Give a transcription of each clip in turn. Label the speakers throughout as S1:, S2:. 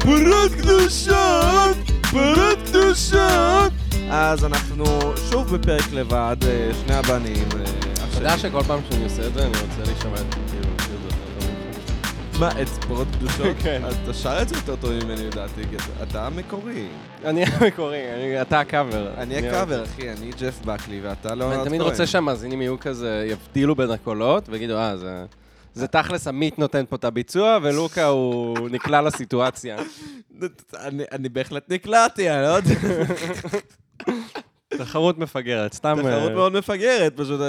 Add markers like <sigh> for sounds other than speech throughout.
S1: פרות קדושות, פרות קדושות. אז אנחנו שוב בפרק לבד, אה, שני הבנים. אה, אח
S2: אתה יודע
S1: שלי.
S2: שכל פעם שאני עושה את זה, אני רוצה להישמע את כאילו, כאילו זה יותר טוב.
S1: מה, את פרות קדושות?
S2: <laughs> כן.
S1: אז אתה שר את זה יותר טוב ממני לדעתי, כי אתה- אתה המקורי.
S2: אני <laughs> המקורי, אני- אתה הקאבר.
S1: אני הקאבר, אחי, אני ג'ף בקלי ואתה לא...
S2: אני תמיד רוצה שהמאזינים יהיו כזה, יבדילו בין הקולות, ויגידו, אה, זה... זה תכלס עמית נותן פה את הביצוע, ולוקה הוא נקלע לסיטואציה.
S1: אני, אני בהחלט נקלעתי, אני לא יודע.
S2: <laughs> תחרות מפגרת, סתם...
S1: תחרות
S2: אה,
S1: מאוד מפגרת, פשוט...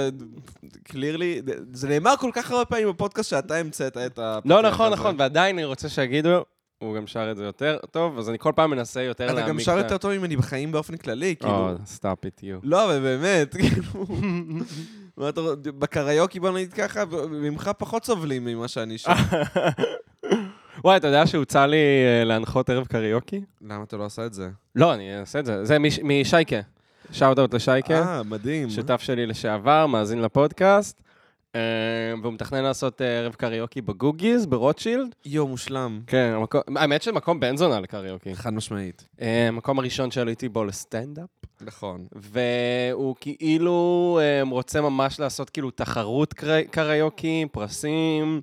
S1: קלירלי, זה נאמר כל כך הרבה פעמים בפודקאסט שאתה המצאת את ה...
S2: לא, נכון, נכון, ועדיין אני רוצה שיגידו, הוא גם שר את זה יותר טוב, אז אני כל פעם מנסה יותר להעמיק אה, Oh,
S1: אתה גם שר יותר טוב ממני בחיים באופן כללי, כאילו.
S2: או, סטאפ איט יו.
S1: לא, אבל באמת, <laughs> כאילו... מה אתה רוצה, בקריוקי בוא נגיד ככה, ב- ממך פחות סובלים ממה שאני
S2: <laughs>
S1: שם.
S2: וואי, אתה יודע שהוצע לי אה, להנחות ערב קריוקי?
S1: למה אתה לא עושה את זה?
S2: לא, אני אעשה את זה. זה מש- משייקה. שאוט אאוט לשייקה,
S1: אה, מדהים.
S2: שותף שלי לשעבר, מאזין לפודקאסט, אה, והוא מתכנן לעשות אה, ערב קריוקי בגוגיז, ברוטשילד.
S1: יואו, מושלם.
S2: כן, המקום- האמת שמקום בן זונה לקריוקי.
S1: <laughs> חד משמעית.
S2: אה, המקום הראשון שעליתי בו לסטנדאפ.
S1: נכון.
S2: והוא כאילו אה, רוצה ממש לעשות כאילו תחרות קרי- קריוקי, פרסים,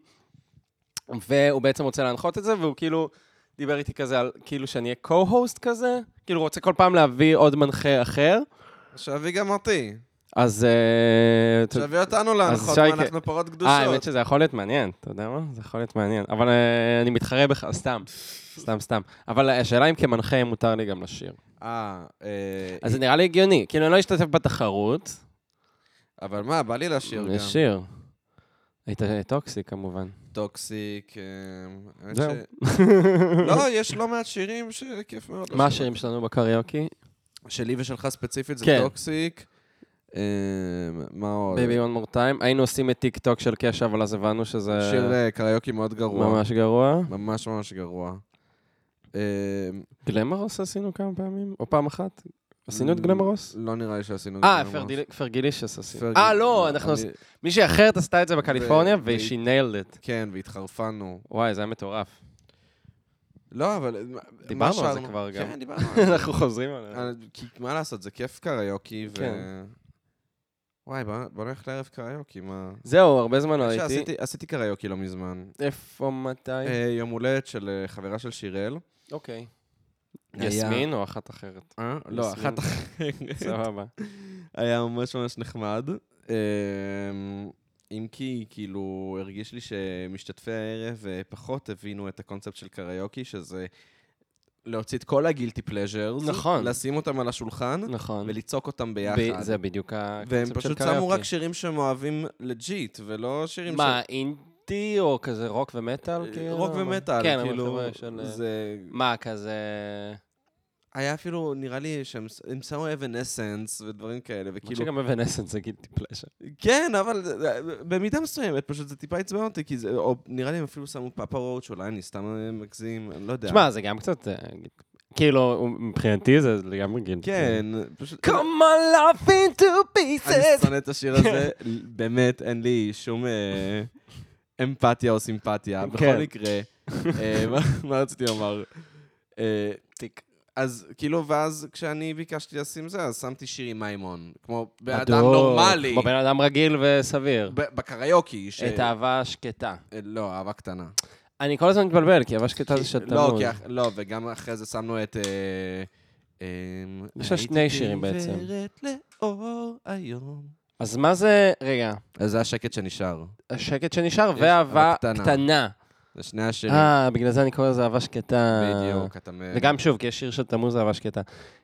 S2: והוא בעצם רוצה להנחות את זה, והוא כאילו דיבר איתי כזה על כאילו שאני אהיה co-host כזה, כאילו הוא רוצה כל פעם להביא עוד מנחה אחר,
S1: שיביא גם אותי.
S2: אז... אה, אתה-
S1: שיביא אותנו להנחות,
S2: שי-
S1: מה, אנחנו פרות
S2: אה,
S1: קדושות.
S2: האמת שזה יכול להיות מעניין, אתה יודע מה? זה יכול להיות מעניין, אבל אה, אני מתחרה בך, סתם, סתם, סתם. אבל השאלה אם כמנחה מותר לי גם לשיר.
S1: אה, אה,
S2: אז זה נראה לי הגיוני, כאילו אני לא אשתתף בתחרות,
S1: אבל מה, בא לי לשיר גם.
S2: יש שיר. היית אה, טוקסי כמובן.
S1: טוקסיק. אה, האמת
S2: זהו.
S1: ש- לא, יש לא מעט שירים שכיף מאוד. לשיר.
S2: מה השירים שלנו בקריוקי?
S1: שלי ושלך ספציפית זה
S2: כן.
S1: טוקסיק. אה, מה עוד?
S2: Baby One More Time. היינו עושים את טיק טוק של קשב, אבל אז הבנו שזה
S1: שיר אה, קריוקי מאוד גרוע.
S2: uh, ממש גרוע.
S1: ממש ממש גרוע. אה,
S2: גלמרוס עשינו כמה פעמים? או פעם אחת? עשינו את גלמרוס?
S1: לא נראה לי שעשינו את
S2: אה,
S1: גלמרוס.
S2: פרדיל- פרגילישס עשינו.
S1: פרגיל-
S2: אה, לא, אנחנו...
S1: אני-
S2: מישהי אחרת עשתה את זה בקליפורניה,
S1: ו-
S2: ושהיא nailed it.
S1: כן, והתחרפנו.
S2: וואי, זה היה
S1: <laughs>
S2: מטורף.
S1: לא, אבל... אה, מה- מה
S2: דיברנו על זה
S1: שרנו?
S2: כבר גם.
S1: כן, דיברנו על זה.
S2: אנחנו חוזרים עליה.
S1: אה, כי מה לעשות, זה כיף קריוקי, ו...
S2: כן.
S1: וואי, בוא בוא נלך לערב קריוקי, מה...
S2: זהו, הרבה זמן לא הייתי.
S1: שעשיתי- עשיתי קריוקי לא מזמן.
S2: איפה, מתי?
S1: אה, יום הולדת של אה, חברה של שיראל.
S2: אוקיי.
S1: היה-
S2: יסמין או אחת אחרת?
S1: אה? לא,
S2: יסמין.
S1: אחת אחרת. <laughs>
S2: סבבה.
S1: היה ממש ממש נחמד. אמ, אם כי, כאילו, הרגיש לי שמשתתפי הערב אה, פחות הבינו את הקונספט של קריוקי, שזה להוציא את כל הגילטי פלז'רס,
S2: נכון.
S1: לשים אותם על השולחן,
S2: נכון.
S1: ולצעוק אותם
S2: ב-
S1: ביחד.
S2: זה בדיוק
S1: והם
S2: הקונספט של
S1: פשוט
S2: קריוקי.
S1: שמו רק שירים שהם אוהבים לג'יט, ולא שירים
S2: מה, אינדי או כזה רוק ומטאל?
S1: של
S2: כאילו?
S1: רוק ומטאל,
S2: כן, אבל
S1: כאילו,
S2: חבר'ה של...
S1: זה...
S2: מה, כזה...
S1: היה אפילו, נראה לי שהם הם שמו אבן אסנס ודברים כאלה,
S2: כאילו...
S1: וכאילו...
S2: שגם אבנסנס זה גילטי פלאז'ר.
S1: כן, אבל זה- זה- במידה מסוימת, פשוט זה טיפה עצבן אותי, כי זה, או נראה לי הם אפילו שמו פאפה רואוץ', אולי אני סתם אה, מגזים, אני לא יודע.
S2: תשמע, זה גם קצת... אה, כאילו, הוא- מבחינתי זה לגמרי גילטי.
S1: כן, פשוט...
S2: Come on love into
S1: אני
S2: pieces!
S1: שונא את השיר
S2: כן.
S1: הזה, באמת, אין לי שום אה, אמפתיה או סימפתיה. בכל
S2: כן.
S1: מקרה, אה, <laughs> מה- מה רציתי לומר? אה,
S2: טיק.
S1: אז כאילו, ואז כשאני ביקשתי לשים זה, אז שמתי שיר עם מימון, כמו בן אדם
S2: הדוק,
S1: נורמלי,
S2: כמו בן אדם רגיל וסביר.
S1: ב- בקריוקי, ש...
S2: את אהבה שקטה.
S1: אה, לא, אהבה קטנה.
S2: אני כל הזמן מתבלבל, כי אהבה שקטה זה שתלמוד.
S1: לא, כי אח- לא, וגם אחרי זה שמנו את... אה, אמ,
S2: יש לה שני
S1: הייתי
S2: שירים בעצם.
S1: גברת לאור היום.
S2: אז מה זה... רגע,
S1: אז זה השקט שנשאר.
S2: השקט שנשאר,
S1: יש
S2: ואהבה
S1: אהבה קטנה.
S2: קטנה.
S1: זה שני השירים.
S2: אה, בגלל זה אני קורא לזה אהבה שקטה.
S1: בדיוק, כן. אתה... מ-
S2: אה, וגם שוב, כי יש שיר של תמוז אהבה שקטה.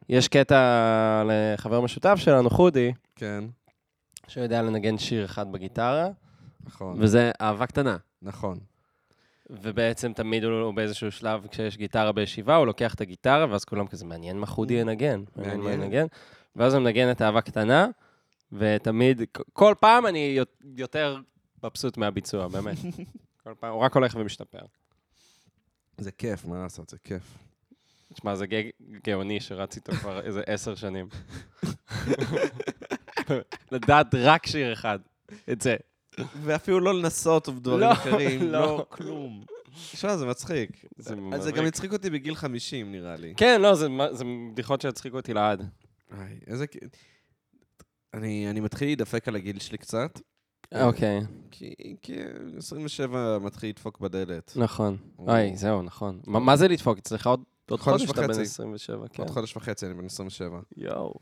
S2: יש קטע לחבר משותף שלנו, חודי,
S1: כן,
S2: שהוא יודע לנגן שיר אחד בגיטרה,
S1: נכון.
S2: וזה אהבה קטנה.
S1: נכון.
S2: ובעצם תמיד הוא הוא באיזשהו שלב, כשיש גיטרה בישיבה, הוא לוקח את הגיטרה, ואז כולם כזה, מעניין מה חודי ינגן. Mm. מעניין מה
S1: מעניין.
S2: ינגן. ואז הוא מנגן את אהבה קטנה, ותמיד, כ- כל פעם אני יו- יותר מבסוט מהביצוע, <laughs> באמת. כל פעם, הוא רק הולך ומשתפר.
S1: זה כיף, מה לעשות, זה כיף.
S2: תשמע, זה גג גאוני שרץ איתו כבר איזה עשר <laughs> שנים. לדעת רק שיר אחד, את זה.
S1: ואפילו לא לנסות דברים
S2: לא,
S1: אחרים,
S2: לא.
S1: לא כלום. שמע, זה מצחיק.
S2: זה
S1: אז זה
S2: מבריק.
S1: גם הצחיק אותי בגיל 50, נראה לי.
S2: כן, לא, זה מה- זה בדיחות שיצחיקו אותי לעד.
S1: איי, איזה... כ- אני, אני מתחיל להידפק על הגיל שלי קצת,
S2: אוקיי,
S1: כי, כי 27 מתחיל לדפוק בדלת.
S2: נכון.
S1: הוא-
S2: אוי, זהו, נכון. מה- מה זה לדפוק? אצלך עוד עוד
S1: חודש
S2: חודש אתה בן
S1: וחצי.
S2: 27, כן.
S1: עוד חודש וחצי, אני בן 27.
S2: יואו.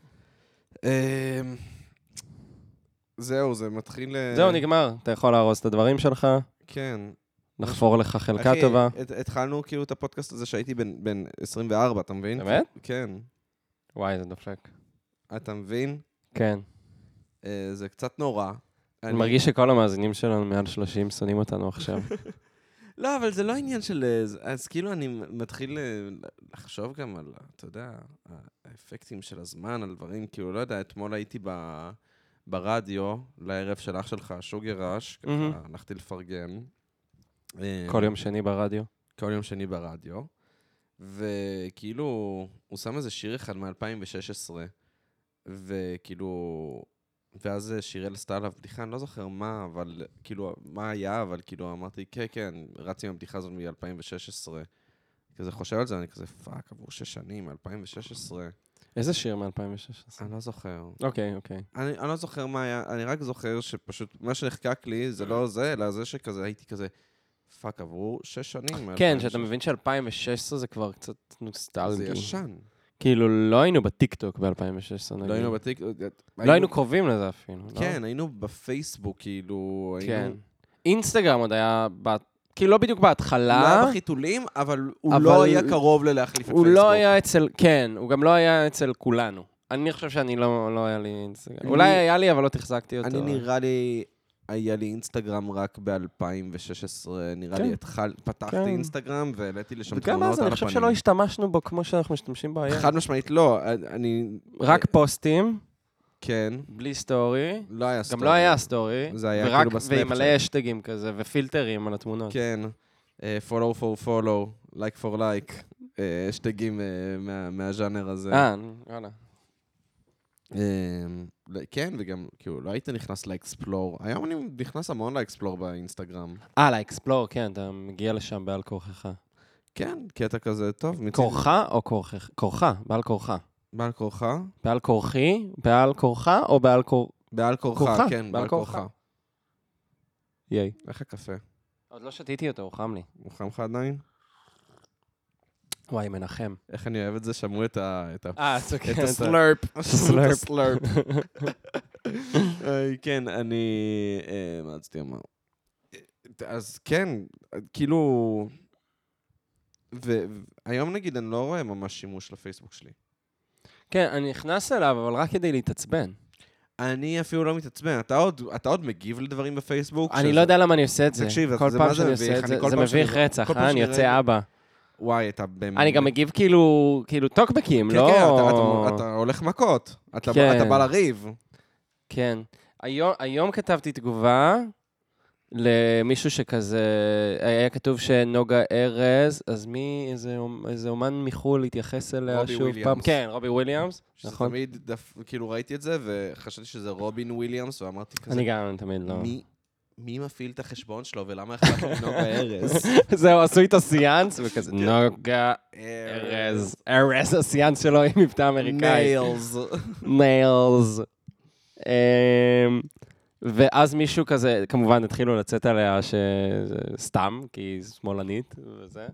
S1: אמ, זהו, זה מתחיל... אה,
S2: זהו, נגמר. אתה יכול לארוז את הדברים שלך,
S1: כן.
S2: לחפור לך חלקה
S1: אחי,
S2: טובה.
S1: הת- התחלנו כאילו את הפודקאסט הזה שהייתי בן- בן 24, אתה מבין?
S2: באמת?
S1: כן.
S2: וואי, זה דופק.
S1: אתה מבין?
S2: כן.
S1: אה, זה קצת נורא.
S2: אני מרגיש שכל המאזינים שלנו מעל 30 שונאים אותנו <laughs> עכשיו.
S1: לא, אבל זה לא עניין של... אה, זה- אז כאילו אני מתחיל אה, לחשוב גם על, אתה יודע, האפקטים של הזמן, על דברים, כאילו, לא יודע, אתמול הייתי ב... ברדיו, לערב של אח שלך, שוגר ראש,
S2: מהמם.
S1: ככה הלכתי לפרגן. אה,
S2: כל יום שני ברדיו.
S1: כל יום שני ברדיו, וכאילו, הוא שם איזה שיר אחד מ-2016, וכאילו, ואז שיראל עשתה עליו בדיחה, אני לא זוכר מה, אבל כאילו, מה היה, אבל כאילו, אמרתי, כן, כן, רצתי עם הבדיחה הזאת מ-2016. כזה חושב על זה, אני כזה, פאק, עבור שש שנים, 2016,
S2: איזה שיר מ-2016?
S1: אני לא זוכר.
S2: אוקיי, אוקיי.
S1: אני, אני לא זוכר מה היה, אני רק זוכר שפשוט, מה שנחקק לי זה לא זה, אלא זה שכזה, הייתי כזה, פאק, עברו שש שנים.
S2: כן,
S1: 2016."
S2: שאתה מבין ש-2016 זה כבר קצת נוסטלגי.
S1: זה ישן.
S2: כאילו, לא היינו בטיקטוק ב-2016, נגיד.
S1: לא היינו בטיק...
S2: לא היינו קרובים לזה אפילו. לא?
S1: כן, היינו בפייסבוק, כאילו,
S2: כן.
S1: היינו...
S2: אינסטגרם עוד היה, בה- כאילו, לא בדיוק בהתחלה.
S1: לא היה בחיתולים, אבל הוא
S2: אבל-
S1: לא היה קרוב ללהחליף את פייסבוק.
S2: הוא לא היה אצל, כן, הוא גם לא היה אצל כולנו. אני חושב שאני לא, לא היה לי אינסטגרם.
S1: אני-
S2: אולי היה לי, אבל לא תחזקתי אותו.
S1: אני נראה לי... היה לי אינסטגרם רק ב-2016, נראה
S2: כן.
S1: לי התחל... פתחתי
S2: כן.
S1: אינסטגרם והעליתי לשם תמונות על
S2: וגם
S1: הפנים.
S2: אז אני חושב שלא השתמשנו בו כמו שאנחנו משתמשים בו היום.
S1: חד משמעית לא, אני...
S2: רק פוסטים,
S1: כן,
S2: בלי סטורי.
S1: לא היה
S2: גם
S1: סטורי.
S2: לא היה סטורי.
S1: זה היה
S2: ורק-
S1: כאילו בסנאפצ'אט.
S2: ועם מלא השטגים כזה, ופילטרים על התמונות.
S1: כן, אה, follow for follow, like for like, אה, השטגים אה, מה- מהז'אנר הזה.
S2: אה, וואלה.
S1: אמ, לא- כן, וגם, כאילו, לא היית נכנס לאקספלור. היום אני נכנס המון לאקספלור באינסטגרם.
S2: אה, לאקספלור, כן, אתה מגיע לשם בעל כורכך.
S1: כן, קטע כזה, טוב, מצד...
S2: כורחה או כורכך? כורחה, בעל כורחה.
S1: בעל כורחה?
S2: בעל כורחי, בעל כורחה או בעל כור...
S1: בעל כורחה,
S2: כורחה,
S1: כן,
S2: בעל
S1: בעל כורחה.
S2: ייי.
S1: איך הקפה?
S2: עוד לא שתיתי אותו, הוא חם לי.
S1: הוא חם לך עדיין?
S2: וואי, מנחם.
S1: איך אני אוהב את זה, שמעו את ה... את ה...
S2: אה, זה כן.
S1: את
S2: אתה-
S1: הסלרפ. שמעו <laughs> את הסלרפ.
S2: הסלרפ. <laughs>
S1: אה, כן, אני... אה, מה רציתי לומר? אה, אז כן, אה, כאילו... והיום נגיד אני לא רואה ממש שימוש לפייסבוק שלי.
S2: כן, אני נכנס אליו, אבל רק כדי להתעצבן.
S1: אני אפילו לא מתעצבן. אתה עוד, אתה עוד מגיב לדברים בפייסבוק?
S2: אני
S1: שזה-
S2: לא יודע למה אני עושה את זה.
S1: תקשיב, אז
S2: כל
S1: זה מה
S2: פעם
S1: זה
S2: שאני עושה
S1: מביך?
S2: את
S1: אני
S2: זה,
S1: כל
S2: זה
S1: פעם
S2: מביך
S1: שאני-
S2: רצח,
S1: כל פעם
S2: אה? אני
S1: שאני
S2: יוצא
S1: רואה-
S2: אבא.
S1: וואי, אתה באמת...
S2: אני גם מגיב כאילו, כאילו טוקבקים,
S1: כן, כן, אתה,
S2: לא...
S1: אתה, אתה הולך מכות. אתה,
S2: כן.
S1: אתה בא לריב.
S2: כן. היום, היום כתבתי תגובה למישהו שכזה, היה כתוב שנוגה ארז, אז מי, איזה, אומ- איזה אומן מחו"ל התייחס אליה
S1: רובי
S2: שוב
S1: וויליאמס.
S2: פעם? כן, רובי וויליאמס,
S1: שזה
S2: נכון.
S1: תמיד, דף, כאילו ראיתי את זה, וחשבתי שזה רובין וויליאמס, ואמרתי כזה,
S2: אני גם תמיד לא.
S1: מי, מי מפעיל את החשבון שלו ולמה אכפת לנהוג
S2: <laughs>
S1: בארז?
S2: <laughs> זהו, עשו איתו סיאנס, וכזה,
S1: כן.
S2: נוגה ארז, ארז, הסיאנס שלו עם מבטא אמריקאי.
S1: ניילס.
S2: ניילס. אמ, ואז מישהו כזה, כמובן התחילו לצאת עליה שסתם, כי היא שמאלנית וזה.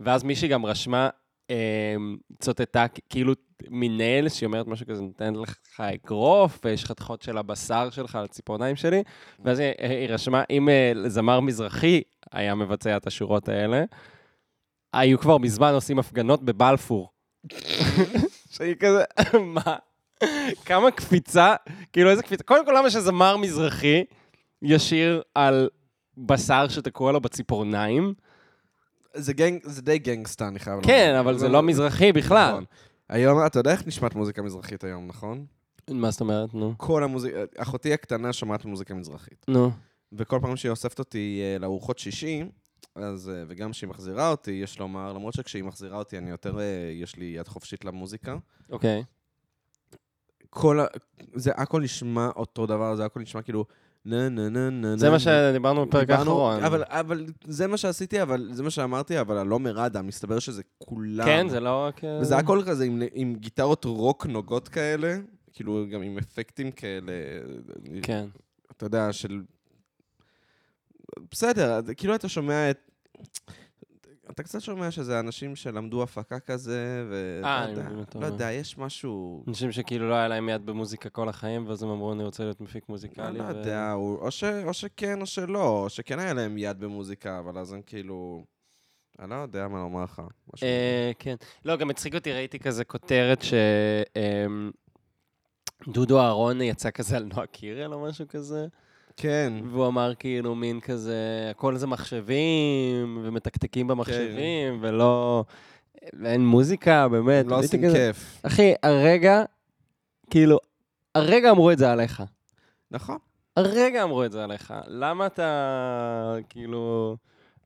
S2: ואז מישהי גם רשמה, אמ, צוטטה כ- כאילו מנייל, שהיא אומרת משהו כזה, נותנת לך אגרוף, ויש חתיכות של הבשר שלך על הציפורניים שלי. ואז היא, היא רשמה, אם אה, זמר מזרחי היה מבצע את השורות האלה, היו כבר מזמן עושים הפגנות בבלפור. שהיא כזה, מה? כמה קפיצה, כאילו איזה קפיצה. קודם כל, למה שזמר מזרחי ישיר על בשר שתקוע לו בציפורניים?
S1: זה גנג- זה די גנגסטה, אני חייב לומר.
S2: כן, אבל זה לא מזרחי בכלל.
S1: נכון. היום, אתה יודע איך נשמעת מוזיקה מזרחית היום, נכון?
S2: מה זאת אומרת? נו.
S1: כל המוזיקה, אחותי הקטנה שומעת מוזיקה מזרחית.
S2: נו.
S1: וכל פעם שהיא אוספת אותי אה, לארוחות שישי, אז, אה, וגם כשהיא מחזירה אותי, יש לומר, למרות שכשהיא מחזירה אותי, אני יותר, אה, יש לי יד חופשית למוזיקה.
S2: אוקיי.
S1: כל ה... זה הכל נשמע אותו דבר, זה הכל נשמע כאילו נה נה נה נה
S2: זה
S1: נה,
S2: מה
S1: נה.
S2: שדיברנו בפרק
S1: דיברנו-
S2: האחרון.
S1: אבל, אבל זה מה שעשיתי, אבל זה מה שאמרתי, אבל הלא מרדה, מסתבר שזה כולם.
S2: כן, זה לא רק... אה,
S1: וזה הכל כזה עם, עם גיטרות רוק נוגות כאלה, כאילו גם עם אפקטים כאלה, אה,
S2: כן.
S1: אתה יודע, של... בסדר, אז כאילו אתה שומע את... אתה קצת שומע שזה אנשים שלמדו הפקה כזה, ו...
S2: אה,
S1: לא
S2: אני
S1: יודע,
S2: מבין מה אתה
S1: לא
S2: אומר.
S1: יודע, יש משהו...
S2: אנשים שכאילו לא היה להם יד במוזיקה כל החיים, ואז הם אמרו, אני רוצה להיות מפיק
S1: אני
S2: מוזיקלי.
S1: לא
S2: ו-
S1: יודע, הוא- או ש- או שכן או שלא, או שכן היה להם יד במוזיקה, אבל אז הם כאילו... אני לא יודע מה לומר לך. משהו.
S2: אה, כן. לא, גם הצחיק אותי, ראיתי כזה כותרת ש... אמ, דודו אהרון יצא כזה על נועה קירל או משהו כזה,
S1: כן.
S2: והוא אמר כאילו מין כזה, הכל זה מחשבים, ומתקתקים במחשבים, ולא... אין מוזיקה, באמת.
S1: כן. לא
S2: הייתי
S1: עושים
S2: כזה,
S1: כיף.
S2: אחי, הרגע, כאילו, הרגע אמרו את זה עליך.
S1: נכון.
S2: הרגע אמרו את זה עליך. למה אתה, כאילו...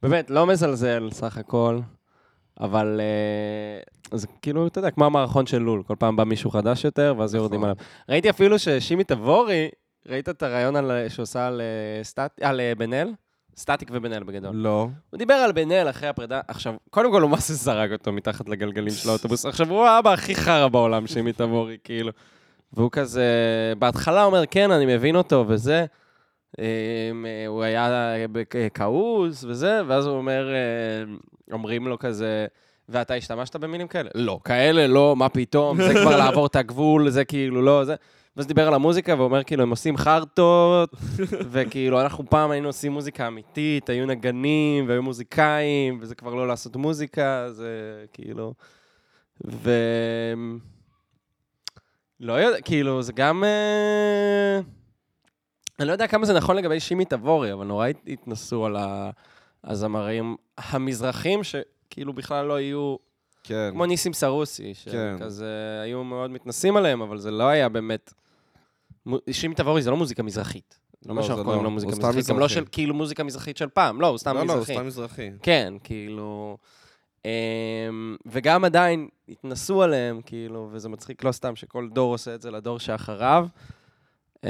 S2: באמת, לא מזלזל סך הכל, אבל אה, זה כאילו, אתה יודע, כמו המערכון של לול, כל פעם בא מישהו חדש יותר, ואז
S1: נכון.
S2: יורדים עליו. ראיתי אפילו ששימי תבורי, ראית את הרעיון על- שהוא עשה על, אה, סטט, על אה, בן אל? סטטיק ובן אל בגדול.
S1: לא.
S2: הוא דיבר על בן אל אחרי הפרידה. עכשיו, קודם כל הוא מה זה זרק אותו מתחת לגלגלים של האוטובוס. עכשיו, הוא האבא הכי חרא בעולם, שימי תבורי, כאילו. והוא כזה, בהתחלה אומר, כן, אני מבין אותו, וזה. אמ, אה, הוא היה בק- אה, כעוס וזה, ואז הוא אומר, אה, אומרים לו כזה, ואתה השתמשת במילים כאלה? לא, כאלה לא, מה פתאום, זה כבר לעבור את הגבול, זה כאילו לא, זה. ואז דיבר על המוזיקה, ואומר, כאילו, הם עושים חרטות, וכאילו, אנחנו פעם היינו עושים מוזיקה אמיתית, היו נגנים, והיו מוזיקאים, וזה כבר לא לעשות מוזיקה, זה כאילו... ו... לא יודע, כאילו, זה גם... אה, אני לא יודע כמה זה נכון לגבי שימי תבורי, אבל נורא הת- התנסו על ה- הזמרים המזרחים, שכאילו בכלל לא היו...
S1: כן.
S2: כמו ניסים סרוסי,
S1: כן.
S2: שכזה היו מאוד מתנסים עליהם, אבל זה לא היה באמת... מו- שימי תבורי זה לא מוזיקה מזרחית. לא מה
S1: זה
S2: שאנחנו קוראים
S1: לא.
S2: לו מוזיקה
S1: הוא סתם
S2: מזרחית, גם לא
S1: מזרחי.
S2: של כאילו מוזיקה מזרחית של פעם, לא, הוא סתם
S1: לא, לא, הוא
S2: מזרחי.
S1: סתם מזרחי.
S2: כן, כאילו... אמ, וגם עדיין התנסו עליהם, כאילו, וזה מצחיק לא סתם שכל דור עושה את זה לדור שאחריו. אמ,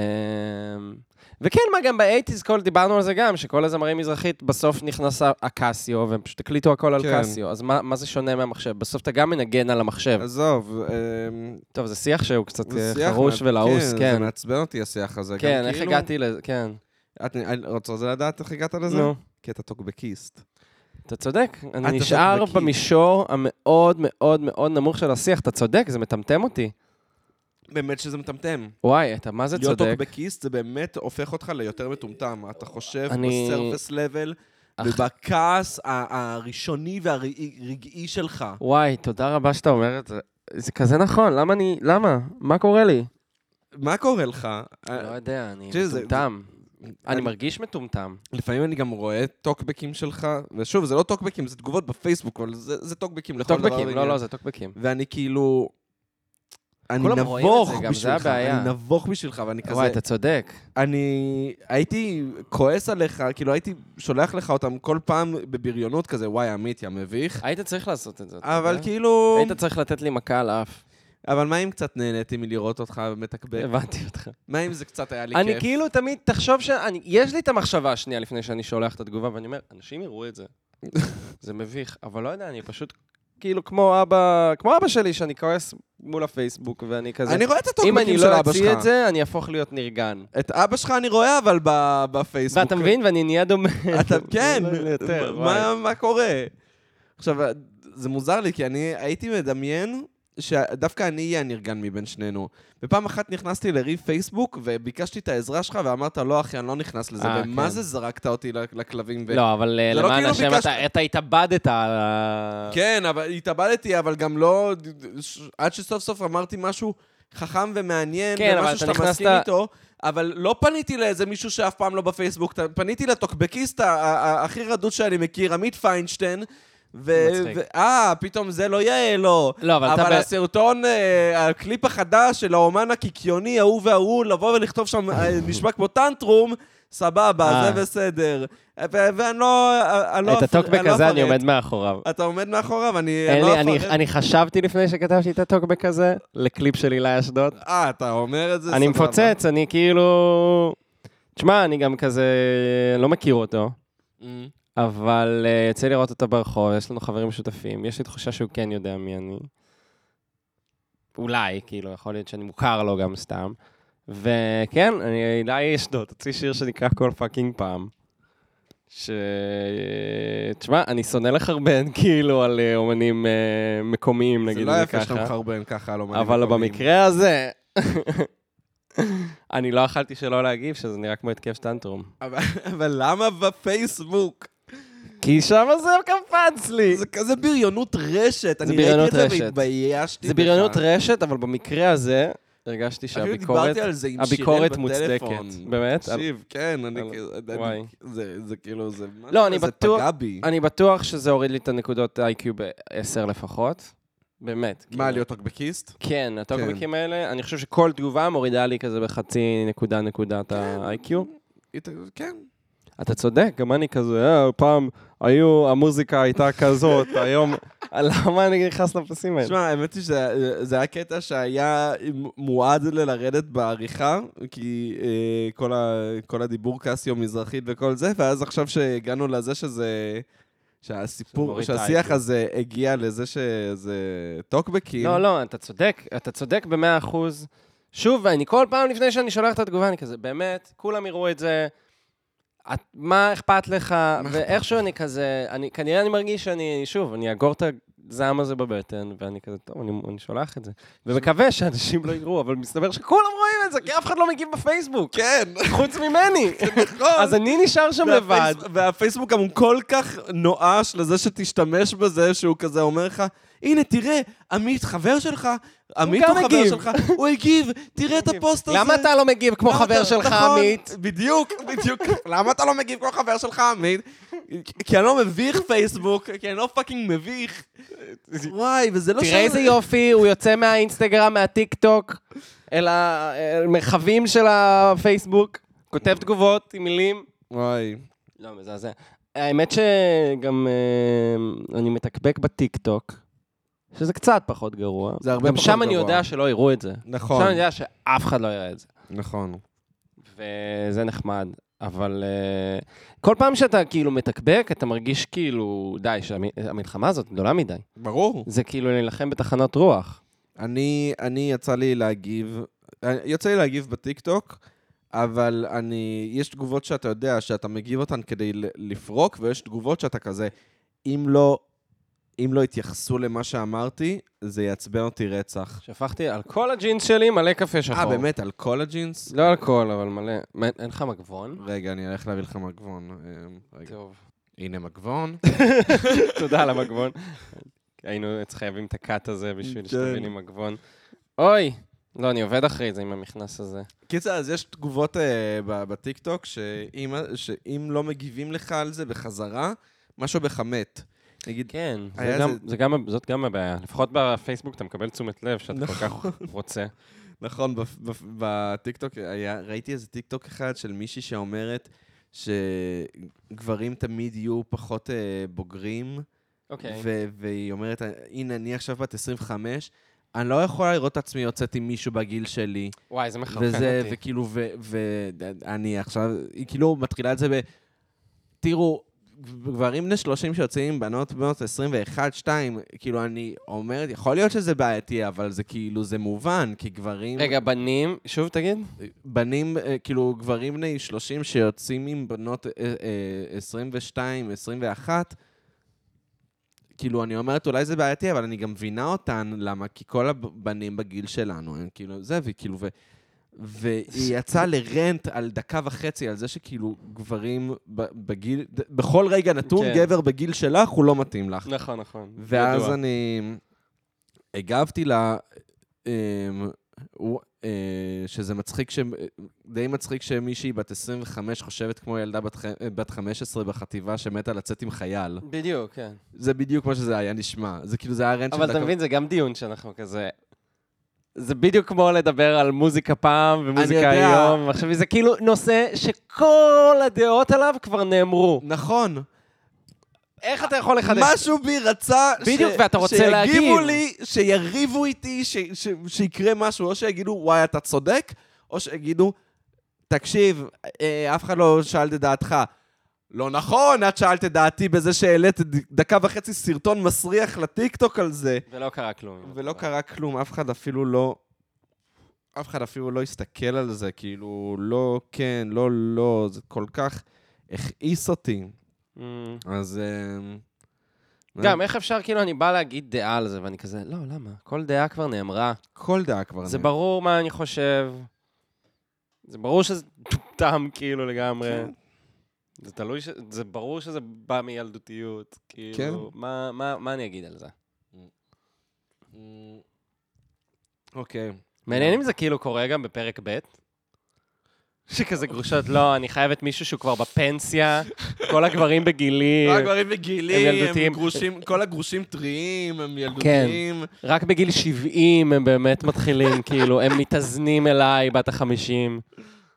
S2: וכן, מה גם באייטיז, כל דיברנו על זה גם, שכל הזמרים מזרחית, בסוף נכנס הקסיו, והם פשוט הקליטו הכל על
S1: כן.
S2: קסיו, אז מה, מה זה שונה מהמחשב? בסוף אתה גם מנגן על המחשב.
S1: עזוב, אמ,
S2: טוב, זה שיח שהוא קצת
S1: זה
S2: אה,
S1: שיח
S2: חרוש
S1: מה-
S2: ולעוס,
S1: כן. זה
S2: כן.
S1: מעצבן אותי השיח הזה. גם
S2: כן, איך
S1: כאילו-
S2: הגעתי לזה, כן.
S1: את אני רוצה רוצה לדעת איך הגעת לזה?
S2: נו.
S1: כי אתה טוקבקיסט.
S2: אתה צודק,
S1: אתה
S2: אני נשאר
S1: צודק.
S2: במישור המאוד מאוד מאוד נמוך של השיח, אתה צודק, זה מטמטם אותי.
S1: באמת שזה מטמטם.
S2: וואי, אתה מה זה
S1: להיות
S2: צודק.
S1: טוקבקיסט זה באמת הופך אותך ליותר מטומטם. אתה חושב
S2: אני-
S1: בסרפס לבל
S2: אך-
S1: ובכעס ה- הראשוני והרגעי שלך.
S2: וואי, תודה רבה שאתה אומר את זה. זה כזה נכון, למה אני... למה? מה קורה לי?
S1: מה קורה לך?
S2: לא יודע, אני
S1: תשמעי, אה, זה-
S2: מטומטם. אני
S1: אני-
S2: מרגיש מטומטם.
S1: לפעמים אני גם רואה טוקבקים שלך, ושוב, זה לא טוקבקים, זה תגובות בפייסבוק, אבל זה זה טוקבקים לכל דבר.
S2: טוקבקים, לא,
S1: ועניין.
S2: לא, זה טוקבקים.
S1: ואני כאילו... אני
S2: כולם רואים את
S1: נבוך
S2: זה גם, זה
S1: בשבילך,
S2: הבעיה.
S1: אני נבוך בשבילך, ואני
S2: וואי,
S1: כזה...
S2: אתה צודק.
S1: אני הייתי כועס עליך, כאילו הייתי שולח לך אותם כל פעם בבריונות כזה, וואי, עמית, יא מביך.
S2: היית צריך לעשות את זה. אתה
S1: אבל
S2: יודע?
S1: כאילו...
S2: אה? היית צריך לתת לי מכה על האף.
S1: אבל מה אם קצת נהניתי מלראות אותך מתקבק?
S2: הבנתי אותך.
S1: מה אם זה קצת היה לי כיף?
S2: אה, אני כאילו תמיד, תחשוב ש... אני- יש לי את המחשבה השנייה לפני שאני שולח את התגובה, ואני אומר, אנשים יראו את זה. <laughs> זה מביך, אבל לא יודע, אני פשוט כאילו כמו אבא, כמו אבא שלי, שאני כועס מול הפייסבוק, ואני כזה...
S1: אני רואה את
S2: כאילו- אם אני
S1: הטוקבקים של
S2: לא
S1: אבא
S2: אוציא את
S1: שלך.
S2: זה, אני אהפוך להיות נרגן.
S1: את אבא שלך אני רואה, אבל ב- בפייסבוק.
S2: ואתה מבין, ואני נהיה דומה.
S1: <laughs> אתה,
S2: <laughs>
S1: כן,
S2: לא יותר,
S1: מה-
S2: וואי.
S1: מה קורה? עכשיו, זה מוזר לי, כי אני הייתי מדמיין שדווקא אני אהיה הנרגן מבין שנינו. ופעם אחת נכנסתי לריב פייסבוק, וביקשתי את העזרה שלך, ואמרת, לא, אחי, אני לא נכנס לזה.
S2: אה,
S1: ומה
S2: כן.
S1: זה זרקת אותי לכלבים? ו-
S2: לא, אבל אה,
S1: זה לא
S2: למען
S1: כאילו
S2: השם,
S1: ביקשת-
S2: אתה- אתה התאבדת על ה...
S1: כן, אבל התאבדתי, אבל גם לא... עד שסוף סוף אמרתי משהו חכם ומעניין,
S2: כן, אבל
S1: ומשהו
S2: אתה
S1: שאתה
S2: נכנסת-
S1: מסכים איתו, אבל לא פניתי לאיזה מישהו שאף פעם לא בפייסבוק, ת- פניתי לטוקבקיסט ה- ה- ה- הכי רדוד שאני מכיר, עמית פיינשטיין. ו...
S2: מצחיק.
S1: ו- אה, פתאום זה לא יאה לו.
S2: לא, אבל אתה
S1: אבל
S2: ב-
S1: הסרטון, אה, הקליפ החדש של האומן הקיקיוני ההוא וההוא, לבוא ולכתוב שם, אה, נשמע כמו טנטרום, סבבה,
S2: אה.
S1: זה בסדר. ו- ואני לא... אני לא אפ-
S2: את הטוקבק
S1: אני לא
S2: הזה אני
S1: אפרט.
S2: עומד מאחוריו.
S1: אתה עומד מאחוריו, אני
S2: אין
S1: לא
S2: לי- אני-
S1: אפרט.
S2: אני חשבתי לפני שכתבתי את הטוקבק הזה, לקליפ של הילה אשדוד.
S1: אה, אתה אומר את זה?
S2: אני
S1: סבבה.
S2: מפוצץ, אני כאילו... תשמע, אני גם כזה לא מכיר אותו,
S1: אמ,
S2: אבל אה, יצא לי לראות אותו ברחוב, יש לנו חברים משותפים, יש לי תחושה שהוא כן יודע מי אני. אולי, כאילו, יכול להיות שאני מוכר לו גם סתם. וכן, אני די אשדוד, תוציא שיר שנקרא כל פאקינג פעם. ש... תשמע, אני שונא לחרבן, <laughs> כאילו, על אה, אומנים אה, מקומיים,
S1: זה
S2: נגיד
S1: לא
S2: את זה
S1: יפה שאתה
S2: ככה.
S1: מחרבן ככה לא על אומנים.
S2: אבל
S1: מקומיים.
S2: במקרה הזה, <laughs> אני לא יכלתי שלא להגיב, שזה נראה כמו התקף טנטרום.
S1: אבל <laughs> אבל למה בפייסבוק?
S2: כי שם זה קפץ לי.
S1: זה כזה בריונות רשת. אני ראיתי
S2: בריונות
S1: את זה
S2: רשת.
S1: והתביישתי
S2: זה
S1: בך.
S2: בריונות רשת, אבל במקרה הזה, הרגשתי
S1: אפילו
S2: שהביקורת...
S1: דיברתי על זה עם שיראל
S2: הביקורת מוצדקת.
S1: בטלפון.
S2: באמת?
S1: תקשיב, כן, אני
S2: אבל-
S1: כזה, אני-
S2: וואי.
S1: זה- זה כאילו, זה... מה
S2: לא,
S1: זה,
S2: אני
S1: זה
S2: בטוח-
S1: פגע בי.
S2: אני בטוח שזה הוריד לי את הנקודות IQ ב-10 לפחות. באמת.
S1: מה,
S2: כאילו.
S1: להיות טוקבקיסט?
S2: כן, הטוקבקים האלה, אני חושב שכל תגובה מורידה לי כזה בחצי נקודה נקודת
S1: כן.
S2: ה-IQ.
S1: הת- כן.
S2: אתה צודק, גם אני כזה, אה, פעם היו, המוזיקה הייתה <laughs> כזאת, היום... למה אני נכנס לפסים האלה?
S1: שמע, האמת היא שזה זה היה קטע שהיה מועד ללרדת בעריכה, כי אה, כל, ה, כל הדיבור קסיו מזרחית וכל זה, ואז עכשיו שהגענו לזה שזה... שהסיפור,
S2: שמוריד
S1: שהשיח
S2: את ה-IQ.
S1: הזה הגיע לזה שזה טוקבקים.
S2: לא, לא, אתה צודק, אתה צודק במאה אחוז. שוב, אני כל פעם לפני שאני שולח את התגובה, אני כזה, באמת, כולם יראו את זה, את, מה אכפת לך? ואיכשהו אני כזה, אני, כנראה אני מרגיש שאני, שוב, אני אגור את הזעם הזה בבטן, ואני כזה, טוב, אני, אני שולח את זה. ומקווה שאנשים לא יראו, אבל מסתבר שכולם רואים את זה, כי אף אחד לא מגיב בפייסבוק,
S1: כן,
S2: חוץ <laughs> ממני.
S1: נכון.
S2: אז אני נשאר שם לבד.
S1: והפייס- והפייסבוק גם הוא כל כך נואש לזה שתשתמש בזה, שהוא כזה אומר לך, הנה, תראה, עמית חבר שלך, עמית
S2: גם
S1: הוא חבר
S2: הגיב."
S1: שלך, הוא הגיב, תראה את הפוסט הזה.
S2: למה אתה לא מגיב כמו
S1: למה
S2: חבר
S1: אתה-
S2: שלך,
S1: נכון,
S2: עמית?
S1: בדיוק, בדיוק. למה אתה לא מגיב כמו חבר שלך, עמית? כי אני לא מביך פייסבוק, כי אני לא פאקינג מביך. וואי, וזה לא
S2: תראה איזה יופי, הוא יוצא מהאינסטגרם, מהטיק טוק, אל המרחבים של הפייסבוק, כותב תגובות עם מילים.
S1: וואי.
S2: לא, מזעזע. האמת שגם אה, אני מתקבק בטיק טוק, שזה קצת פחות גרוע.
S1: זה הרבה פחות
S2: גם שם אני
S1: גרוע.
S2: יודע שלא יראו את זה.
S1: נכון,
S2: שם אני יודע שאף אחד לא יראה את זה.
S1: נכון.
S2: וזה נחמד, אבל אה, כל פעם שאתה כאילו מתקבק, אתה מרגיש כאילו, די, שהמלחמה הזאת גדולה מדי.
S1: ברור.
S2: זה כאילו להילחם בתחנת רוח.
S1: אני, אני יצא לי להגיב, אה, יצא לי להגיב בטיקטוק, אבל אני, יש תגובות שאתה יודע שאתה מגיב אותן כדי ל- לפרוק, ויש תגובות שאתה כזה, אם לא, אם לא יתייחסו למה שאמרתי, זה יעצבן אותי רצח.
S2: שפכתי על כל הג'ינס שלי מלא קפה שחור.
S1: אה, באמת, על כל הג'ינס?
S2: לא על כל, אבל מלא. מה, אין לך מגבון?
S1: רגע, אני אלך להביא לך מגבון. אה, רגע.
S2: טוב. <laughs>
S1: הנה מגבון.
S2: תודה על המגבון. היינו חייבים את הקאט הזה בשביל
S1: כן.
S2: שתביא לי מגבון. אוי! לא, אני עובד אחרי זה עם המכנס הזה.
S1: <laughs> קיצר, אז יש תגובות אה, ב- בטיקטוק, שאם, שאם לא מגיבים לך על זה בחזרה, משהו בך מת. נגיד,
S2: כן, זה
S1: היה
S2: גם-
S1: זה-
S2: זה גם- זאת גם הבעיה. לפחות בפייסבוק אתה מקבל תשומת לב שאתה כל כך רוצה.
S1: נכון, בפ- בפ- בטיקטוק, היה- ראיתי איזה טיקטוק אחד של מישהי שאומרת שגברים תמיד יהיו פחות אה, בוגרים,
S2: אוקיי.
S1: ו- והיא אומרת, הנה, אני עכשיו בת 25, אני לא יכולה לראות את עצמי יוצאת עם מישהו בגיל שלי.
S2: וואי, זה מחרפן
S1: וזה,
S2: אותי.
S1: וכאילו, ואני עכשיו, היא כאילו מתחילה את זה ב... תראו, גברים בני 30 שיוצאים עם בנות בנות 21, 2, כאילו, אני אומרת, יכול להיות שזה בעייתי, אבל זה כאילו, זה מובן, כי גברים...
S2: רגע, בנים, שוב תגיד?
S1: בנים, אה, כאילו, גברים בני 30 שיוצאים עם בנות אה, אה, 22, 21, כאילו, אני אומרת, אולי זה בעייתי, אבל אני גם מבינה אותן, למה? כי כל הבנים בגיל שלנו, הם כאילו, זה, וכאילו, ו... והיא יצאה לרנט על דקה וחצי, על זה שכאילו גברים ב- בגיל, ד- בכל רגע נתון,
S2: כן.
S1: גבר בגיל שלך, הוא לא מתאים לך.
S2: נכון, נכון.
S1: ואז
S2: ידוע.
S1: אני הגבתי לה, אמ, הוא- אה, שזה מצחיק, ש- די מצחיק שמישהי בת 25 חושבת כמו ילדה בת ח- אה, בת 15 בחטיבה שמתה לצאת עם חייל.
S2: בדיוק, כן.
S1: זה בדיוק מה שזה היה נשמע. זה כאילו, זה היה רנט של
S2: אבל אתה
S1: דקה-
S2: מבין, זה גם דיון שאנחנו כזה... זה בדיוק כמו לדבר על מוזיקה פעם ומוזיקה
S1: אני יודע.
S2: היום. עכשיו, זה כאילו נושא שכל הדעות עליו כבר נאמרו.
S1: נכון.
S2: איך אתה יכול לחדש?
S1: משהו בי רצה... ש-
S2: בדיוק, ואתה רוצה
S1: שיגיבו
S2: להגיב.
S1: לי, שיריבו איתי, ש- ש- שיקרה משהו, או שיגידו, וואי, אתה צודק, או שיגידו, תקשיב, אה, אף אחד לא שאל את דעתך. לא נכון, את שאלת את דעתי בזה שהעלית דקה וחצי סרטון מסריח לטיקטוק על זה.
S2: ולא קרה כלום.
S1: ולא קרה כלום, אף אחד אפילו לא... אף אחד אפילו לא הסתכל על זה, כאילו, לא, כן, לא, לא, זה כל כך הכעיס אותי.
S2: Mm.
S1: אז... אמ,
S2: גם, איך אפשר, כאילו, אני בא להגיד דעה על זה, ואני כזה, לא, למה? כל דעה כבר נאמרה.
S1: כל דעה כבר...
S2: זה
S1: נ-
S2: ברור מה אני חושב. זה ברור שזה <laughs> טומטם, כאילו, לגמרי.
S1: כן.
S2: זה תלוי ש... זה ברור שזה בא מילדותיות. כאילו,
S1: כן.
S2: מה, מה, מה אני אגיד על זה?
S1: אמ, אוקיי.
S2: מעניין אם זה כאילו קורה גם בפרק ב', שכזה גרושות, לא, אני חייבת מישהו שהוא כבר בפנסיה, כל
S1: <laughs>
S2: הגברים בגילי,
S1: כל הגברים בגילים, הם
S2: הם ילדותיים.
S1: גרושים, כל הגרושים טריים,
S2: כן.
S1: הם ילדותיים.
S2: רק בגיל 70 הם באמת מתחילים, כאילו, הם מתאזנים אליי בת החמישים.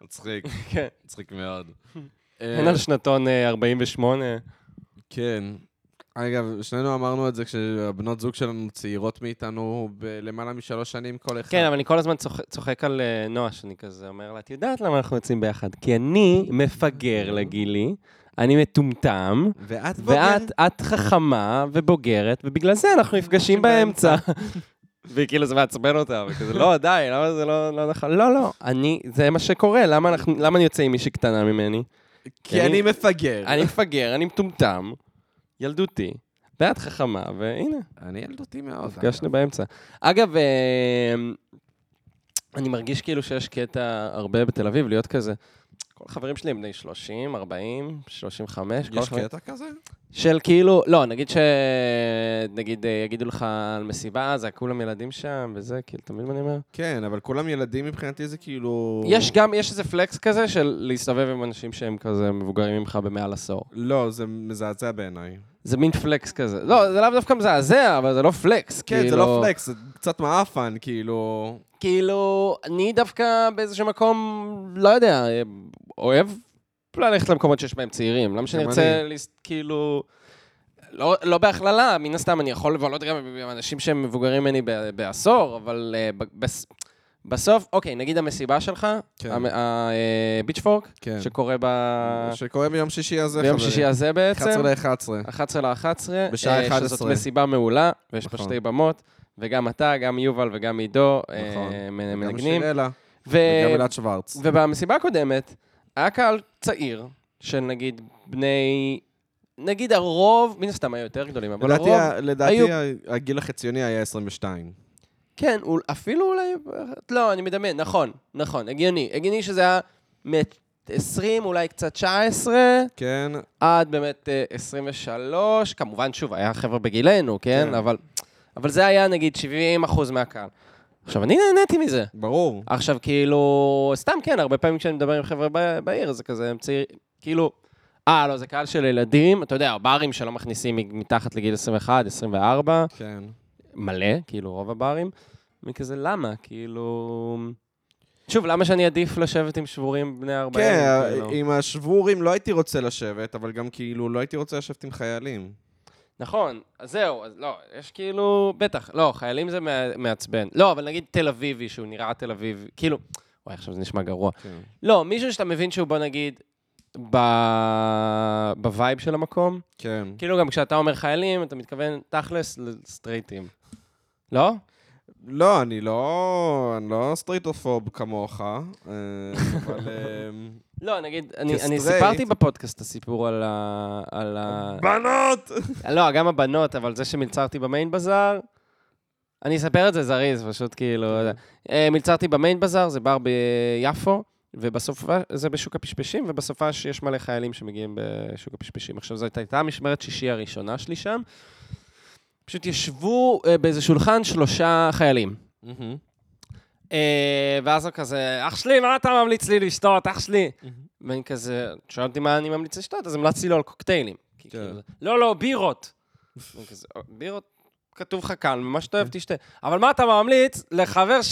S1: מצחיק,
S2: <laughs> כן.
S1: מצחיק מאוד.
S2: <laughs> אין על שנתון אה, 48.
S1: כן. אגב, שנינו אמרנו את זה כשהבנות זוג שלנו צעירות מאיתנו בלמעלה משלוש שנים כל אחד.
S2: כן, אבל אני כל הזמן צוחק- צוחק על אה, נועה, שאני כזה אומר לה, את יודעת למה אנחנו יוצאים ביחד? כי אני מפגר לגילי, אני מטומטם,
S1: ואת בוגר?
S2: ואת את חכמה ובוגרת, ובגלל זה אנחנו נפגשים באמצע. <laughs> והיא כאילו זה מעצבן אותה, וכזה, לא, די, למה זה לא לא נכון? לא, לא, אני, זה מה שקורה, למה אנחנו- למה אני יוצא עם מישהי קטנה <laughs> ממני?
S1: כי אני מפגר.
S2: אני מפגר, אני מטומטם, ילדותי, ואת חכמה, והנה.
S1: אני ילדותי מאוד.
S2: נפגשנו באמצע. אגב, אה, אני מרגיש כאילו שיש קטע הרבה בתל אביב להיות כזה. כל החברים שלי הם בני 30, 40, 35. כל
S1: יש
S2: החברים-
S1: קטע כזה?
S2: של כאילו, לא, נגיד ש... נגיד אה, יגידו לך על מסיבה, זה כולם ילדים שם וזה, כאילו, אתה מבין מה אני אומר?
S1: כן, אבל כולם ילדים מבחינתי זה כאילו...
S2: יש גם, יש איזה פלקס כזה של להסתובב עם אנשים שהם כזה מבוגרים ממך במעל עשור.
S1: לא, זה מזעזע בעיניי.
S2: זה מין פלקס כזה. לא, זה לאו דווקא מזעזע, אבל זה לא פלקס.
S1: כן, זה
S2: כאילו-
S1: לא פלקס, זה קצת מעפן, כאילו...
S2: כאילו, אני דווקא באיזשהו מקום, לא יודע, אוהב ללכת למקומות שיש בהם צעירים. למה שאני
S1: גם
S2: ארצה, להס- כאילו... לא, לא בהכללה, מן הסתם אני יכול לבלות גם עם אנשים שהם מבוגרים ממני ב- בעשור, אבל אה, ב- בס- בסוף, אוקיי, נגיד המסיבה שלך,
S1: כן.
S2: הביצ'פורק,
S1: כן.
S2: שקורה ב...
S1: שקורה ביום שישי הזה,
S2: ביום שישי הזה בעצם,
S1: 11 ל-11.
S2: 11 ל-11,
S1: בשעה
S2: אה, שזאת
S1: 11.
S2: מסיבה מעולה, ויש פה
S1: נכון.
S2: שתי במות, וגם אתה, גם יובל וגם עידו אה,
S1: נכון.
S2: מנ-
S1: גם
S2: מנגנים.
S1: שיראלה,
S2: ו...
S1: וגם אלעד שוורץ.
S2: ובמסיבה הקודמת, היה קהל צעיר, של נגיד בני... נגיד הרוב, מן הסתם היו יותר גדולים, אבל
S1: לדעתי
S2: הרוב...
S1: ה- לדעתי
S2: היו-
S1: ה- הגיל החציוני היה 22.
S2: כן, אול- אפילו אולי... לא, אני מדמיין, נכון, נכון, הגיוני. הגיוני שזה היה מ-20, אולי קצת 19,
S1: כן,
S2: עד באמת אה, 23. כמובן, שוב, היה חבר'ה בגילנו, כן?
S1: כן.
S2: אבל, אבל זה היה נגיד 70 אחוז מהקהל. עכשיו, אני נהניתי מזה.
S1: ברור.
S2: עכשיו, כאילו, סתם כן, הרבה פעמים כשאני מדבר עם חבר'ה ב- בעיר, זה כזה, הם צעיר, כאילו, אה, לא, זה קהל של ילדים, אתה יודע, ברים שלא מכניסים מ- מתחת לגיל 21, 24,
S1: כן.
S2: מלא, כאילו, רוב הברים. אני כזה, למה? כאילו... שוב, למה שאני עדיף לשבת עם שבורים בני 40?
S1: כן,
S2: כאילו?
S1: עם השבורים לא הייתי רוצה לשבת, אבל גם כאילו לא הייתי רוצה לשבת עם חיילים.
S2: נכון, אז זהו, אז לא, יש כאילו, בטח, לא, חיילים זה מע- מעצבן. לא, אבל נגיד תל אביבי, שהוא נראה תל אביב, כאילו, וואי, עכשיו זה נשמע גרוע.
S1: כן.
S2: לא, מישהו שאתה מבין שהוא, בוא נגיד, ב... בווייב של המקום.
S1: כן.
S2: כאילו, גם כשאתה אומר חיילים, אתה מתכוון תכלס לסטרייטים. לא?
S1: לא, אני לא אני לא סטריטופוב כמוך, אה, אבל...
S2: <laughs>
S1: אמ,
S2: לא, נגיד, אני, אני
S1: כסטרייט.
S2: סיפרתי בפודקאסט את הסיפור על ה... על ה...
S1: בנות!
S2: לא, גם הבנות, אבל זה שמלצרתי במיין בזאר, אני אספר את זה זריז, פשוט כאילו... לא יודע. אה, מלצרתי במיין בזאר, זה בר ביפו, ובסוף זה בשוק הפשפשים, ובסופה יש מלא חיילים שמגיעים בשוק הפשפשים. עכשיו, זאת הייתה המשמרת שישי הראשונה שלי שם. פשוט ישבו אה, באיזה שולחן שלושה חיילים. אה, ואז הוא כזה, אח שלי, מה אתה ממליץ לי לשתות, אח שלי? ואני כזה, שואל אותי מה אני ממליץ לשתות, אז המלצתי לו על קוקטיילים. כי
S1: כן.
S2: כאילו זה, לא, לא, בירות. אני כזה, "אה, בירות, כתוב לך כאן, מה שאתה אוהב תשתה. אבל מה אתה ממליץ לחבר ש...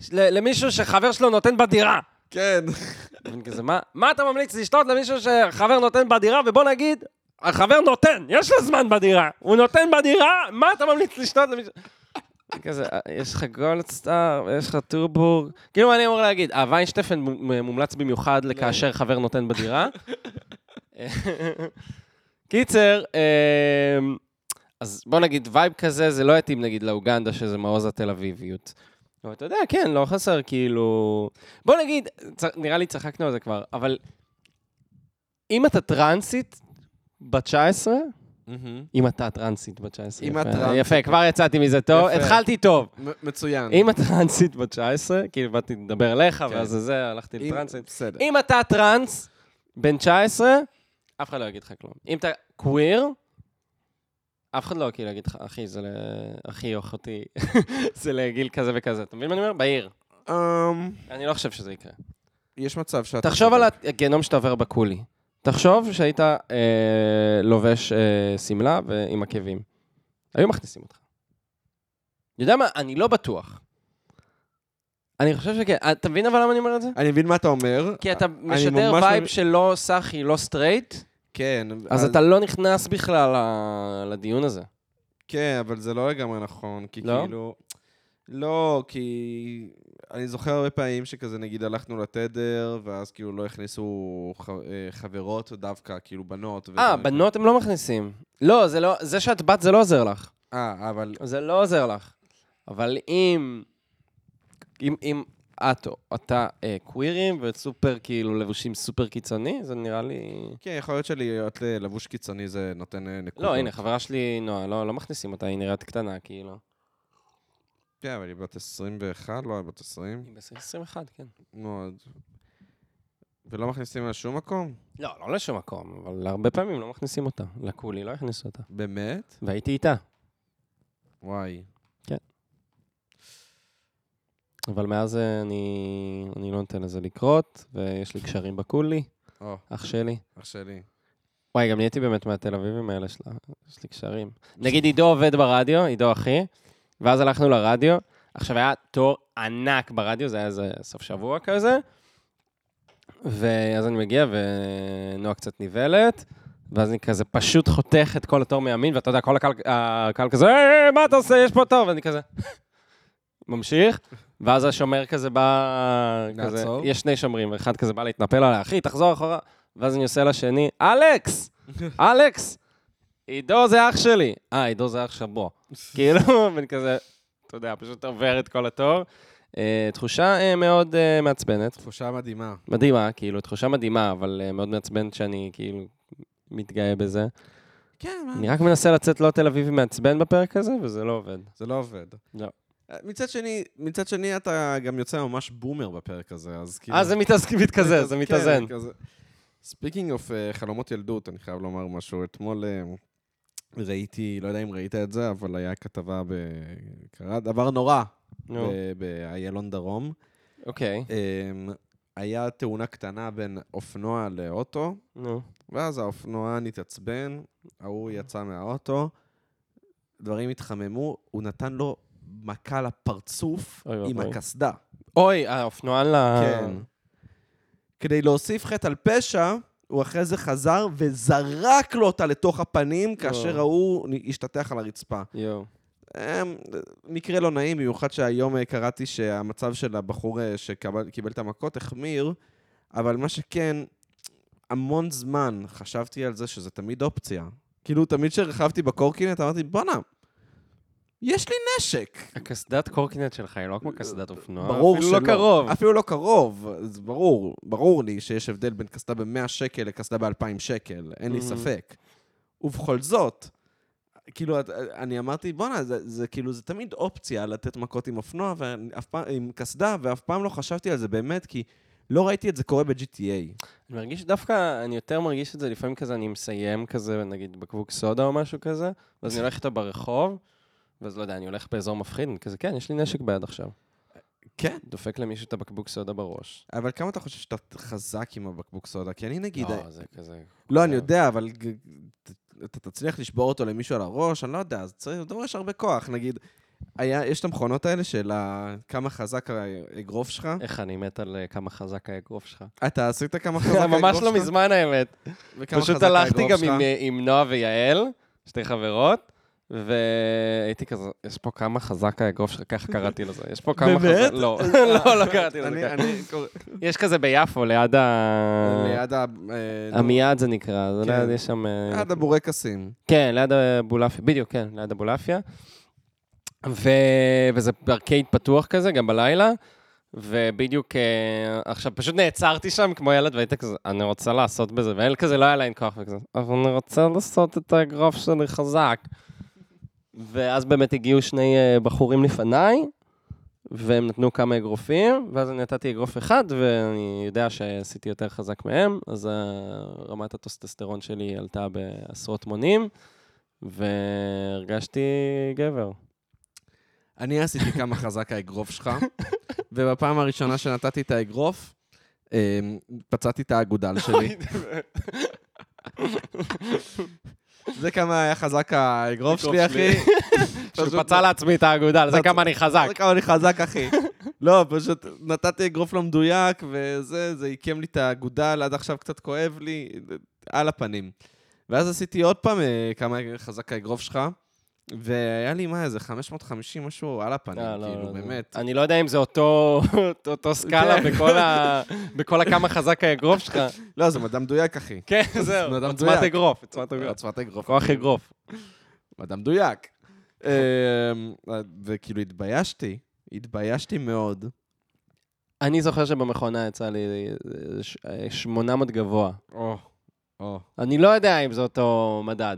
S2: ש- ל- למישהו שחבר שלו נותן בדירה?
S1: כן. <laughs>
S2: אני כזה, מה, מה אתה ממליץ לשתות למישהו שחבר נותן בדירה? ובוא נגיד, החבר נותן, יש לו זמן בדירה, הוא נותן בדירה, מה אתה ממליץ לשתות למישהו? כזה, יש לך גולדסטאר, ויש לך טורבורג. כאילו, מה אני אמור להגיד? אה, ויינשטפן מ- מומלץ במיוחד לכאשר חבר נותן בדירה. קיצר, אמ, אז בוא נגיד, וייב כזה, זה לא יתאים נגיד לאוגנדה, שזה מעוז התל אביביות. אבל אתה יודע, כן, לא חסר, כאילו... בוא נגיד, צ- נראה לי צחקנו על זה כבר, אבל אם אתה טרנסית בת 19,
S1: מהמם.
S2: אם אתה טרנסית בת 19.
S1: אם
S2: יפה,
S1: את טרנסית.
S2: יפה, כבר יצאתי מזה טוב.
S1: יפה.
S2: התחלתי טוב.
S1: מ- מצוין.
S2: אם אתה טרנסית בת 19, כאילו באתי לדבר אליך, ואז זה זה, הלכתי
S1: כן. אם-
S2: לטרנסית.
S1: בסדר.
S2: אם אתה טרנס בן 19, אף אחד לא יגיד לך כלום. אם אתה קוויר, אף אחד לא כאילו יגיד לך, אחי, זה ל... אחי או אחותי, <laughs> זה לגיל כזה וכזה. אתה מבין מה אני אומר? בעיר.
S1: אמ,
S2: אני לא חושב שזה יקרה.
S1: יש מצב שאתה...
S2: תחשוב על
S1: צודק.
S2: הגיהנום שאתה עובר בקולי. תחשוב שהיית אה, לובש אה, שמלה אה, עם עקבים. היו מכניסים אותך. יודע מה? אני לא בטוח. אני חושב שכן. אה, אתה מבין אבל למה אני אומר את זה?
S1: אני מבין מה אתה אומר.
S2: כי אתה
S1: אני
S2: משדר
S1: ממש
S2: וייב
S1: מבין-
S2: של לא סאחי, לא סטרייט,
S1: כן.
S2: אז אתה לא נכנס בכלל ל- לדיון הזה.
S1: כן, אבל זה לא לגמרי נכון, כי
S2: לא?
S1: כאילו... לא, כי אני זוכר הרבה פעמים שכזה, נגיד, הלכנו לתדר, ואז כאילו לא הכניסו ח... אה, חברות דווקא, כאילו בנות. וזה-
S2: אה, בנות הם לא מכניסים. לא, זה לא, זה שאת בת זה לא עוזר לך.
S1: אה, אבל...
S2: זה לא עוזר לך. אבל אם... אם, אם את או אתה אה, קווירים וסופר כאילו לבושים סופר קיצוני, זה נראה לי...
S1: כן, יכול להיות שלהיות אה, לבוש קיצוני זה נותן אה, נקודות.
S2: לא, הנה, חברה שלי, נועה, לא, לא מכניסים אותה, היא נראית קטנה, כאילו.
S1: כן, אבל היא בת 21, לא, היא בת 20.
S2: היא ב- 21, כן.
S1: מאוד. ולא מכניסים לה שום מקום?
S2: לא, לא לשום מקום, אבל הרבה פעמים לא מכניסים אותה. לקולי לא הכניסו אותה.
S1: באמת?
S2: והייתי איתה,
S1: וואי.
S2: אבל מאז אה, אני, אני לא נותן לזה לקרות, ויש לי קשרים בקולי,
S1: או,
S2: אח שלי.
S1: אח שלי.
S2: וואי, גם נהייתי באמת מהתל אביבים האלה שלה, יש לי קשרים. נגיד עידו עובד ברדיו, עידו אחי, ואז הלכנו לרדיו, עכשיו היה תור ענק ברדיו, זה היה איזה סוף שבוע כזה, ואז אני מגיע ונועה קצת נבהלת, ואז אני כזה פשוט חותך את כל התור מימין, ואתה יודע, כל הקהל, הקהל כזה, "היי, היי, מה אתה עושה, יש פה תור, ואני כזה... <laughs> ממשיך, ואז השומר כזה בא, כזה,
S1: לעצור?
S2: יש שני שומרים, אחד כזה בא להתנפל עליה, אחי, תחזור אחורה, ואז אני עושה לשני, אלכס! אלכס! עידו זה אח שלי. אה, עידו זה אח
S1: <laughs>
S2: שבו. כאילו, ואני כזה, אתה יודע, פשוט עובר את כל התור. אה, תחושה אה, מאוד אה, מעצבנת.
S1: תחושה מדהימה.
S2: מדהימה, כאילו, תחושה מדהימה, אבל אה, מאוד מעצבנת שאני כאילו מתגאה בזה.
S1: כן,
S2: אני רק מנסה לצאת לא תל אביבי מעצבן בפרק הזה, וזה לא עובד.
S1: זה לא עובד. אה,
S2: לא.
S1: מצד שני, מצד שני, אתה גם יוצא ממש בומר בפרק הזה, אז כאילו... כן,
S2: אה, זה מתאזק- מתקזז, זה מתאזן.
S1: ספיקינג אוף אה, חלומות ילדות, אני חייב לומר משהו. אתמול אה, ראיתי, לא יודע אם ראית את זה, אבל היה כתבה ב... קרה דבר נורא
S2: נו,
S1: ב- באיילון דרום.
S2: אוקיי,
S1: אמ, היה תאונה קטנה בין אופנוע לאוטו,
S2: נו.
S1: ואז האופנוען התעצבן,
S2: אה.
S1: ההוא יצא מהאוטו, דברים התחממו, הוא נתן לו מכה לפרצוף
S2: אוי
S1: עם
S2: ואבוי.
S1: הקסדה.
S2: אוי, האופנוען ל...
S1: כן. כדי להוסיף חטא על פשע, הוא אחרי זה חזר וזרק לו אותה לתוך הפנים, כאשר
S2: וואו.
S1: ההוא השתטח על הרצפה.
S2: יואו.
S1: אה, מקרה לא נעים, במיוחד שהיום אה, קראתי שהמצב של הבחור אה, שקיבל את המכות החמיר, אבל מה שכן, המון זמן חשבתי על זה שזה תמיד אופציה. כאילו, תמיד כשרכבתי בקורקינט, אמרתי, בואנה, יש לי נשק.
S2: הקסדת קורקינט שלך היא לא כמו קסדת אופנוע.
S1: ברור
S2: אפילו
S1: שלא.
S2: לא קרוב.
S1: אפילו לא קרוב, זה ברור. ברור לי שיש הבדל בין קסדה ב-100 שקל לקסדה ב-2,000 שקל, אין לי
S2: Mhm.
S1: ספק. ובכל זאת, כאילו, את- אני אמרתי, בואנה, זה, זה כאילו, זה תמיד אופציה לתת מכות עם אופנוע, ואף פעם, עם קסדה, ואף פעם לא חשבתי על זה באמת, כי לא ראיתי את זה קורה ב-GTA.
S2: אני מרגיש דווקא, אני יותר מרגיש את זה לפעמים כזה, אני מסיים כזה, נגיד בקבוק סודה או משהו כזה, ואז אני הולך איתו ברחוב, ואז לא יודע, אני הולך באזור מפחיד, אני כזה, כן, יש לי נשק ביד עכשיו.
S1: כן.
S2: דופק למישהו את הבקבוק סודה בראש.
S1: אבל כמה אתה חושב שאתה חזק עם הבקבוק סודה? כי אני נגיד...
S2: לא, זה כזה...
S1: לא, אני יודע, אבל ג- ת- אתה תצליח לשבור אותו למישהו על הראש, אני לא יודע, אז צריך, דורש הרבה כוח. נגיד, היה, יש את המכונות האלה של ה- כמה חזק האגרוף שלך.
S2: איך אני מת על אה, כמה חזק האגרוף שלך.
S1: אתה עשית כמה חזק האגרוף שלך?
S2: ממש לא מזמן האמת.
S1: וכמה
S2: פשוט
S1: חזק
S2: הלכתי
S1: האגרוף
S2: גם
S1: שלך?
S2: אה, עם, אה, עם נועה ויעל, שתי חברות, והייתי כזה, יש פה כמה חזק האגרוף שלך, ככה קראתי לזה. יש פה כמה חזק...
S1: באמת?
S2: <laughs> לא, לא, לא קראתי לזה
S1: אני-
S2: ככה.
S1: אני קורא-
S2: יש כזה ביפו, ליד ה...
S1: ליד ה... אה, נו,
S2: עמיעד זה נקרא, זה
S1: כן.
S2: ליד, יש שם... אה,
S1: ליד הבורקסים.
S2: כן, ליד הבולעפיה, בדיוק, כן, ליד הבולעפיה. ו... וזה ארקייד פתוח כזה, גם בלילה. ובדיוק, אה, עכשיו, פשוט נעצרתי שם כמו ילד, והייתי כזה, אני רוצה לעשות בזה, והילד כזה, לא היה להן כוח, וכזה, אבל אני רוצה לעשות את האגרוף שלי חזק. ואז באמת הגיעו שני אה, בחורים לפניי, והם נתנו כמה אגרופים, ואז אני נתתי אגרוף אחד, ואני יודע שעשיתי יותר חזק מהם, אז אה, רמת הטוסטסטרון שלי עלתה בעשרות מונים, והרגשתי גבר.
S1: אני עשיתי כמה חזק האגרוף
S2: <laughs>
S1: שלך, ובפעם הראשונה שנתתי את האגרוף, אה, פצעתי את האגודל שלי. זה כמה היה חזק האגרוף שלי,
S2: האגרוף <laughs>
S1: אחי.
S2: שלי. שפצע לעצמי את האגודל, זה
S1: פצ-
S2: כמה אני חזק.
S1: זה כמה אני חזק, אחי.
S2: <laughs>
S1: לא, פשוט נתתי אגרוף לא מדויק, וזה, זה עיקם לי את האגודל, עד עכשיו קצת כואב לי, על הפנים. ואז עשיתי עוד פעם אה, כמה חזק האגרוף שלך, והיה לי, מה, איזה 550 משהו על הפנים,
S2: אה, לא,
S1: כאילו,
S2: לא,
S1: באמת.
S2: אני לא יודע אם זה אותו אותו סקאלה
S1: כן.
S2: בכל ה- בכל הכמה חזק האגרוף שלך.
S1: לא, זה מדע מדויק, אחי.
S2: כן,
S1: בן
S2: זהו,
S1: אדם
S2: עוצמת
S1: מדויק.
S2: אגרוף, עוצמת אגרוף.
S1: עוצמת כאילו. אגרוף.
S2: כוח אגרוף.
S1: מדע מדויק. אמ, וכאילו התביישתי, התביישתי מאוד.
S2: אני זוכר שבמכונה יצא לי אה, ש- אה, 800 גבוה.
S1: או, או.
S2: אני לא יודע אם זה אותו מדד.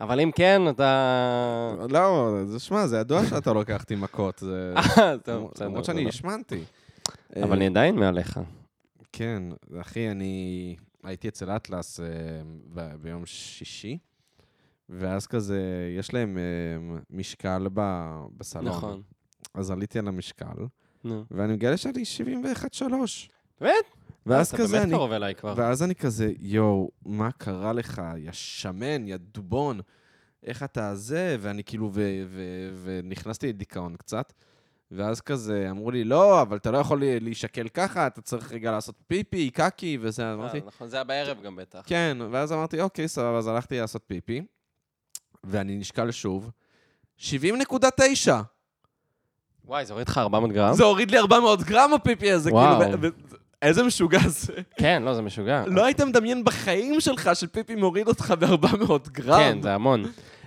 S2: אבל אם כן,
S1: <laughs>
S2: אתה...
S1: לא, זה- שמע, זה ידוע שאתה לוקחתי מכות, זה...
S2: אה, טוב, בסדר.
S1: למרות
S2: זה
S1: שאני
S2: לא.
S1: השמנתי. אה,
S2: אבל אני עדיין מעליך.
S1: כן, אחי, אני הייתי אצל אטלס אה, ב- ביום שישי, ואז כזה, יש להם אה, משקל ב- בסלון.
S2: נכון.
S1: אז עליתי על המשקל,
S2: נו.
S1: ואני מגלה שאני 71-3.
S2: באמת? אה,
S1: ואז כזה
S2: אתה
S1: אני...
S2: באמת קרוב אליי כבר.
S1: ואז אני כזה, יואו, מה קרה לך, יא שמן, יא דובון, איך אתה זה, ואני כאילו, ו- ו- ונכנסתי לדיכאון קצת, ואז כזה, אמרו לי, לא, אבל אתה לא יכול לה- להישקל ככה, אתה צריך רגע לעשות פיפי, קקי, וזה,
S2: אה,
S1: אמרתי,
S2: נכון, זה היה בערב גם בטח.
S1: כן, ואז אמרתי, אוקיי, סבבה, אז הלכתי לעשות פיפי, ואני נשקל שוב, 70.9.
S2: וואי, זה הוריד לך 400 גרם?
S1: זה הוריד לי 400 גרם הפיפי הזה,
S2: אה? וואו.
S1: כאילו, ו- ו- איזה משוגע זה.
S2: כן, לא, זה משוגע.
S1: לא היית מדמיין בחיים שלך שפיפי מוריד אותך ב-400 גרם.
S2: כן, זה המון.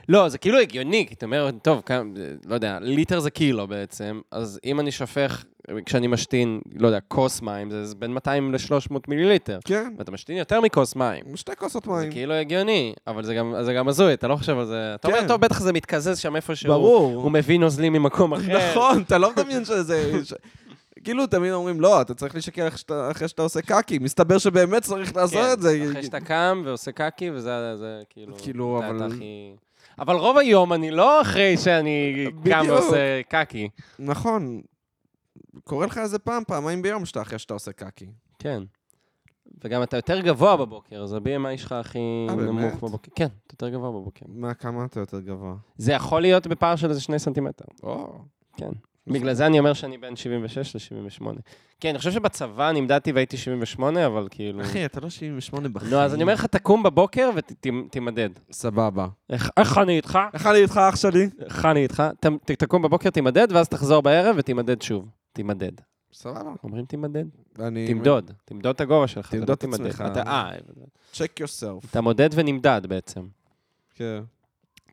S2: לא, זה כאילו הגיוני, כי אתה אומר, טוב, כמה- לא יודע, ליטר זה קילו בעצם, אז אם אני שופך, כשאני משתין, לא יודע, כוס מים, זה זה בין 200 ל-300 מיליליטר.
S1: כן,
S2: ואתה משתין יותר מכוס מים.
S1: שתי כוסות
S2: זה כאילו הגיוני, אבל זה גם- זה גם הזוי, אתה לא חושב על זה. אתה
S1: כן.
S2: אומר, טוב, בטח זה מתקזז שם איפשהו.
S1: ברור.
S2: כאילו הוא מביא נוזלים ממקום אחר.
S1: נכון, אתה לא מדמיין שזה... ש- כאילו, תמיד אומרים, לא, אתה צריך לשקר אחרי שאתה- אחרי שאתה עושה קקי, מסתבר שבאמת צריך לעשות
S2: כן,
S1: את זה.
S2: אחרי שאתה קם ועושה קקי, וזה זה כאילו...
S1: כאילו,
S2: אתה- אתה
S1: אבל-
S2: הכי- אבל רוב היום אני לא אחרי שאני קם
S1: בדיוק.
S2: ועושה קקי.
S1: נכון. קורה לך איזה פעם, פעמיים ביום שאתה אחרי שאתה עושה קקי.
S2: כן. וגם אתה יותר גבוה בבוקר, אז ה-BMI שלך הכי
S1: אה, באמת?
S2: נמוך בבוקר. כן, אתה יותר גבוה בבוקר.
S1: מה, כמה אתה יותר גבוה?
S2: זה יכול להיות בפער של איזה שני סנטימטר.
S1: או.
S2: כן. בגלל זה אני אומר שאני בין 76 ל-78. כן, אני חושב שבצבא נמדדתי והייתי 78, אבל כאילו...
S1: אחי, אתה לא 78 בחיים.
S2: נו, אז אני אומר לך, תקום בבוקר ותימדד.
S1: סבבה.
S2: איך אני איתך?
S1: איך אני איתך, אח שלי?
S2: איך אני איתך? ת- ת- תקום בבוקר, תימדד, ואז תחזור בערב ותימדד שוב. תימדד.
S1: סבבה.
S2: אומרים תימדד?
S1: אני...
S2: תמדוד. תמדוד את הגובה שלך. זה לא
S1: תמדוד את
S2: תימדד.
S1: עצמך.
S2: אתה- אה,
S1: check yourself.
S2: אתה מודד ונמדד בעצם.
S1: כן.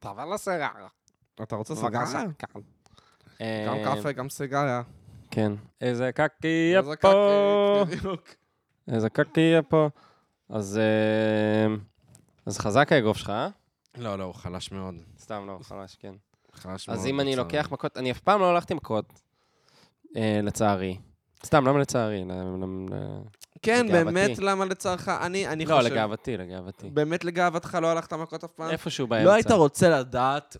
S2: אבל לא סגר.
S1: אתה רוצה סגריה? גם קפה, גם סיגריה.
S2: אה, כן. איזה קקיה
S1: אז רק-
S2: פה.
S1: בדיוק.
S2: איזה קקיה פה. אז אה, אז חזק האגרוף שלך, אה?
S1: לא, לא, הוא חלש מאוד.
S2: סתם לא, חלש, כן.
S1: חלש מאוד.
S2: אז אם אני
S1: לצערי.
S2: לוקח מכות, אני אף פעם לא הלכתי מכות, אה, לצערי. סתם, למה לצערי? ל- ל- ל-
S1: כן,
S2: לגאוותי.
S1: באמת, למה לצערך? אני אני
S2: לא,
S1: חושב...
S2: לגאוותי, לגאוותי.
S1: באמת לגאוותך לא הלכת מכות אף פעם?
S2: איפשהו באמצע.
S1: לא היית רוצה לדעת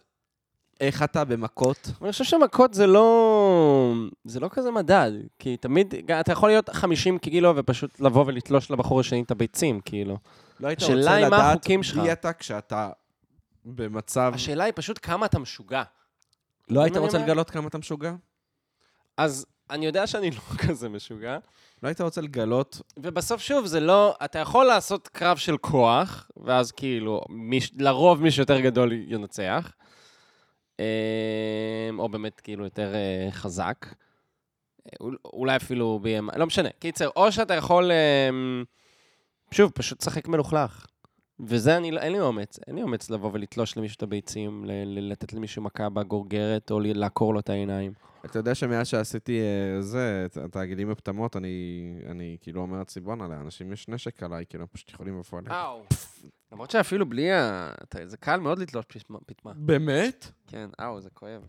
S1: איך אתה במכות?
S2: אבל אני חושב שמכות זה לא... זה לא כזה מדד, כי תמיד, גם- אתה יכול להיות 50 קילו ופשוט לבוא ולתלוש לבחור השני את הביצים, כאילו.
S1: לא היית
S2: השאלה
S1: רוצה
S2: היא מה
S1: לדעת
S2: החוקים שלך.
S1: מי אתה כשאתה במצב...
S2: השאלה היא פשוט כמה אתה משוגע.
S1: לא היית
S2: אני
S1: רוצה
S2: אומר-
S1: לגלות כמה אתה משוגע?
S2: אז אני יודע שאני לא <laughs> כזה משוגע,
S1: לא היית רוצה לגלות...
S2: ובסוף שוב, זה לא... אתה יכול לעשות קרב של כוח, ואז כאילו, מי, ש- לרוב מי שיותר גדול ינצח, אה, או באמת כאילו יותר אה, חזק. אה, אול- אולי אפילו BMI, לא משנה. קיצר, או שאתה יכול, אה, שוב, פשוט לשחק מלוכלך. וזה אני, לא- אין לי אומץ, אין לי אומץ לבוא ולתלוש למישהו את הביצים, ל- ל- לתת למישהו מכה בגורגרת, או ל- לעקור לו את העיניים.
S1: אתה יודע שמאז שעשיתי אה, זה, את התאגידים בפטמות, אני, אני כאילו אומר לעצמי, בואנה, לאנשים יש נשק עליי, כאילו, הם פשוט יכולים לבוא אליי.
S2: אאו. למרות שאפילו בלי ה... אתה- זה קל מאוד לתלוש פטמה- פטמה.
S1: באמת?
S2: כן, אאו, זה כואב.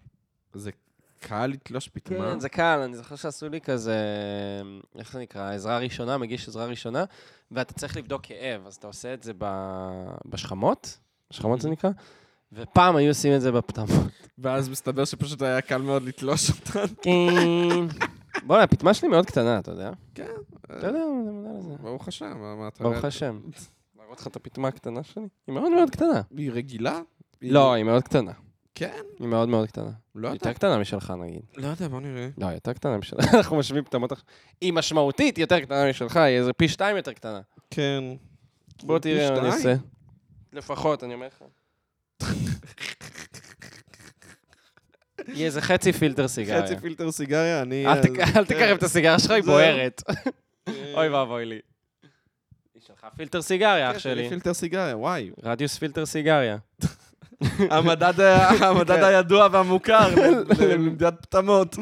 S1: זה קל לתלוש אה? פטמה?
S2: כן, זה קל, אני זוכר שעשו לי כזה, איך זה נקרא, עזרה ראשונה, מגיש עזרה ראשונה, ואתה צריך לבדוק כאב, אז אתה עושה את זה ב- בשכמות, בשכמות זה נקרא, ופעם היו עושים את זה <laughs> בפטמות.
S1: ואז מסתבר שפשוט היה קל מאוד לתלוש אותן.
S2: כן. בוא'נה, הפטמה שלי מאוד קטנה, אתה יודע?
S1: כן.
S2: אתה יודע, אני מודע לזה.
S1: ברוך השם, מה מה אתה...
S2: ברוך השם. להראות לך את הפטמה הקטנה שלי? היא מאוד מאוד קטנה.
S1: היא רגילה? היא-
S2: לא, היא מאוד קטנה.
S1: כן?
S2: היא מאוד מאוד קטנה.
S1: לא יודע.
S2: יותר קטנה משלך, נגיד.
S1: לא יודע, בוא נראה.
S2: לא, היא יותר קטנה משלך. <laughs> אנחנו משווים פטמות עכשיו. היא משמעותית יותר קטנה משלך, היא איזה פי שתיים יותר קטנה.
S1: כן.
S2: בוא תראה מה אני
S1: שתיים.
S2: עושה. לפחות, אני אומר לך. יהיה איזה חצי פילטר סיגריה.
S1: חצי פילטר סיגריה, אני... אה, כן.
S2: אל תק- אל תקרב את הסיגריה שלך, היא
S1: זהו.
S2: בוערת.
S1: הסיגריה.
S2: אוי ואבוי לי. היא שלחה פילטר סיגריה, אח שלי.
S1: כן, פילטר סיגריה,
S2: <laughs>
S1: וואי.
S2: רדיוס פילטר סיגריה.
S1: המדד
S2: אה,
S1: ה- המדד הידוע <laughs> והמוכר ל- למדידת פטמות.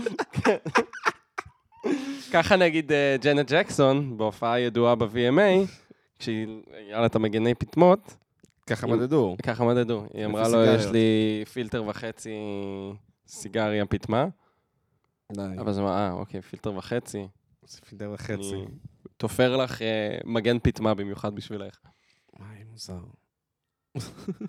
S2: ככה נגיד אה, ג'נט ג'קסון, בהופעה ידועה ב-VMA, כשהיא, יאללה, אתה מגני פטמות,
S1: ככה
S2: אם-
S1: מדדו.
S2: ככה מדדו. היא אמרה לו,
S1: סיגריות.
S2: יש לי פילטר וחצי סיגריה פטמה.
S1: די.
S2: אבל זה מה, אה, אוקיי, פילטר וחצי.
S1: זה פילטר וחצי.
S2: אני תופר לך אה, מגן פטמה
S1: <laughs>
S2: במיוחד בשבילך.
S1: וואי, מוזר.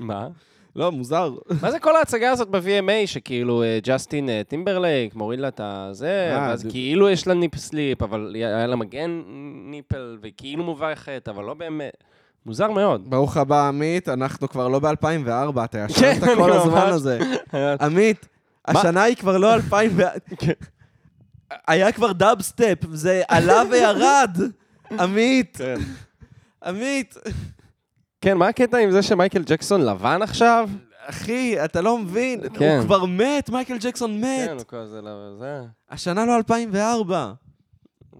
S2: מה?
S1: לא, מוזר.
S2: מה זה כל ההצגה הזאת ב-VMA, שכאילו אה, ג'סטין אה, טימברלייק מוריד לה את הזה,
S1: אה,
S2: ואז
S1: זה-
S2: כאילו יש לה ניפ סליפ, אבל היה לה מגן ניפל, וכאילו מובכת, אבל לא באמת. מוזר מאוד.
S1: ברוך הבא, עמית, אנחנו כבר לא ב-2004,
S2: <laughs>
S1: אתה ישן
S2: כן,
S1: את כל
S2: אני
S1: הזמן
S2: ממש- <laughs>
S1: הזה. עמית, השנה היא כבר לא 2000 ו...
S2: כן.
S1: היה כבר דאבסטפ, זה עלה וירד. עמית, עמית.
S2: כן, מה הקטע עם זה שמייקל ג'קסון לבן עכשיו?
S1: אחי, אתה לא מבין,
S2: כן.
S1: הוא כבר מת, מייקל ג'קסון מת.
S2: כן, הוא כל זה, לא- זה,
S1: השנה לא 2004.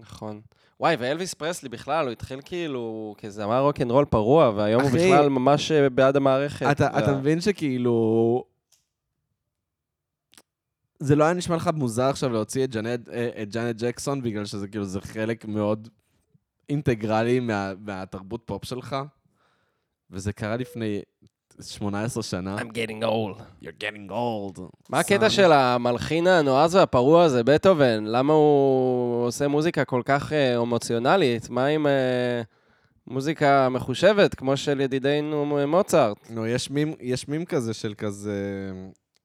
S2: נכון. וואי, ואלוויס פרסלי בכלל, הוא התחיל כאילו כזמר רוקנרול פרוע, והיום הוא
S1: אחי.
S2: בכלל ממש אה, בעד המערכת.
S1: אתה
S2: זה-
S1: אתה מבין שכאילו... זה לא היה נשמע לך מוזר עכשיו להוציא את ג'נט, אה, את ג'נט ג'קסון, בגלל שזה כאילו, זה חלק מאוד אינטגרלי מה, מהתרבות פופ שלך? וזה קרה לפני 18 שנה.
S2: I'm getting old.
S1: You're getting old.
S2: מה
S1: son.
S2: הקטע של המלחין הנועז והפרוע הזה, בטהובן? למה הוא עושה מוזיקה כל כך אה, אמוציונלית? מה עם אה, מוזיקה מחושבת, כמו של ידידנו מוצרט?
S1: נו, יש מים, יש מים כזה של כזה...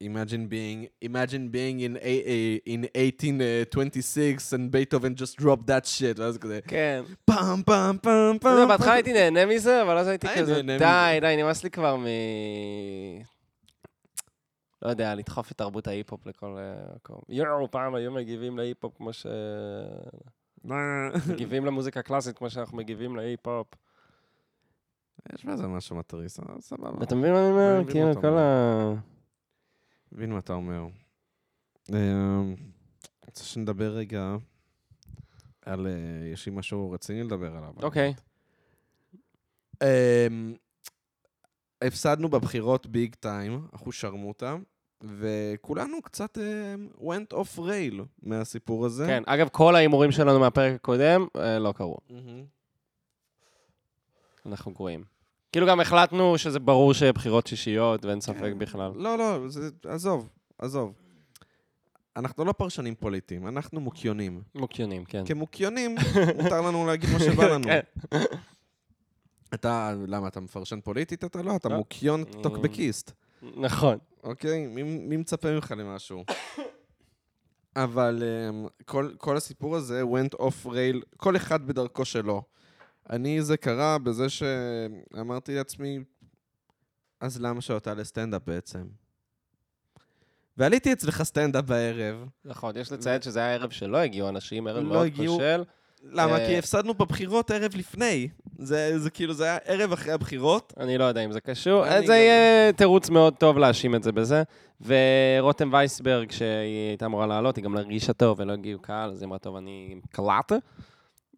S1: Imagine being, imagine being in, a, a, in 1826 and Beethoven just dropped that shit, ואז כזה
S2: כן.
S1: פעם פעם פעם
S2: אתה יודע,
S1: פעם.
S2: לא, בהתחלה הייתי נהנה מזה, אבל אז הייתי
S1: אני
S2: כזה,
S1: נהנה
S2: די, די, נמאס לי כבר מ... לא יודע, לדחוף את תרבות ההיפ-הופ לכל אה, מקום. יואו, פעם היו מגיבים להיפ-הופ כמו ש...
S1: אה.
S2: <laughs> מגיבים למוזיקה קלאסית כמו שאנחנו מגיבים להיפ-הופ.
S1: יש בזה משהו מתריס, אבל סבבה.
S2: אתה מבין מה אני אומר?
S1: מבין מה
S2: כאילו,
S1: אתה
S2: כל
S1: אומר.
S2: ה...
S1: מבין מה אתה אומר. אמ, רוצה שנדבר רגע על... אה, יש לי משהו רציני לדבר עליו.
S2: אוקיי.
S1: אמ, הפסדנו בבחירות ביג טיים, אנחנו שרמוטה, וכולנו קצת אמ, went off rail מהסיפור הזה.
S2: כן, אגב, כל ההימורים שלנו מהפרק הקודם אה, לא קרו.
S1: מהמם.
S2: אנחנו גרועים. כאילו גם החלטנו שזה ברור שבחירות שישיות ואין ספק
S1: כן.
S2: בכלל.
S1: לא, לא, זה- עזוב, עזוב. אנחנו לא פרשנים פוליטיים, אנחנו מוקיונים.
S2: מוקיונים, כן. <laughs>
S1: כמוקיונים, מותר לנו להגיד מה שבא לנו.
S2: כן.
S1: אתה, למה, אתה מפרשן פוליטית? אתה לא, אתה
S2: לא.
S1: מוקיון
S2: אני-
S1: טוקבקיסט.
S2: נכון.
S1: אוקיי? מי, מי מצפה ממך למשהו? אבל אמ, כל, כל הסיפור הזה went off rail, כל אחד בדרכו שלו. אני, זה קרה בזה שאמרתי לעצמי, אז למה שלא תעלה סטנדאפ בעצם? ועליתי אצלך סטנדאפ בערב.
S2: נכון, יש לציין שזה היה ערב שלא הגיעו אנשים, ערב
S1: לא
S2: מאוד
S1: הגיעו.
S2: כושל.
S1: למה?
S2: אה.
S1: כי הפסדנו בבחירות ערב לפני. זה, זה כאילו, זה היה ערב אחרי הבחירות.
S2: אני לא יודע אם זה קשור.
S1: אני
S2: זה
S1: גם- לא
S2: יהיה תירוץ מאוד טוב להאשים את זה בזה. ורותם וייסברג, שהיא הייתה אמורה לעלות, היא גם לא הרגישה טוב ולא הגיעו קהל, אז היא אמרה, טוב, אני קלעת.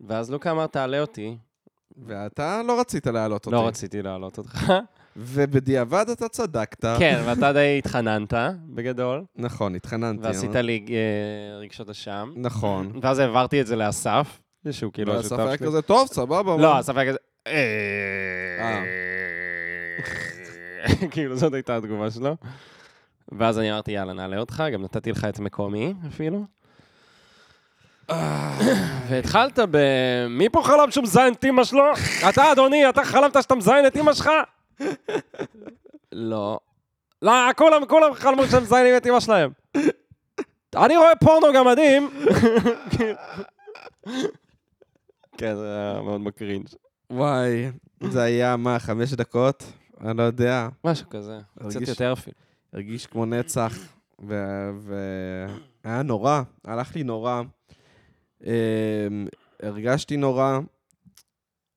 S2: ואז לוקה אמר, תעלה אותי.
S1: ואתה לא רצית להעלות אותי.
S2: לא רציתי להעלות אותך.
S1: ובדיעבד אתה צדקת.
S2: כן, ואתה די התחננת,
S1: <laughs>
S2: בגדול,
S1: נכון, התחננתי.
S2: ועשית
S1: אבל-
S2: לי אה, רגשות אשם.
S1: נכון.
S2: ואז העברתי את זה לאסף, שהוא כאילו
S1: והסף
S2: השותף
S1: היה
S2: שלי.
S1: כזה, לא, טוב, סבבה.
S2: לא,
S1: מה?"
S2: הסף היה כזה...
S1: אה.
S2: <laughs> כאילו, זאת הייתה התגובה שלו. ואז אני אמרתי, יאללה, נעלה אותך, גם נתתי לך את מקומי אפילו. <coughs> והתחלת ב... מי פה חלם שהוא מזיין את אמא שלו? <laughs> אתה, אדוני, אתה חלמת שאתה מזיין את אמא שלך? לא. לא, כולם, כולם חלמו שהם מזיינים את אמא שלהם. אני רואה פורנו גמדים. <laughs> כן, זה היה מאוד מקרינג'.
S1: וואי, זה היה, מה, חמש דקות? אני לא יודע.
S2: משהו כזה.
S1: הרגיש-
S2: קצת יותר אפילו.
S1: הרגיש כמו נצח, ו- ו- היה נורא, הלך לי נורא. אמ, הרגשתי נורא,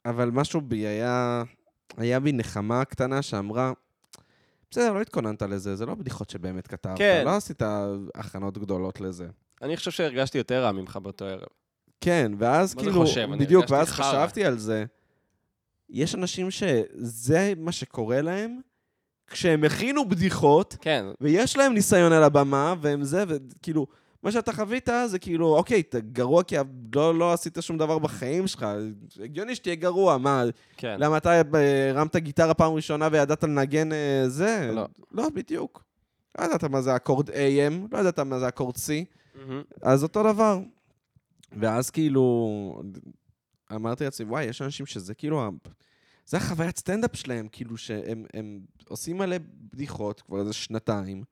S1: אבל משהו בי היה, היה בי נחמה קטנה שאמרה, בסדר, לא התכוננת לזה, זה לא בדיחות שבאמת כתבת,
S2: כן.
S1: לא עשית הכנות גדולות לזה.
S2: אני חושב שהרגשתי יותר רע ממך באותו ערב.
S1: כן, ואז
S2: מה זה
S1: כאילו,
S2: חושב? אני
S1: בדיוק,
S2: הרגשתי
S1: ואז
S2: חרא.
S1: חשבתי על זה. יש אנשים שזה מה שקורה להם כשהם הכינו בדיחות,
S2: כן,
S1: ויש להם ניסיון על הבמה, והם זה, וכאילו, מה שאתה חווית זה כאילו, אוקיי, אתה גרוע כי לא, לא עשית שום דבר בחיים שלך, הגיוני שתהיה גרוע, מה,
S2: כן.
S1: למה אתה אה, הרמת גיטרה פעם ראשונה וידעת לנגן אה, זה?
S2: לא.
S1: לא, בדיוק. לא ידעת מה זה אקורד AM, לא ידעת מה זה אקורד C,
S2: מהמם.
S1: אז אותו דבר. ואז כאילו, אמרתי לעצמי, וואי, יש אנשים שזה כאילו, ה- זה החוויית סטנדאפ שלהם, כאילו שהם הם עושים מלא בדיחות כבר איזה שנתיים.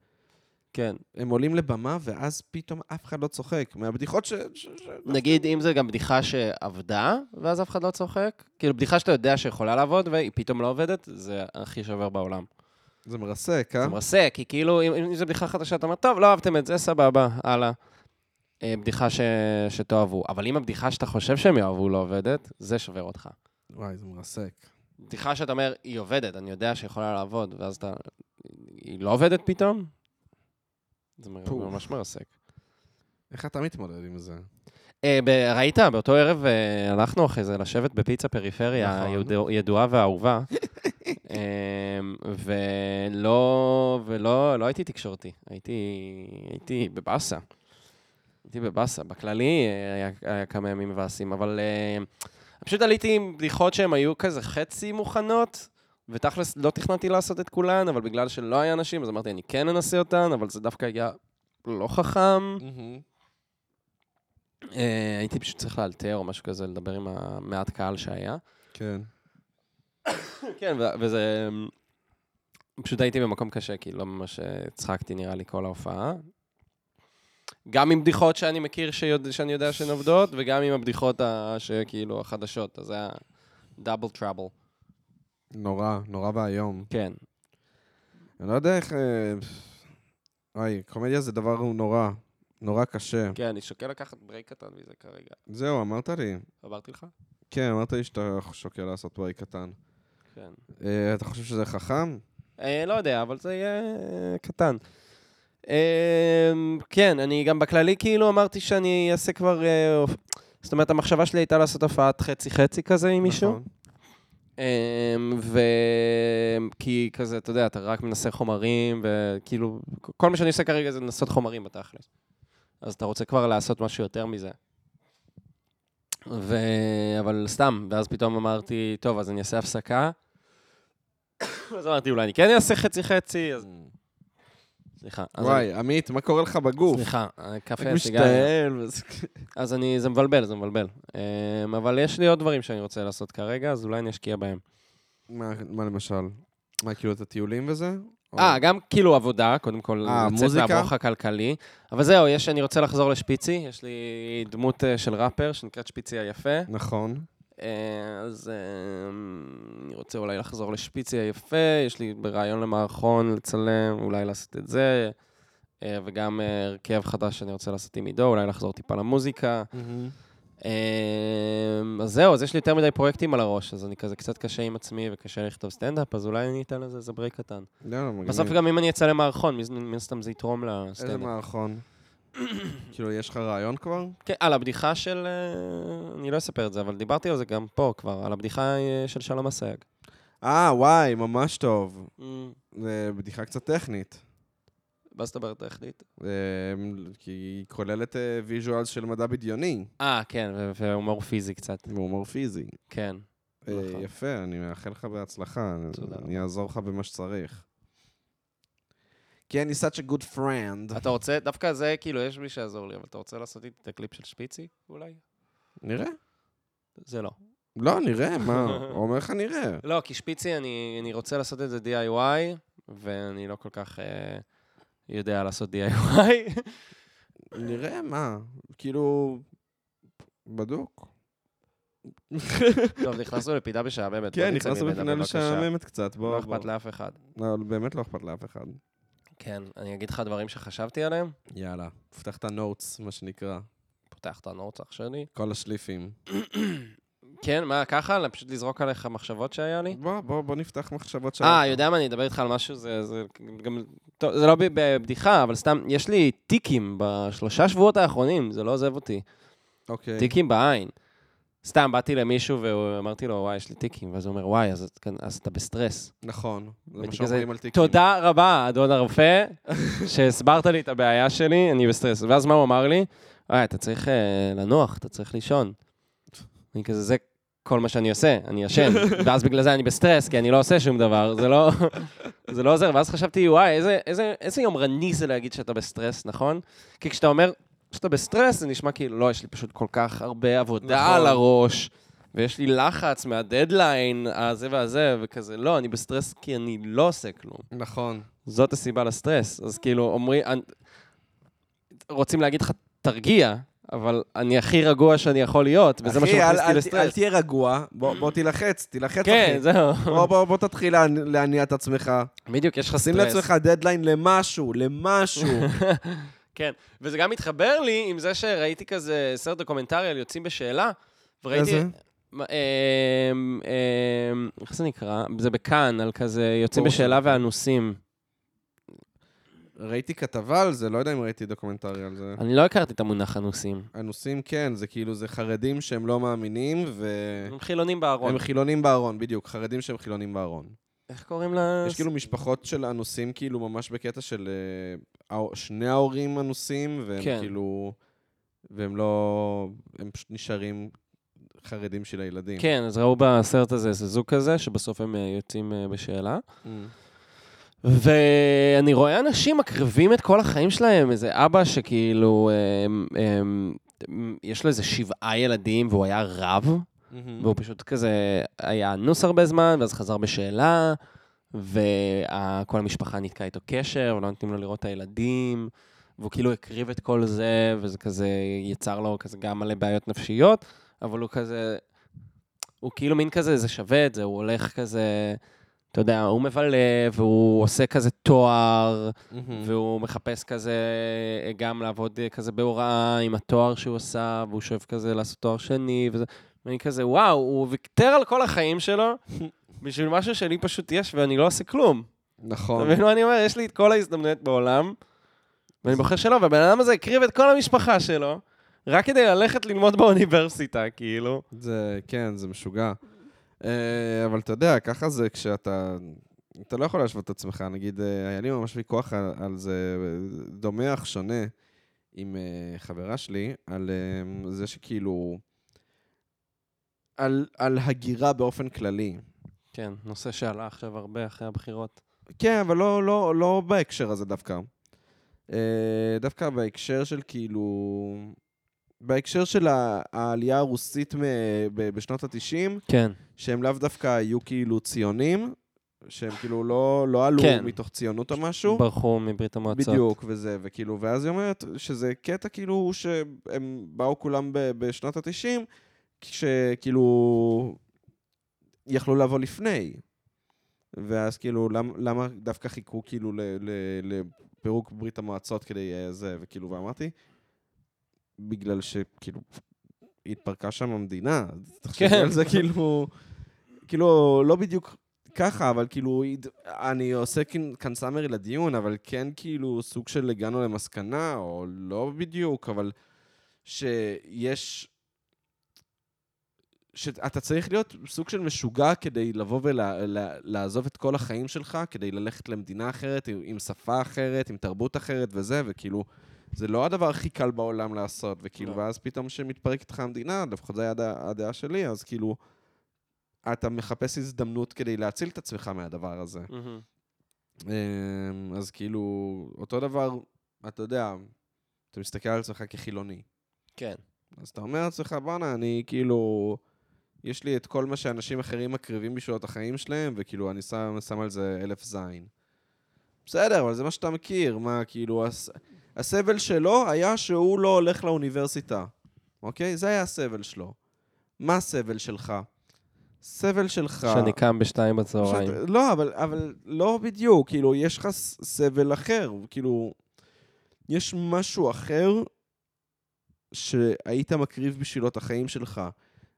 S2: כן.
S1: הם עולים לבמה, ואז פתאום אף אחד לא צוחק. מהבדיחות ש... ש... ש...
S2: נגיד, אם זה גם בדיחה שעבדה, ואז אף אחד לא צוחק, כאילו, בדיחה שאתה יודע שיכולה לעבוד, והיא פתאום לא עובדת, זה הכי שובר בעולם.
S1: זה מרסק, אה?
S2: זה מרסק, כי כאילו, אם, אם זו בדיחה חדשה, אתה אומר, טוב, לא אהבתם את זה, סבבה, הלאה. אה, בדיחה ש... שתאהבו. אבל אם הבדיחה שאתה חושב שהם יאהבו לא עובדת, זה שובר אותך.
S1: וואי, זה מרסק.
S2: בדיחה שאתה אומר, היא עובדת, אני יודע שיכולה לעבוד, ואז אתה... היא לא עובדת פתאום? זה מ-
S1: פוף.
S2: ממש מרסק.
S1: איך אתה מתמודד עם זה?
S2: אה, ב- ראית, באותו ערב אה, הלכנו אחרי זה לשבת בפיצה פריפריה,
S1: נכון.
S2: הידוע- ידועה ואהובה. אה, ולא, ולא לא הייתי תקשורתי, הייתי, הייתי בבאסה. הייתי בבאסה. בכללי אה, היה, היה כמה ימים מבאסים, אבל אה, פשוט עליתי עם בדיחות שהן היו כזה חצי מוכנות, ותכלס לא תכננתי לעשות את כולן, אבל בגלל שלא היה אנשים, אז אמרתי, אני כן אנסה אותן, אבל זה דווקא היה לא חכם. אה, הייתי פשוט צריך לאלתר או משהו כזה, לדבר עם המעט קהל שהיה.
S1: כן.
S2: כן, ו- וזה... פשוט הייתי במקום קשה, כי לא ממש אה, הצחקתי, נראה לי, כל ההופעה. גם עם בדיחות שאני מכיר, שיוד... שאני יודע שהן עובדות, וגם עם הבדיחות ה... שכאילו החדשות, אז זה היה דאבל טראבל.
S1: נורא, נורא ואיום.
S2: כן.
S1: אני לא יודע איך... אה, וואי, קומדיה זה דבר הוא נורא, נורא קשה.
S2: כן, אני שוקל לקחת ברייק קטן מזה כרגע.
S1: זהו, אמרת לי.
S2: אמרתי לך?
S1: כן, אמרת לי שאתה שוקל לעשות וואי קטן.
S2: כן.
S1: אה, אתה חושב שזה חכם?
S2: אה, לא יודע, אבל זה יהיה אה, קטן. אה, כן, אני גם בכללי כאילו אמרתי שאני אעשה כבר... אה, הופ- זאת אומרת, המחשבה שלי הייתה לעשות הופעת חצי-חצי כזה עם מישהו.
S1: נכון.
S2: אמ, ו... כי כזה, אתה יודע, אתה רק מנסה חומרים, וכאילו, כל מה שאני עושה כרגע זה לנסות חומרים בתכלס. אז אתה רוצה כבר לעשות משהו יותר מזה. ו... אבל סתם, ואז פתאום אמרתי, טוב, אז אני אעשה הפסקה. <coughs> אז אמרתי, אולי אני כן אעשה חצי-חצי, אז... סליחה. אז אני-
S1: וואי, עמית, מה קורה לך בגוף?
S2: סליחה, אה,
S1: רק
S2: קפה, סיגריה.
S1: משתעל. וזה-
S2: אז אני, זה מבלבל, זה מבלבל. אמ, אבל יש לי עוד דברים שאני רוצה לעשות כרגע, אז אולי אני אשקיע בהם.
S1: מה מה למשל? מה, כאילו את הטיולים וזה? או-
S2: אה, גם כאילו עבודה, קודם כל,
S1: אה,
S2: לצאת
S1: מוזיקה?
S2: מהברוך הכלכלי. אבל זהו, יש, אני רוצה לחזור לשפיצי, יש לי דמות אה, של ראפר שנקראת שפיצי היפה.
S1: נכון.
S2: אה, אז אה, אני רוצה אולי לחזור לשפיצי היפה, יש לי ברעיון למערכון לצלם, אולי לעשות את זה. אה, וגם אה, הרכב חדש שאני רוצה לעשות עם עידו, אולי לחזור טיפה למוזיקה. אמ, אז זהו, אז יש לי יותר מדי פרויקטים על הראש, אז אני כזה קצת קשה עם עצמי וקשה לכתוב סטנדאפ, אז אולי אני אתן לזה איזה ברייק קטן.
S1: לא, מגניב.
S2: בסוף גם אם אני אצא למערכון, מז- מן הסתם זה יתרום
S1: איזה
S2: לסטנדאפ.
S1: מערכון? <coughs> כאילו, יש לך רעיון כבר?
S2: כן, על הבדיחה של... אה, אני לא אספר את זה, אבל דיברתי על זה גם פה כבר, על הבדיחה אה, של שלום אסייג.
S1: אה, וואי, ממש טוב.
S2: Mm,
S1: זה בדיחה קצת טכנית.
S2: מה זאת אומרת טכנית?
S1: אה, כי היא כוללת ויז'ואלס של מדע בדיוני,
S2: אה, כן, ו- והומור פיזי קצת,
S1: והומור פיזי.
S2: כן.
S1: אה,
S2: נכון.
S1: יפה, אני מאחל לך בהצלחה. אני-
S2: תודה
S1: אני אעזור לך במה שצריך. כי אני such a good friend.
S2: <laughs> אתה רוצה, דווקא זה, כאילו, יש מי שיעזור לי, אבל אתה רוצה לעשות איתי את הקליפ של שפיצי, אולי?
S1: נראה.
S2: זה לא.
S1: לא, נראה, מה? הוא אומר לך נראה.
S2: לא, כי שפיצי, אני, אני רוצה לעשות את זה DIY, ואני לא כל כך אה, יודע לעשות <laughs> DIY.
S1: נראה, מה? כאילו... בדוק.
S2: טוב, נכנסנו לפינה משעממת. בוא
S1: כן,
S2: נצא
S1: נכנסנו
S2: ממנה,
S1: בפינה
S2: בבקשה.
S1: משעממת קצת, בוא...
S2: לא
S1: בוא.
S2: אכפת לאף אחד.
S1: לא, באמת לא אכפת לאף אחד.
S2: כן, אני אגיד לך דברים שחשבתי עליהם.
S1: יאללה, פתח את הנוטס, מה שנקרא.
S2: פותח את הנורצח שלי.
S1: כל השליפים.
S2: כן, מה, ככה? פשוט לזרוק עליך מחשבות שהיה לי?
S1: בוא, בוא, בוא נפתח מחשבות שלנו.
S2: אה, יודע מה, אני אדבר איתך על משהו, זה, זה גם... טוב, זה לא ב- בבדיחה, אבל סתם, יש לי טיקים בשלושה שבועות האחרונים, זה לא עוזב אותי.
S1: אוקיי.
S2: טיקים בעין. סתם, באתי למישהו ואמרתי לו, וואי, יש לי טיקים, ואז הוא אומר, וואי, אז, את- אז אתה בסטרס.
S1: נכון, זה מה
S2: בגלל
S1: שאומרים על תיקים.
S2: תודה רבה, אדון הרופא, שהסברת לי את הבעיה שלי, אני בסטרס. ואז מה הוא אמר לי? וואי, אתה צריך uh, לנוח, אתה צריך לישון. אני כזה, זה כל מה שאני עושה, אני ישן. ואז בגלל זה אני בסטרס, כי אני לא עושה שום דבר, זה לא, <laughs> זה לא עוזר. ואז חשבתי, וואי, איזה, איזה, איזה יומרני זה להגיד שאתה בסטרס, נכון? כי כשאתה אומר שאתה בסטרס, זה נשמע כאילו, לא, יש לי פשוט כל כך הרבה עבודה
S1: נכון.
S2: על הראש. ויש לי לחץ מהדדליין, הזה והזה, וכזה, לא, אני בסטרס כי אני לא עושה כלום.
S1: נכון.
S2: זאת הסיבה לסטרס. אז כאילו, אומרים, אנ- רוצים להגיד לך, תרגיע, אבל אני הכי רגוע שאני יכול להיות, וזה מה
S1: אחי,
S2: שמכניס
S1: אל-
S2: אותי
S1: אל- אל
S2: לסטרס.
S1: תהיה רגוע, בוא בוא תילחץ, תילחץ, אחי.
S2: כן, זהו.
S1: בוא, בוא, בוא תתחיל להנ- להניע את עצמך.
S2: בדיוק, יש לך
S1: שים
S2: סטרס.
S1: לעצמך דדליין למשהו, למשהו.
S2: <laughs> כן, וזה גם מתחבר לי עם זה שראיתי כזה סרט דוקומנטרי על יוצאים בשאלה, וראיתי...
S1: איזה?
S2: מה, אמ, אמ, איך זה נקרא? זה בכאן, על כזה יוצאים
S1: ברור
S2: בשאלה ואנוסים.
S1: ראיתי כתבה על זה, לא יודע אם ראיתי דוקומנטרי על זה.
S2: אני לא הכרתי את המונח אנוסים.
S1: אנוסים כן, זה כאילו, זה חרדים שהם לא מאמינים, והם
S2: הם חילונים בארון.
S1: חילונים בארון, בדיוק, חרדים שהם חילונים בארון.
S2: איך קוראים לה?
S1: יש כאילו משפחות של אנוסים, כאילו, ממש בקטע של אה, ההו- שני ההורים אנוסים, והם
S2: כן.
S1: כאילו... והם לא... הם פשוט נשארים חרדים של הילדים.
S2: כן, אז ראו בסרט הזה איזה זוג כזה, שבסוף הם אה, יוצאים אה, בשאלה.
S1: Mm.
S2: ואני רואה אנשים מקריבים את כל החיים שלהם, איזה אבא שכאילו, אה, הם, הם, הם, יש לו איזה שבעה ילדים והוא היה רב,
S1: מהמם.
S2: והוא פשוט כזה היה אנוס הרבה זמן, ואז חזר בשאלה, וכל המשפחה נתקעה איתו קשר, ולא נותנים לו לראות את הילדים, והוא כאילו הקריב את כל זה, וזה כזה יצר לו כזה גם מלא בעיות נפשיות, אבל הוא כזה, הוא כאילו מין כזה, זה שווה את זה, הוא הולך כזה, אתה יודע, הוא מבלה, והוא עושה כזה תואר,
S1: מהמם.
S2: והוא מחפש כזה אה, גם לעבוד אה, כזה בהוראה עם התואר שהוא עשה, והוא שואף כזה לעשות תואר שני, וזה. ואני כזה, וואו, הוא ויתר על כל החיים <laughs> שלו בשביל משהו שלי פשוט יש ואני לא עושה כלום. אתה
S1: נכון.
S2: מבין מה אני אומר? יש לי את כל ההזדמנויות בעולם, ואני בוחר שלא, והבן אדם הזה הקריב את כל המשפחה שלו, רק כדי ללכת ללמוד באוניברסיטה, כאילו.
S1: זה, כן, זה משוגע. אה, אבל אתה יודע, ככה זה כשאתה... אתה לא יכול להשוות את עצמך. נגיד, אה, היה לי ממש ויכוח על, על זה, אה, דומה אך שונה, עם אה, חברה שלי, על אה, זה שכאילו... על, על הגירה באופן כללי.
S2: כן, נושא שעלה עכשיו הרבה אחרי הבחירות.
S1: כן, אבל לא, לא, לא בהקשר הזה דווקא. אה, דווקא בהקשר של כאילו... בהקשר של ה- העלייה הרוסית מ- ב- בשנות ה-90,
S2: כן.
S1: שהם לאו דווקא היו כאילו ציונים, שהם כאילו לא, לא עלו
S2: כן.
S1: כן. מתוך ציונות או משהו.
S2: ברחו מברית המועצות.
S1: בדיוק, וזה, וכאילו, ואז היא אומרת שזה קטע כאילו שהם באו כולם ב- בשנות ה-90, שכאילו יכלו לבוא לפני. ואז כאילו, למ, למה דווקא חיכו כאילו ל, ל, לפירוק ברית המועצות כדי אה, זה, וכאילו, ואמרתי, בגלל שכאילו התפרקה שם המדינה. אז תחשבי
S2: כן.
S1: על זה כאילו, כאילו, לא בדיוק ככה, אבל כאילו, הד- אני עושה כאן- כאן סאמרי לדיון, אבל כן כאילו סוג של הגענו למסקנה, או לא בדיוק, אבל שיש... שאתה צריך להיות סוג של משוגע כדי לבוא ולעזוב את כל החיים שלך, כדי ללכת למדינה אחרת, עם, עם שפה אחרת, עם תרבות אחרת וזה, וכאילו, זה לא הדבר הכי קל בעולם לעשות, וכאילו,
S2: לא.
S1: לא. ואז פתאום שמתפרקת לך המדינה, לפחות זו הייתה הדעה שלי, אז כאילו, אתה מחפש הזדמנות כדי להציל את עצמך מהדבר הזה.
S2: מהמם.
S1: אמ, אז כאילו, אותו דבר, אתה יודע, אתה מסתכל על עצמך כחילוני.
S2: כן.
S1: אז אתה אומר לעצמך, בואנה, אני כאילו, יש לי את כל מה שאנשים אחרים מקריבים בשביל את החיים שלהם, וכאילו, אני שם, שם על זה אלף זין. בסדר, אבל זה מה שאתה מכיר, מה, כאילו, הס... הסבל שלו היה שהוא לא הולך לאוניברסיטה, אוקיי? זה היה הסבל שלו. מה הסבל שלך? סבל שלך...
S2: שאני קם בשתיים בצהריים.
S1: פשוט, לא, אבל, אבל לא בדיוק, כאילו, יש לך ס- סבל אחר, כאילו, יש משהו אחר שהיית מקריב בשבילו את החיים שלך,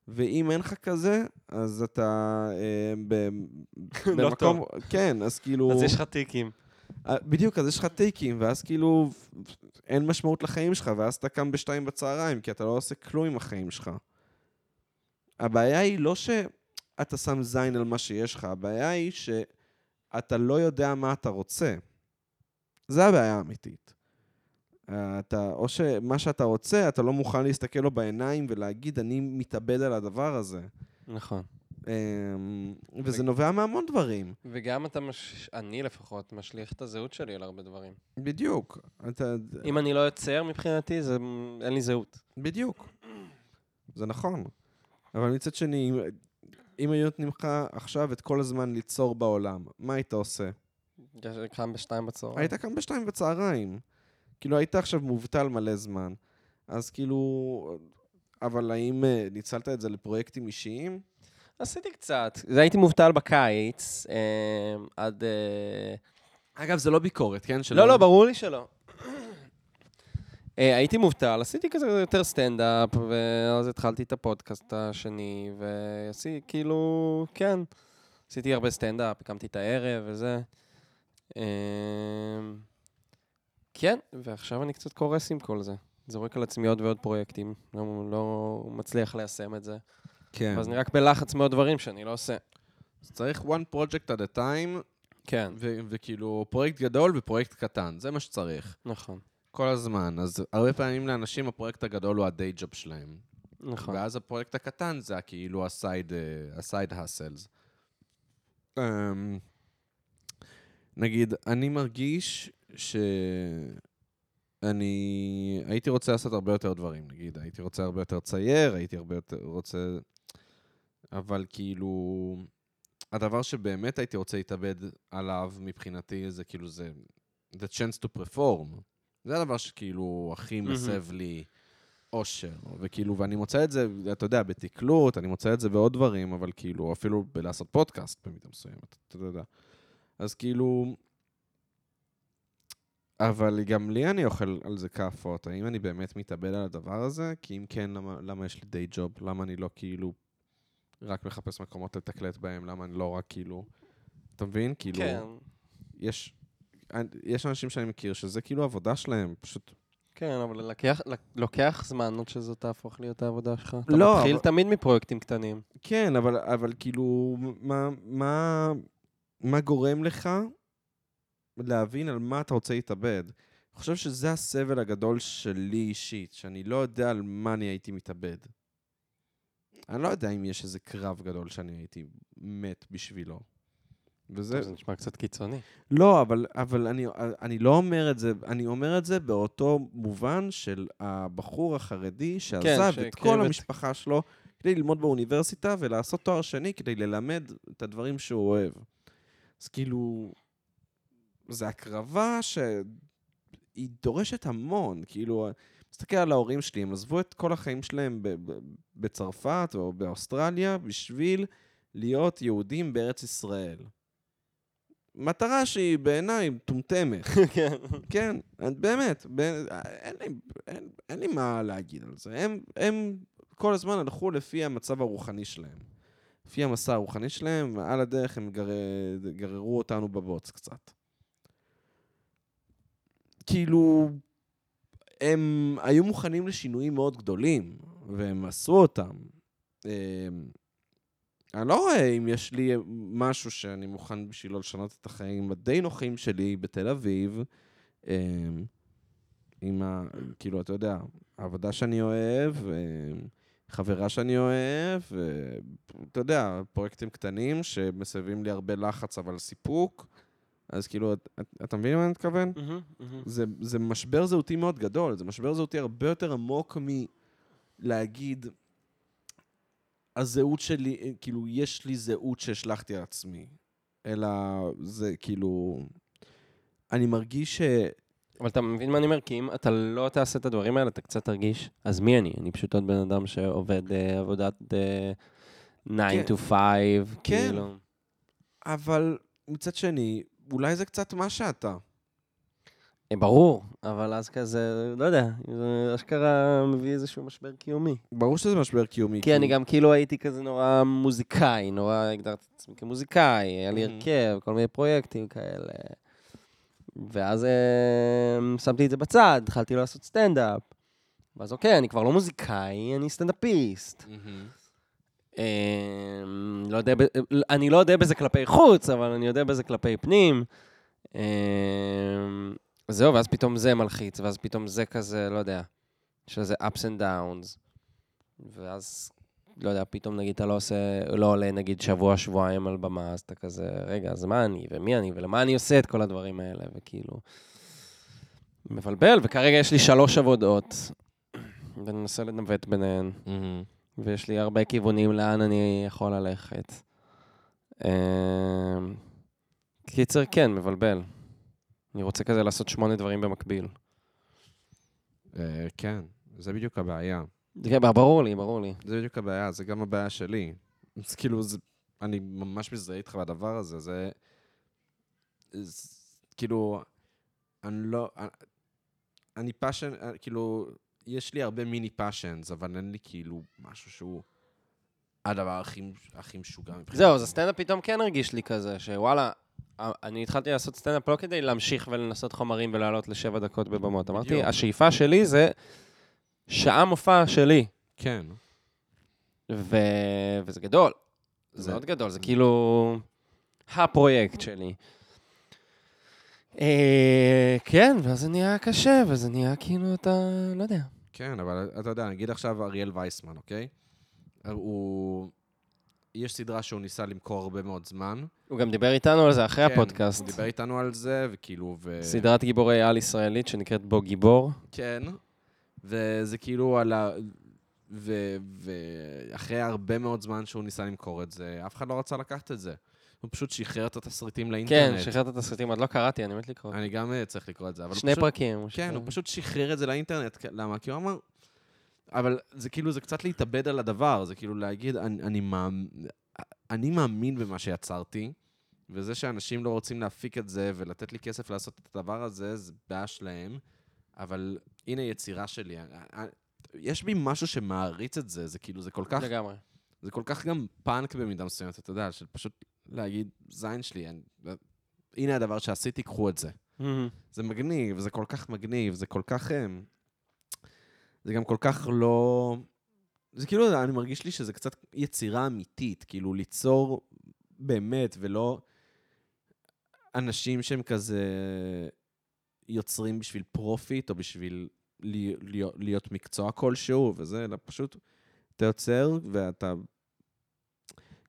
S1: ואם אין לך כזה, אז אתה אה, ב,
S2: <laughs> <laughs> לא
S1: במקום... כן, אז כאילו...
S2: אז יש לך טיקים.
S1: אה, בדיוק, אז יש לך טייקים, ואז כאילו אין משמעות לחיים שלך, ואז אתה קם בשתיים בצהריים, כי אתה לא עושה כלום עם החיים שלך. הבעיה היא לא שאתה שם זין על מה שיש לך, הבעיה היא שאתה לא יודע מה אתה רוצה. זה הבעיה האמיתית. אה, אתה, או שמה שאתה רוצה, אתה לא מוכן להסתכל לו בעיניים ולהגיד, אני מתאבד על הדבר הזה.
S2: נכון.
S1: אה, וזה נובע מהמון דברים.
S2: וגם אתה, מש... אני לפחות, משליך את הזהות שלי על הרבה דברים.
S1: בדיוק. אתה...
S2: אם אני לא יוצר מבחינתי, זה... אין לי זהות.
S1: בדיוק. זה נכון. אבל מצד שני, אם- אם היו נותנים לך עכשיו את כל הזמן ליצור בעולם, מה היית עושה?
S2: קם בשתיים בצהריים.
S1: היית קם בשתיים בצהריים. כאילו, היית עכשיו מובטל מלא זמן. אז כאילו... אבל האם אה, ניצלת את זה לפרויקטים אישיים?
S2: עשיתי קצת. זה הייתי מובטל בקיץ, אה, עד... אה,
S1: אגב, זה לא ביקורת, כן?
S2: לא, לא, ברור לי שלא. <clears throat> אה, הייתי מובטל, עשיתי כזה יותר סטנדאפ, ואז התחלתי את הפודקאסט השני, ועשיתי, כאילו, כן, עשיתי הרבה סטנדאפ, הקמתי את הערב וזה. אה, כן, ועכשיו אני קצת קורס עם כל זה. זורק על עצמי עוד ועוד פרויקטים, לא, לא מצליח ליישם את זה.
S1: כן.
S2: אז אני רק בלחץ מעוד דברים שאני לא עושה.
S1: אז צריך one project at a time,
S2: כן,
S1: ו- וכאילו פרויקט גדול ופרויקט קטן, זה מה שצריך.
S2: נכון,
S1: כל הזמן. אז הרבה פעמים לאנשים הפרויקט הגדול הוא הדיי ג'וב שלהם.
S2: נכון.
S1: ואז הפרויקט הקטן זה כאילו הסייד, אה, הסייד הסלס. אמ, נגיד, אני מרגיש שאני הייתי רוצה לעשות הרבה יותר דברים, נגיד, הייתי רוצה הרבה יותר לצייר, הייתי הרבה יותר רוצה... אבל כאילו, הדבר שבאמת הייתי רוצה להתאבד עליו מבחינתי זה כאילו זה... The chance to perform. זה הדבר שכאילו הכי
S2: מהמם.
S1: מסב לי אושר. וכאילו, ואני מוצא את זה, אתה יודע, בתקלוט, אני מוצא את זה בעוד דברים, אבל כאילו, אפילו בלעשות פודקאסט במידה מסוימת, אתה יודע. אז כאילו... אבל גם לי אני אוכל על זה כאפות, האם אני באמת מתאבד על הדבר הזה? כי אם כן, למה, למה יש לי די ג'וב? למה אני לא כאילו רק מחפש מקומות לתקלט בהם? למה אני לא רק כאילו... אתה מבין? כאילו...
S2: כן,
S1: יש, יש אנשים שאני מכיר שזה כאילו העבודה שלהם, פשוט...
S2: כן, אבל לוקח, לוקח זמן עד שזו תהפוך להיות העבודה שלך.
S1: לא,
S2: אתה מתחיל
S1: אבל-
S2: תמיד מפרויקטים קטנים.
S1: כן, אבל, אבל כאילו, מה, מה, מה גורם לך להבין על מה אתה רוצה להתאבד? אני חושב שזה הסבל הגדול שלי אישית, שאני לא יודע על מה אני הייתי מתאבד. אני לא יודע אם יש איזה קרב גדול שאני הייתי מת בשבילו. וזה,
S2: טוב, זה נשמע קצת קיצוני.
S1: לא, אבל, אבל אני, אני לא אומר את זה, אני אומר את זה באותו מובן של הבחור החרדי שעזב כן, את
S2: שהקריב
S1: כל
S2: את-
S1: המשפחה שלו כדי ללמוד באוניברסיטה ולעשות תואר שני כדי ללמד את הדברים שהוא אוהב. אז כאילו, זו הקרבה שהיא דורשת המון, כאילו, מסתכל על ההורים שלי, הם עזבו את כל החיים שלהם ב- ב- בצרפת או באוסטרליה בשביל להיות יהודים בארץ ישראל. מטרה שהיא בעיניי מטומטמת,
S2: <laughs> כן.
S1: כן, באמת, ב- אין לי, אין, אין לי מה להגיד על זה. הם, הם כל הזמן הלכו לפי המצב הרוחני שלהם. לפי המסע הרוחני שלהם, ועל הדרך הם גר... גררו אותנו בבוץ קצת. כאילו, הם היו מוכנים לשינויים מאוד גדולים, והם עשו אותם. אמ, אני לא רואה אם יש לי משהו שאני מוכן בשבילו לשנות את החיים הדי נוחים שלי בתל אביב, אמ, עם ה... כאילו, אתה יודע, העבודה שאני אוהב, אמ, חברה שאני אוהב, אה, אתה יודע, פרויקטים קטנים שמסביבים לי הרבה לחץ אבל סיפוק. אז כאילו, את- את- אתה מבין למה אני מתכוון? זה, זה משבר זהותי מאוד גדול, זה משבר זהותי הרבה יותר עמוק מלהגיד, הזהות שלי, אה, כאילו, יש לי זהות שהשלכתי על עצמי. אלא זה כאילו, אני מרגיש ש...
S2: אבל אתה מבין מה אני אומר? כי אם אתה לא תעשה את הדברים האלה, אתה קצת תרגיש, אז מי אני? אני פשוט עוד בן אדם שעובד אה, עבודת 9
S1: כן.
S2: to 5,
S1: כן.
S2: כאילו.
S1: אבל מצד שני, אולי זה קצת מה שאתה.
S2: אה, ברור, אבל אז כזה, לא יודע, זה אשכרה מביא איזשהו משבר קיומי.
S1: ברור שזה משבר קיומי.
S2: כי אני גם כאילו הייתי כזה נורא מוזיקאי, נורא הגדרתי את עצמי כמוזיקאי, היה לי
S1: Mhm.
S2: הרכב, כל מיני פרויקטים כאלה. ואז אה, שמתי את זה בצד, התחלתי לעשות סטנדאפ. ואז אוקיי, אני כבר לא מוזיקאי, אני סטנדאפיסט. אה, לא יודע, ב- אני לא יודע בזה כלפי חוץ, אבל אני יודע בזה כלפי פנים. אה, זהו, ואז פתאום זה מלחיץ, ואז פתאום זה כזה, לא יודע, יש לזה ups and downs. ואז, לא יודע, פתאום נגיד אתה לא עושה, לא עולה נגיד שבוע, שבועיים על במה, אז אתה כזה, רגע, אז מה אני, ומי אני, ולמה אני עושה את כל הדברים האלה, וכאילו... מבלבל, וכרגע יש לי שלוש עבודות, ואני מנסה לנווט ביניהן. ויש לי הרבה כיוונים לאן אני יכול ללכת. אמ, קיצר, כן, מבלבל. אני רוצה כזה לעשות שמונה דברים במקביל.
S1: אה, כן, זה בדיוק הבעיה.
S2: זה גם- כן, ברור לי, ברור לי.
S1: זה בדיוק הבעיה, זה גם הבעיה שלי. אז כאילו, זה, אני ממש מזדהה איתך בדבר הזה, זה... זה כאילו, אני לא... אני- אני פאשן, כאילו, יש לי הרבה מיני פאשנס, אבל אין לי כאילו משהו שהוא הדבר הכי, הכי משוגע מבחינתי.
S2: זהו, אז הסטנדאפ פתאום כן הרגיש לי כזה, שוואלה, אה, אני התחלתי לעשות סטנדאפ לא כדי להמשיך ולנסות חומרים ולעלות לשבע דקות בבמות. אמרתי,
S1: בדיוק.
S2: השאיפה שלי זה שעה מופע שלי.
S1: כן.
S2: ו... וזה גדול. זה,
S1: זה-
S2: מאוד גדול, זה כאילו הפרויקט שלי. אה, כן, ואז זה נהיה קשה, וזה נהיה כאילו אתה, לא יודע.
S1: כן, אבל אתה יודע, נגיד עכשיו אריאל וייסמן, אוקיי? הוא... יש סדרה שהוא ניסה למכור הרבה מאוד זמן.
S2: הוא גם דיבר איתנו על זה אחרי
S1: כן,
S2: הפודקאסט.
S1: הוא דיבר אה, איתנו על זה, וכאילו, ו...
S2: סדרת גיבורי על ישראלית שנקראת בו גיבור.
S1: כן, וזה כאילו על ה... ו... ואחרי הרבה מאוד זמן שהוא ניסה למכור את זה, אף אחד לא רצה לקחת את זה. הוא פשוט שחרר את התסריטים
S2: כן,
S1: לאינטרנט.
S2: שחררת את הסרטים, עוד לא קראתי, אני מת לקרוא.
S1: אני גם אה, צריך לקרוא את זה, אבל הוא
S2: שני
S1: פשוט...
S2: פרקים. הוא
S1: כן,
S2: שחרר.
S1: הוא פשוט שחרר את זה לאינטרנט. כ- למה? כי הוא אמר... אבל זה כאילו, זה קצת להתאבד על הדבר, זה כאילו להגיד, אני, אני, מאמ... אני מאמין במה שיצרתי, וזה שאנשים לא רוצים להפיק את זה ולתת לי כסף לעשות את הדבר הזה, זה בעיה שלהם, אבל הנה יצירה שלי. א- א- יש בי משהו שמעריץ את זה, זה כאילו, זה כל כך,
S2: לגמרי.
S1: זה כל כך גם פאנק במידה מסוימת, אתה יודע, של פשוט להגיד, זין שלי, אני... הנה הדבר שעשיתי, קחו את זה. זה מגניב, זה כל כך מגניב, זה כל כך... אמ, זה גם כל כך לא... זה כאילו, אני מרגיש לי שזה קצת יצירה אמיתית, כאילו ליצור באמת, ולא אנשים שהם כזה יוצרים בשביל פרופיט או בשביל לי- להיות- להיות מקצוע כלשהו וזה, אלא פשוט אתה יוצר ואתה...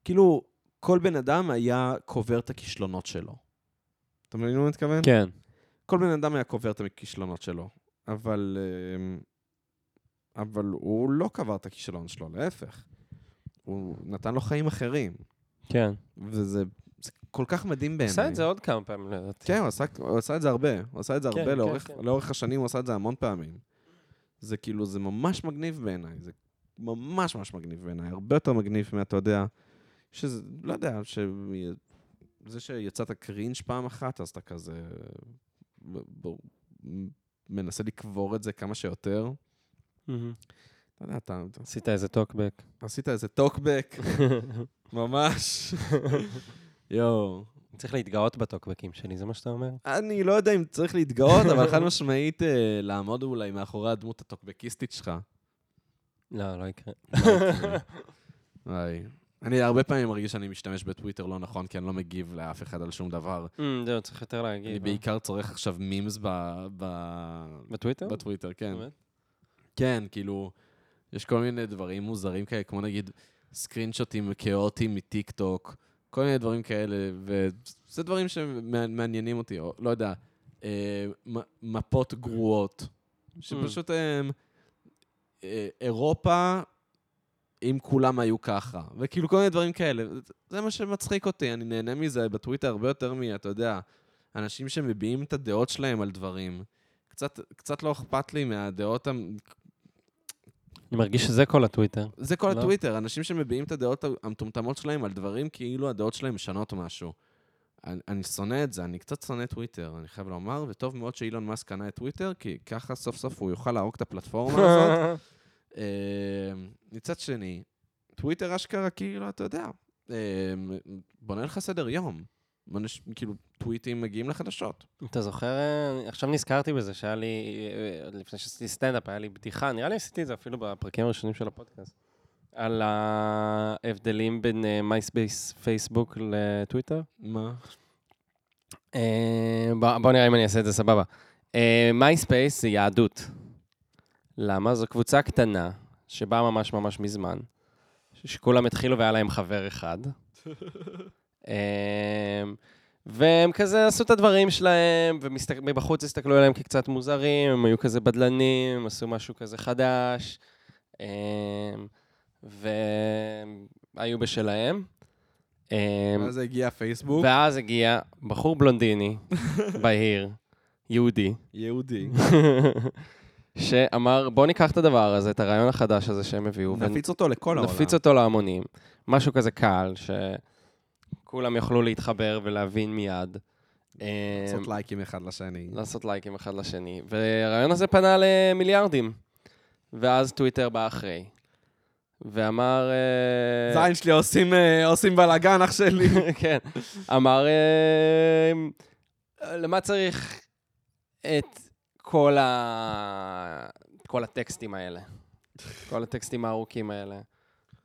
S1: כאילו, כל בן אדם היה קובר את הכישלונות שלו. אתה מבין למה אני מתכוון?
S2: כן.
S1: כל בן אדם היה קובר את הכישלונות שלו, אבל, אמ, אבל הוא לא קבר את הכישלון שלו, להפך. הוא נתן לו חיים אחרים,
S2: כן.
S1: וזה זה כל כך מדהים בעיניי.
S2: עשה את זה עוד כמה פעמים, לא לדעתי.
S1: כן, הוא עשה, הוא עשה את זה הרבה. הוא עשה את זה
S2: כן,
S1: הרבה
S2: כן,
S1: לאורך,
S2: כן.
S1: לאורך השנים, הוא עשה את זה המון פעמים. זה כאילו, זה ממש מגניב בעיניי. זה ממש ממש מגניב בעיניי. הרבה יותר מגניב מאתה יודע, שזה, לא יודע, ש... זה שיצאת קרינג' פעם אחת, אז אתה כזה... ב- ב- מנסה לקבור את זה כמה שיותר.
S2: מהמם.
S1: לא יודע, אתה אתה-
S2: עשית איזה
S1: <laughs>
S2: טוקבק.
S1: עשית איזה טוקבק, <laughs> ממש. יואו.
S2: צריך להתגאות בטוקבקים שלי, זה מה שאתה אומר?
S1: אני לא יודע אם צריך להתגאות, אבל חד משמעית אה, לעמוד אולי מאחורי הדמות הטוקבקיסטית שלך.
S2: לא, <laughs> לא יקרה.
S1: וואי. אני הרבה פעמים מרגיש שאני משתמש בטוויטר לא נכון, כי אני לא מגיב לאף אחד על שום דבר.
S2: כן, אמ, זהו, צריך יותר אה?
S1: אני
S2: להגיד.
S1: בעיקר צורך עכשיו מימס ב- ב-
S2: בטוויטר?
S1: בטוויטר, כן.
S2: באמת?
S1: כן, כאילו, יש כל מיני דברים מוזרים כאלה, כמו נגיד סקרינשוטים כאוטיים מטיקטוק, כל מיני דברים כאלה, וזה דברים שמעניינים אותי, או לא יודע, אה, מ- מפות גרועות, שפשוט הם... אה, אירופה, אם כולם היו ככה, וכאילו כל מיני דברים כאלה. זה- זה מה שמצחיק אותי, אני נהנה מזה בטוויטר הרבה יותר מ... אתה יודע, אנשים שמביעים את הדעות שלהם על דברים. קצת, קצת לא אכפת לי מהדעות המ-
S2: אני מרגיש שזה כל <laughs> הטוויטר.
S1: זה כל
S2: לא.
S1: הטוויטר, אנשים שמביעים את הדעות המטומטמות שלהם על דברים כאילו הדעות שלהם משנות משהו. אני, אני שונא את זה, אני קצת שונא טוויטר, אני חייב לומר, וטוב מאוד שאילון מאסק קנה את טוויטר, כי ככה סוף סוף הוא יוכל להרוג את
S2: <laughs>
S1: הפלטפורמה הזאת. אה, מצד שני, טוויטר אשכרה כאילו, אתה יודע, אה, בונה לך סדר יום. אנש- כאילו, טוויטים מגיעים לחדשות.
S2: אתה זוכר, אה, עכשיו נזכרתי בזה שהיה לי, אה, לפני שעשיתי סטנדאפ, היה לי בדיחה, נראה לי עשיתי את זה אפילו בפרקים הראשונים של הפודקאסט, על ההבדלים בין אה, מייספייס, פייסבוק לטוויטר.
S1: מה?
S2: אה, בוא בוא נראה אם אני אעשה את זה סבבה. מייספייס זה יהדות. למה? זו קבוצה קטנה, שבאה ממש ממש מזמן, ש- שכולם התחילו והיה להם חבר אחד. אה, והם כזה עשו את הדברים שלהם, ומבחוץ הסתכלו עליהם כקצת מוזרים, הם היו כזה בדלנים, עשו משהו כזה חדש, אה, והיו בשלהם. אה,
S1: אז הגיע פייסבוק,
S2: ואז הגיע
S1: <laughs>
S2: בחור בלונדיני, בהיר, יהודי, <laughs>
S1: יהודי,
S2: שאמר, בוא ניקח את הדבר הזה, את הרעיון החדש הזה שהם הביאו,
S1: נפיץ אותו לכל העולם.
S2: ונפיץ אותו להמונים. משהו כזה קל, שכולם יוכלו להתחבר ולהבין מיד. אה,
S1: לעשות לייקים אחד לשני.
S2: לעשות לייקים אחד לשני. והרעיון הזה פנה למיליארדים. ואז טוויטר בא אחרי. ואמר... אה,
S1: זין שלי עושים, אה, עושים בלאגן, אח שלי.
S2: <laughs> כן. אמר, אה, למה צריך את כל, ה... כל הטקסטים האלה? כל הטקסטים הארוכים האלה.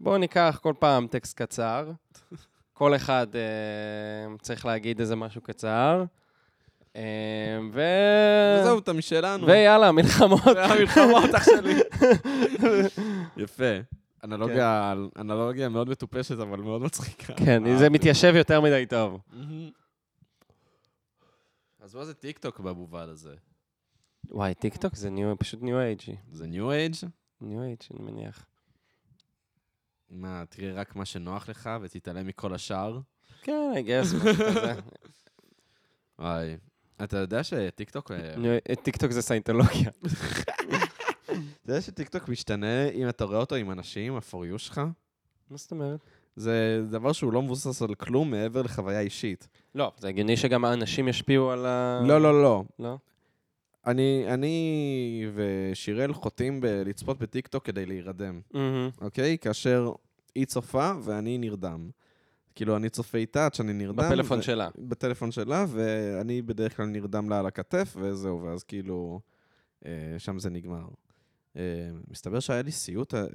S2: בואו ניקח כל פעם טקסט קצר. כל אחד אה, צריך להגיד איזה משהו קצר. אה, ו...
S1: וזהו, אתה משלנו.
S2: ויאללה,
S1: <laughs>
S2: מלחמות.
S1: והמלחמות, אח <laughs> שלי. יפה. אנלוגיה, אנלוגיה מאוד מטופשת, אבל מאוד מצחיקה. אה, אוקיי.
S2: כן, זה מתיישב יותר מדי טוב.
S1: מהמם. אז מה זה טיקטוק במובן הזה?
S2: וואי, טיק טוק זה ניו, פשוט ניו אייג'י.
S1: זה ניו אייג'?
S2: ניו אייג' אני מניח.
S1: מה, תראה רק מה שנוח לך ותתעלם מכל השאר?
S2: כן, I guess, משהו כזה.
S1: וואי. אתה יודע שטיקטוק... <laughs> אה,
S2: נו, טיקטוק זה סיינטולוגיה.
S1: אתה יודע שטיקטוק משתנה אם אתה רואה אותו עם אנשים, ה-for you שלך?
S2: מה זאת אומרת?
S1: זה דבר שהוא לא מבוסס על כלום מעבר לחוויה אישית.
S2: לא, זה הגיוני שגם האנשים ישפיעו על ה...
S1: לא, לא, לא.
S2: לא?
S1: אני, אני ושיראל חוטאים בלצפות בטיקטוק כדי להירדם,
S2: מהמם.
S1: אוקיי? כאשר היא צופה ואני נרדם. כאילו, אני צופה איתה עד שאני נרדם.
S2: בפלאפון
S1: ו-
S2: שלה.
S1: בטלפון שלה, ואני בדרך כלל נרדם לה על הכתף, וזהו, ואז כאילו, אה, שם זה נגמר. אה, מסתבר שהיה לי סיוט אה, אה,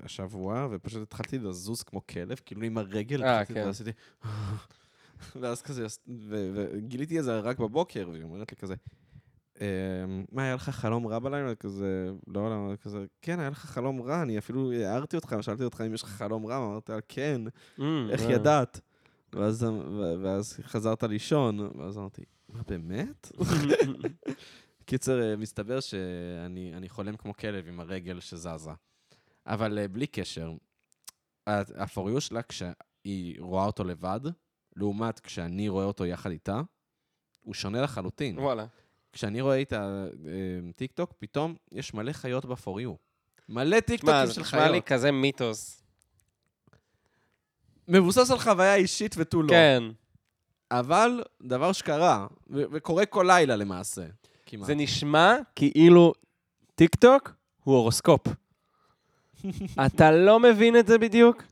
S1: השבוע, ופשוט התחלתי לזוז כמו כלב, כאילו עם הרגל,
S2: אה,
S1: התחלתי-
S2: כן.
S1: ועשיתי... <laughs> ואז כזה, עש- ו- וגיליתי את זה רק בבוקר, והיא אומרת לי כזה, אה, מה, היה לך חלום רע בלילה? כזה, לא, לא, כזה, כן, היה לך חלום רע, אני אפילו הערתי אותך, שאלתי אותך אם יש לך חלום רע, אמרת לה, כן.
S2: Mm,
S1: איך
S2: אה.
S1: ידעת? ואז, ו- ואז חזרת לישון, ואז אמרתי, מה, באמת? <laughs> קיצר, אה, מסתבר שאני אני חולם כמו כלב עם הרגל שזזה. אבל אה, בלי קשר, הפוריו שלה כשהיא רואה אותו לבד, לעומת כשאני רואה אותו יחד איתה, הוא שונה לחלוטין. <laughs>
S2: וואלה.
S1: כשאני רואה איתה אה, טיק טוק, פתאום יש מלא חיות בפוריו. מלא טיק
S2: תשמע,
S1: טוקים
S2: זה
S1: של
S2: נשמע לי
S1: חיות.
S2: כזה מיתוס.
S1: מבוסס על חוויה אישית ותו לא.
S2: כן.
S1: אבל דבר שקרה, ו- וקורה כל לילה למעשה, כמעט. <laughs>
S2: זה נשמע כאילו טיק טוק הוא הורוסקופ. אתה לא מבין את זה בדיוק?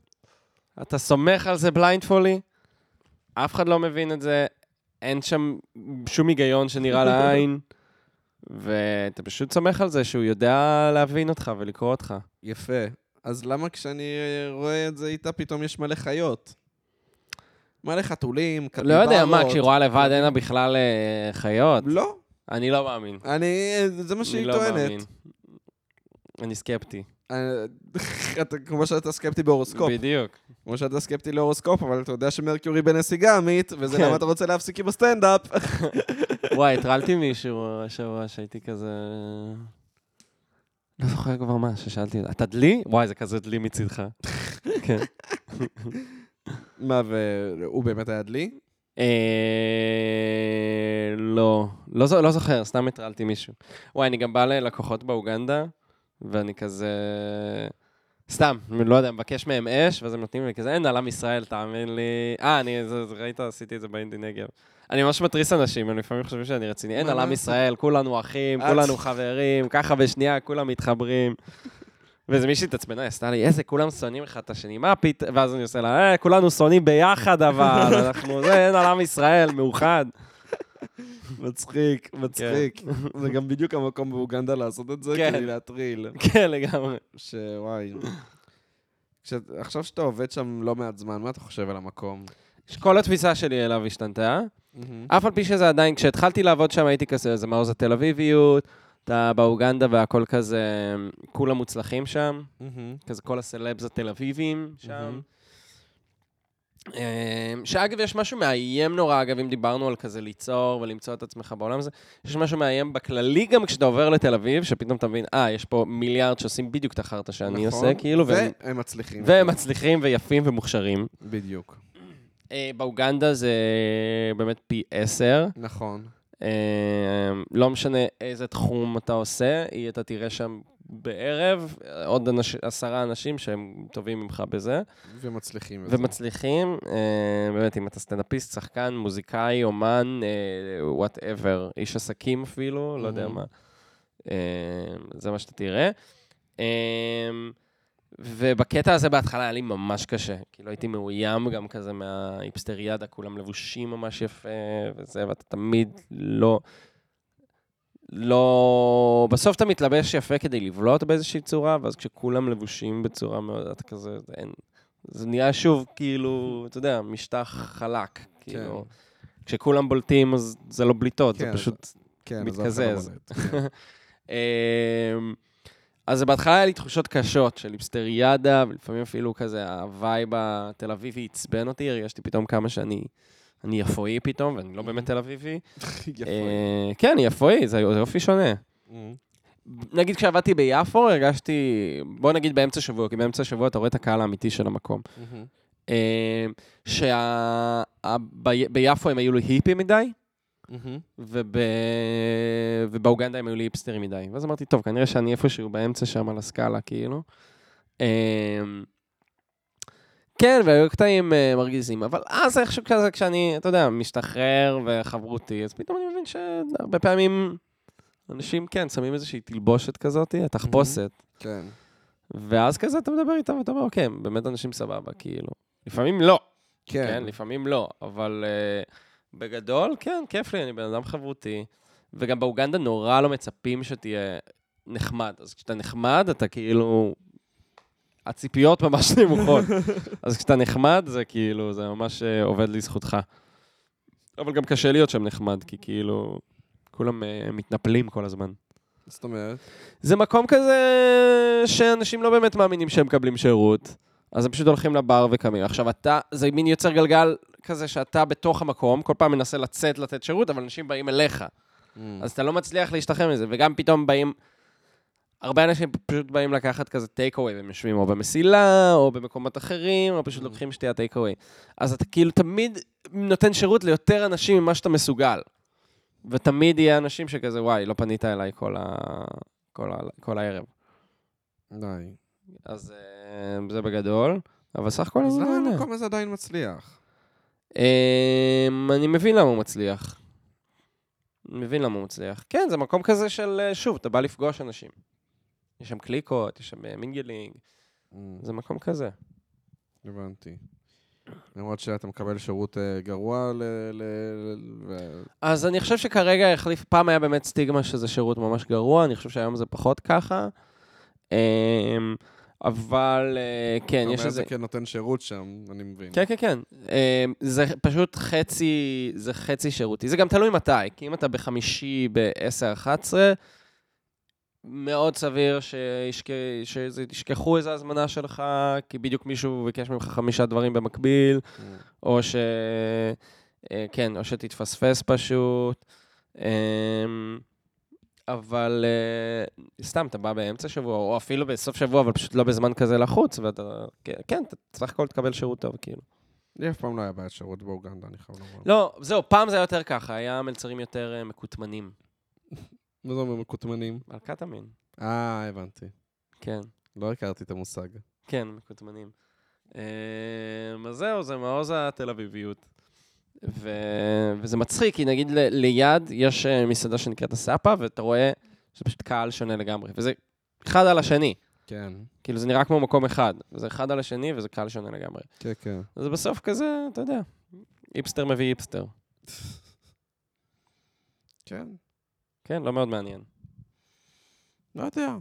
S2: אתה סומך על זה בליינדפולי? אף אחד לא מבין את זה, אין שם שום
S1: <laughs>
S2: היגיון שנראה לעין, ואתה פשוט סומך על זה שהוא יודע להבין אותך ולקרוא אותך.
S1: יפה. אז למה כשאני רואה את זה איתה, פתאום יש מלא חיות? מלא חתולים, קפיברות.
S2: לא יודע מה, כשהיא רואה לבד אין לה בכלל אה, חיות.
S1: לא,
S2: אני לא מאמין.
S1: אני... זה מה
S2: אני
S1: שהיא
S2: לא מאמין.
S1: טוענת.
S2: אני סקפטי.
S1: אה, <laughs> אתה- כמו שאתה סקפטי בהורוסקופ.
S2: בדיוק.
S1: כמו שאתה סקפטי להורוסקופ, אבל אתה יודע שמרקיורי בנסיגה, עמית, וזה
S2: כן.
S1: למה אתה רוצה להפסיק עם
S2: <laughs>
S1: הסטנדאפ.
S2: וואי, הטרלתי מישהו השבוע שהייתי כזה... אה, לא זוכר כבר מה, ששאלתי, אתה דלי? וואי, זה כזה דלי מצידך. כן.
S1: מה, והוא באמת היה דלי?
S2: אה, לא, לא, זו- לא זוכר, סתם הטרלתי מישהו. וואי, אני גם בא ללקוחות באוגנדה, ואני כזה... סתם, אני לא יודע, מבקש מהם אש, ואז הם נותנים לי כזה, אין עלם ישראל, תאמין לי. אה, אני, זה, זה, ראית, עשיתי את זה באינדי נגב. אני ממש מתריס אנשים, הם לפעמים חושבים שאני רציני. אין
S1: מה,
S2: עלם
S1: מה?
S2: ישראל, כולנו אחים,
S1: אה,
S2: כולנו חברים, ככה בשנייה, כולם מתחברים. ואיזה מישהי התעצבנה, היא עשתה לי, איזה, כולם שונאים אחד את השני, מה פתאום? ואז אני עושה לה, אה, כולנו שונאים ביחד,
S1: <laughs>
S2: אבל אנחנו, זה, אין על עם ישראל, מאוחד.
S1: מצחיק, מצחיק. זה גם בדיוק המקום באוגנדה לעשות את זה,
S2: כן.
S1: כדי להטריל.
S2: כן, לגמרי.
S1: שוואי. כשאת- עכשיו שאתה עובד שם לא מעט זמן, מה אתה חושב על המקום? אה,
S2: כל התפיסה שלי אליו השתנתה, אף על פי שזה עדיין, כשהתחלתי לעבוד שם הייתי כזה, זה מעוז התל אביביות, אתה באוגנדה והכל כזה, כולם מוצלחים שם, כזה כל הסלבס התל אביבים שם.
S1: מהמם.
S2: אה, שאגב, יש משהו מאיים נורא, אגב, אם דיברנו על כזה ליצור ולמצוא את עצמך בעולם הזה, יש משהו מאיים בכללי גם כשאתה עובר לתל אביב, שפתאום אתה מבין, אה, יש פה מיליארד שעושים בדיוק את החרטא
S1: נכון.
S2: שאני עושה, כאילו, והם-
S1: והם מצליחים.
S2: והם מצליחים ויפים ומוכשרים.
S1: בדיוק.
S2: אה, באוגנדה זה באמת פי עשר.
S1: נכון.
S2: אה, לא משנה איזה תחום אתה עושה, היא- אתה תראה שם בערב אה, עוד אנש, עשרה אנשים שהם טובים ממך בזה,
S1: ומצליחים. בזה.
S2: ומצליחים, אה, באמת, אם אתה סטנדאפיסט, שחקן, מוזיקאי, אומן, וואטאבר, איש עסקים אפילו, לא יודע
S1: Mhm.
S2: מה. אה, זה מה שאתה תראה. אה, ובקטע הזה בהתחלה היה לי ממש קשה. כאילו הייתי מאוים גם כזה מההיפסטריאדה, כולם לבושים ממש יפה וזה, ואתה תמיד לא... לא... בסוף אתה מתלבש יפה כדי לבלוט באיזושהי צורה, ואז כשכולם לבושים בצורה מאוד, אתה כזה, אין... זה נהיה שוב כאילו, אתה יודע, משטח חלק.
S1: כן.
S2: כאילו, כשכולם בולטים אז זה לא בליטות, זה
S1: כן,
S2: פשוט
S1: כן, אז
S2: מתקזז.
S1: אף אחד לא בולט. כן.
S2: אמ, אז בהתחלה היה לי תחושות קשות של היפסטריאדה, ולפעמים אפילו כזה הווייב התל אביבי עצבן אותי, הרגשתי פתאום כמה שאני... אני יפואי פתאום, ואני לא באמת תל
S1: <laughs>
S2: אביבי.
S1: יפה.
S2: אה, כן, אני יפואי, זה זה יופי שונה.
S1: מ,
S2: נגיד כשעבדתי ביפו, הרגשתי... בוא נגיד באמצע שבוע, כי באמצע שבוע אתה רואה את הקהל האמיתי של המקום. אה,
S1: מ.
S2: שביפו הם היו לי היפים מדי, וב... ובאוגנדה הם היו לי היפסטרים מדי. ואז אמרתי, טוב, כנראה שאני איפשהו באמצע שם על הסקאלה, כאילו. אמ, כן, והיו קטעים אה, מרגיזים, אבל אז איכשהו כזה, כשאני, אתה יודע, משתחרר וחברותי, אז פתאום אני מבין שהרבה פעמים אנשים, כן, שמים איזושהי תלבושת כזאת, התחפושת,
S1: כן.
S2: ואז כזה אתה מדבר איתם ואתה אומר, אוקיי, הם באמת אנשים סבבה, כאילו. לפעמים לא,
S1: כן.
S2: כן, לפעמים לא, אבל uh, בגדול, כן, כיף לי, אני בן אדם חברותי. וגם באוגנדה נורא לא מצפים שתהיה נחמד. אז כשאתה נחמד, אתה כאילו... הציפיות ממש <laughs> נמוכות. אז כשאתה נחמד, זה כאילו, זה ממש אה, עובד לזכותך. אבל גם קשה להיות שם נחמד, כי כאילו, כולם אה, מתנפלים כל הזמן.
S1: זאת אומרת,
S2: זה מקום כזה שאנשים לא באמת מאמינים שהם מקבלים שירות, אז הם פשוט הולכים לבר וקמים. עכשיו, אתה, זה מין יוצר גלגל כזה שאתה בתוך המקום, כל פעם מנסה לצאת לתת שירות, אבל אנשים באים אליך.
S1: מ,
S2: אז אתה לא מצליח להשתחרר מזה, וגם פתאום באים... הרבה אנשים פשוט באים לקחת כזה טייק אווי, והם יושבים או במסילה, או במקומות אחרים, או פשוט
S1: Mm.
S2: לוקחים שתייה טייק אווי. אז אתה כאילו תמיד נותן שירות ליותר אנשים ממה שאתה מסוגל. ותמיד יהיה אנשים שכזה, וואי, לא פנית אליי כל, ה... כל, ה... כל הערב.
S1: די.
S2: אז אה, זה בגדול, אבל סך הכל אה,
S1: אז
S2: אני
S1: למה לא?
S2: נהנה.
S1: המקום הזה עדיין מצליח?
S2: אמ, אני מבין למה הוא מצליח. אני מבין למה הוא מצליח. כן, זה מקום כזה של, אה, שוב, אתה בא לפגוש אנשים. יש שם קליקות, יש שם אה, מינגלינג,
S1: Mm,
S2: זה מקום כזה.
S1: הבנתי. למרות שאתה מקבל שירות אה, גרוע ל... ל- ל- ו-
S2: אז אני חושב שכרגע החליף, פעם היה באמת סטיגמה שזה שירות ממש גרוע, אני חושב שהיום זה פחות ככה. אמ, אבל אה, כן,
S1: אתה
S2: יש
S1: אומר,
S2: איזה...
S1: זה כן נותן שירות שם, אני מבין.
S2: כן, כן, כן. אמ, זה פשוט חצי, זה חצי שירותי. זה גם תלוי מתי, כי אם אתה בחמישי ב-10-11, מאוד סביר שישכ... שישכחו איזו הזמנה שלך, כי בדיוק מישהו ביקש ממך חמישה דברים במקביל.
S1: Mm.
S2: או ש... אה, כן, או שתתפספס פשוט. אמ, אבל אה, סתם, אתה בא באמצע שבוע, או אפילו בסוף שבוע, אבל פשוט לא בזמן כזה לחוץ, ואתה... כן, כן, אתה סך הכל תקבל שירות טוב, כאילו.
S1: לי אף פעם לא היה בעיית שירות באוגנדה, אני חייב לומר.
S2: לא, זהו, פעם זה היה יותר ככה, היה מלצרים יותר אה, מקוטמנים.
S1: מה זה אומר מקוטמנים?
S2: על קטמין,
S1: אה, הבנתי.
S2: כן,
S1: לא הכרתי את המושג.
S2: כן, מקוטמנים. אמ, אז זהו, זה מעוז התל אביביות. ו... וזה מצחיק, כי נגיד ל... ליד יש אה, מסעדה שנקראת הסאפה, ואתה רואה שזה פשוט קהל שונה לגמרי, וזה אחד על השני.
S1: כן.
S2: כאילו, זה נראה כמו מקום אחד, וזה אחד על השני, וזה קהל שונה לגמרי.
S1: כן, כן.
S2: אז בסוף כזה, אתה יודע, איפסטר מביא איפסטר.
S1: כן.
S2: כן, לא מאוד מעניין.
S1: לא יודע.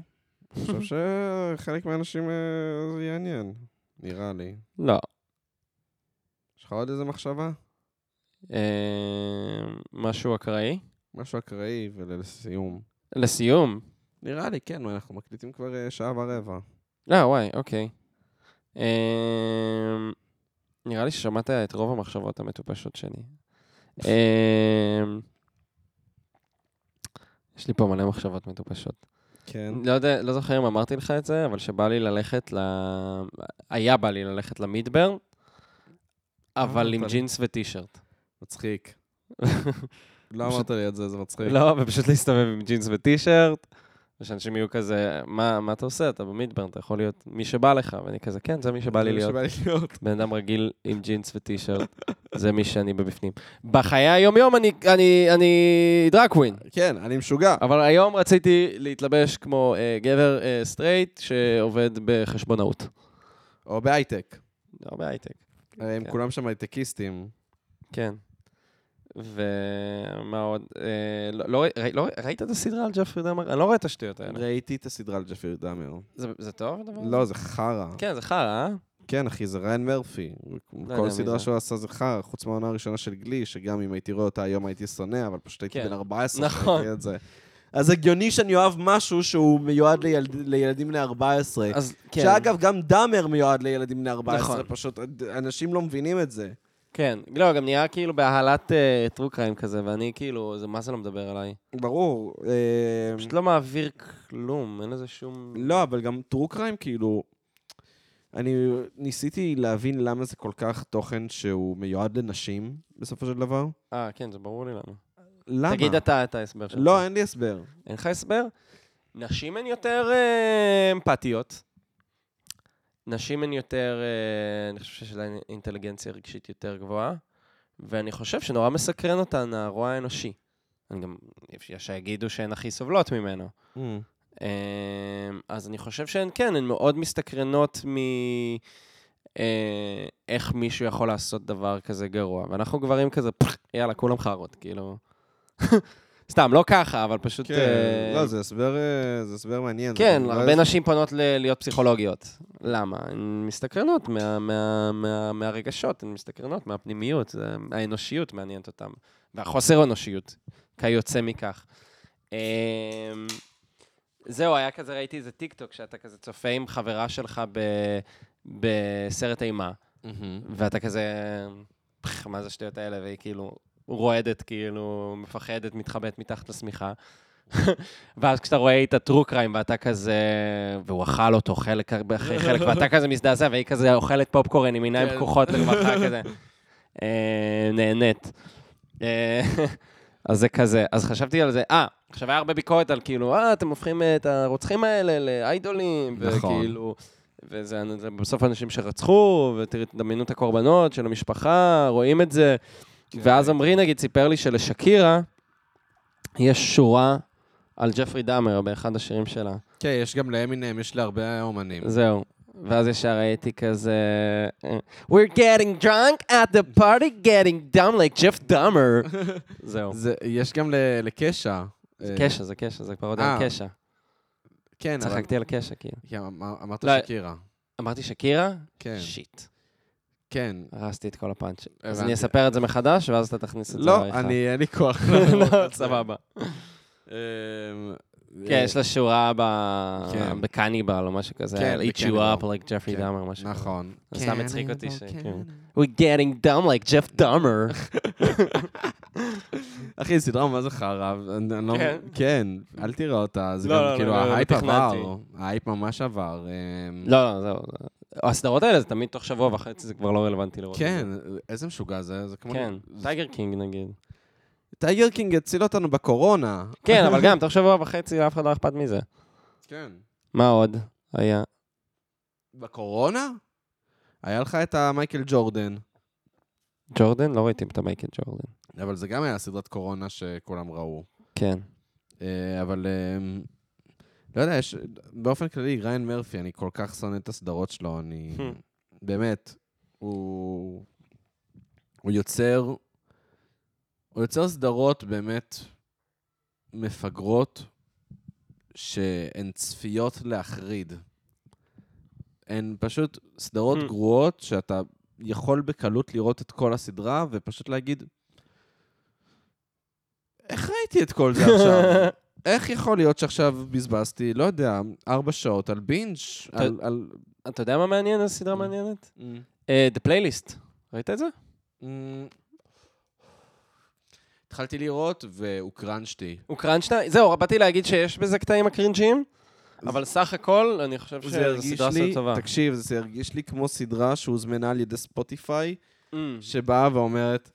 S1: אני <laughs> חושב שחלק מהאנשים אה, זה יעניין, נראה לי.
S2: לא.
S1: יש לך עוד איזה מחשבה?
S2: אמ, משהו אקראי?
S1: משהו אקראי ולסיום.
S2: לסיום,
S1: נראה לי, כן, מה, אנחנו מקליטים כבר אה, שעה ורבע.
S2: אה, וואי, אוקיי. אמ, נראה לי ששמעת את רוב המחשבות המטופשות שלי. אמ, יש לי פה מלא מחשבות מטופשות.
S1: כן.
S2: לא יודע, לא זוכר אם אמרתי לך את זה, אבל שבא לי ללכת ל... היה בא לי ללכת למידברן, אבל
S1: אמרת
S2: עם
S1: לי.
S2: ג'ינס וטישרט.
S1: <laughs> מצחיק. לא
S2: פשוט-
S1: אמרת לי את זה, זה מצחיק.
S2: לא, ופשוט להסתובב עם ג'ינס וטישרט, ושאנשים יהיו כזה, מה מה אתה עושה? אתה במידברן, אתה יכול להיות מי שבא לך. ואני כזה, כן, זה מי שבא
S1: זה
S2: לי
S1: מה
S2: להיות.
S1: שבא לי להיות.
S2: בן אדם רגיל עם ג'ינס וטישרט, זה מי שאני בבפנים. בחיי היום-יום אני, אני, אני דרג קווין,
S1: כן, אני משוגע.
S2: אבל היום רציתי להתלבש כמו אה, גבר אה, סטרייט שעובד בחשבונאות.
S1: או בהייטק.
S2: לא בהייטק.
S1: הרי אה, הם
S2: כן.
S1: כולם שם הייטקיסטים.
S2: כן. ומה עוד? אה, לא, לא, ראי- לא, ראית את הסדרה על ג'פרי דמר? אני לא רואה את השטויות האלה.
S1: ראיתי את הסדרה על ג'פרי דאמר.
S2: זה, זה טוב הדבר הזה?
S1: לא, זה חרא.
S2: כן, זה חרא, אה?
S1: כן, אחי, זה ריין מרפי.
S2: יודע
S1: כל
S2: מי
S1: סדרה
S2: זה.
S1: שהוא עשה זה חרא, חוץ מהעונה הראשונה של גלי, שגם אם הייתי רואה אותה היום הייתי שונא, אבל פשוט הייתי
S2: כן.
S1: בן 14.
S2: נכון.
S1: שראיתי את זה. אז הגיוני שאני אוהב משהו שהוא מיועד לילד- לילדים בני 14.
S2: אז כן.
S1: אה, שאגב, גם דאמר מיועד לילדים בני 14,
S2: נכון.
S1: פשוט אנשים לא מבינים את זה.
S2: כן. לא, גם נהיה כאילו בהעלת טרו קריים כזה, ואני כאילו, זה מה זה לא מדבר עליי.
S1: ברור. אה,
S2: פשוט לא מעביר כלום, אין לזה שום...
S1: לא, אבל גם טרו קריים, כאילו... אני ניסיתי להבין למה זה כל כך תוכן שהוא מיועד לנשים, בסופו של דבר.
S2: אה, כן, זה ברור לי למה.
S1: למה?
S2: תגיד אתה את ההסבר שלך.
S1: לא, אין לי הסבר.
S2: אין לך הסבר? נשים הן יותר אה, אמפתיות. נשים הן יותר, אה, אני חושב שיש להן אינטליגנציה רגשית יותר גבוהה, ואני חושב שנורא מסקרן אותן הרוע האנושי. אני גם, יש שיגידו שהן הכי סובלות ממנו.
S1: אה,
S2: אמ, אז אני חושב שהן כן, הן מאוד מסתקרנות מ... אה, איך מישהו יכול לעשות דבר כזה גרוע. ואנחנו גברים כזה, פח, יאללה, כולם חארות, כאילו... <laughs> סתם, לא ככה, אבל פשוט...
S1: כן,
S2: אה,
S1: לא, זה הסבר, אה, זה הסבר מעניין. זה
S2: כן,
S1: גם לא
S2: הרבה
S1: איזה-
S2: נשים פונות ל- להיות פסיכולוגיות. למה? הן מסתקרנות מה, מה, מה, מהרגשות, הן מסתקרנות מהפנימיות, זה- האנושיות מעניינת אותן, והחוסר אנושיות, כיוצא מכך. אמ, זהו, היה כזה, ראיתי איזה טיקטוק, שאתה כזה צופה עם חברה שלך ב, בסרט אימה, ואתה כזה, "פח, מה זה השטויות האלה? והיא כאילו רועדת, כאילו מפחדת, מתחבאת מתחת לשמיכה. <laughs> ואז כשאתה רואה את הטרו קריים ואתה כזה, והוא אכל אותו חלק אחרי חלק, ואתה כזה מזדעזע, והיא כזה אוכלת פופקורן עם עיניים
S1: כן.
S2: פקוחות לרווחה כזה. אה, נהנית. אה, <laughs> אז זה כזה, אז חשבתי על זה, אה, עכשיו היה הרבה ביקורת על כאילו, אה, אתם הופכים את הרוצחים האלה לאיידולים,
S1: נכון.
S2: וכאילו, וזה זה בסוף אנשים שרצחו, ותדמיינו את הקורבנות של המשפחה, רואים את זה. ואז עמרי נגיד סיפר לי שלשקירה יש שורה על ג'פרי דאמר באחד השירים שלה.
S1: כן, יש גם לאמינם, יש להרבה אומנים.
S2: זהו. ואז ישר הייתי כזה... אה, We're getting drunk at the party, getting dumb like Jeff
S1: <laughs>
S2: Dahmer. זהו.
S1: זה, יש גם ל- לקשע.
S2: זה
S1: אה,
S2: קשע, זה קשע, זה פרודיה
S1: אה,
S2: על קשע.
S1: כן, אבל...
S2: צחקתי על קשע, כאילו.
S1: כן, אמר- אמרת
S2: לא,
S1: שקירה.
S2: אמרתי שקירה?
S1: כן,
S2: שיט.
S1: כן.
S2: הרסתי את כל הפאנץ'. אז
S1: הבנתי.
S2: אני אספר את זה מחדש, ואז אתה תכניס את זה
S1: לא,
S2: לעריכה.
S1: אני, אין לי כוח.
S2: <laughs> לא, סבבה.
S1: אמ,
S2: כן, יש לה שורה ב...
S1: כן.
S2: בקניבל או משהו כזה.
S1: כן,
S2: I'll eat you
S1: בקניבל.
S2: up like Jeffrey
S1: כן,
S2: Dahmer, משהו כזה.
S1: נכון.
S2: זה סתם הצחיק אותי ש-
S1: כן.
S2: כן. We're getting dumb like Jeff Dahmer.
S1: <laughs> אחי, סדרה מה זה חרא? אני- אני לא-
S2: כן.
S1: כן, אל תראה אותה. זה
S2: לא,
S1: גם
S2: לא,
S1: כאילו,
S2: לא, לא, לא
S1: ההייפ
S2: תכננתי.
S1: עבר. ההייפ ממש עבר. אמ,
S2: לא, לא, זהו. זה- הסדרות האלה זה תמיד תוך שבוע וחצי, זה כבר לא רלוונטי לראות. את זה.
S1: כן, איזה משוגע זה, זה כמו...
S2: כן,
S1: זה-
S2: טייגר קינג נגיד.
S1: טייגר קינג הציל אותנו בקורונה.
S2: כן, אבל <laughs> גם, תוך שבוע וחצי לאף אחד לא אכפת מזה.
S1: <laughs> כן.
S2: מה עוד היה?
S1: בקורונה? היה לך את המייקל ג'ורדן.
S2: ג'ורדן? לא ראיתי את המייקל ג'ורדן.
S1: אבל זה גם היה סדרת קורונה שכולם ראו.
S2: כן.
S1: אה, אבל אמ, לא יודע, יש... באופן כללי, ריין מרפי, אני כל כך שונא את הסדרות שלו, אני...
S2: Hmm.
S1: באמת, הוא... הוא יוצר... הוא יוצר סדרות באמת מפגרות, שהן צפיות להחריד. הן פשוט סדרות
S2: Hmm.
S1: גרועות, שאתה יכול בקלות לראות את כל הסדרה, ופשוט להגיד, איך ראיתי את כל זה עכשיו? איך יכול להיות שעכשיו בזבזתי, לא יודע, ארבע שעות על בינג', על... על...
S2: אתה יודע מה מעניין? איזו סדרה מעניינת?
S1: Mm.
S2: אה, The Playlist. ראית את זה?
S1: אמ, התחלתי לראות והוקרנשתי.
S2: הוא קרנשטיין? זהו, באתי להגיד שיש בזה קטעים הקרינג'ים, אבל סך הכל, אני חושב שזו סדרה סרט טובה.
S1: תקשיב, זה הרגיש לי כמו סדרה שהוזמנה על ידי ספוטיפיי,
S2: Mm.
S1: שבאה ואומרת,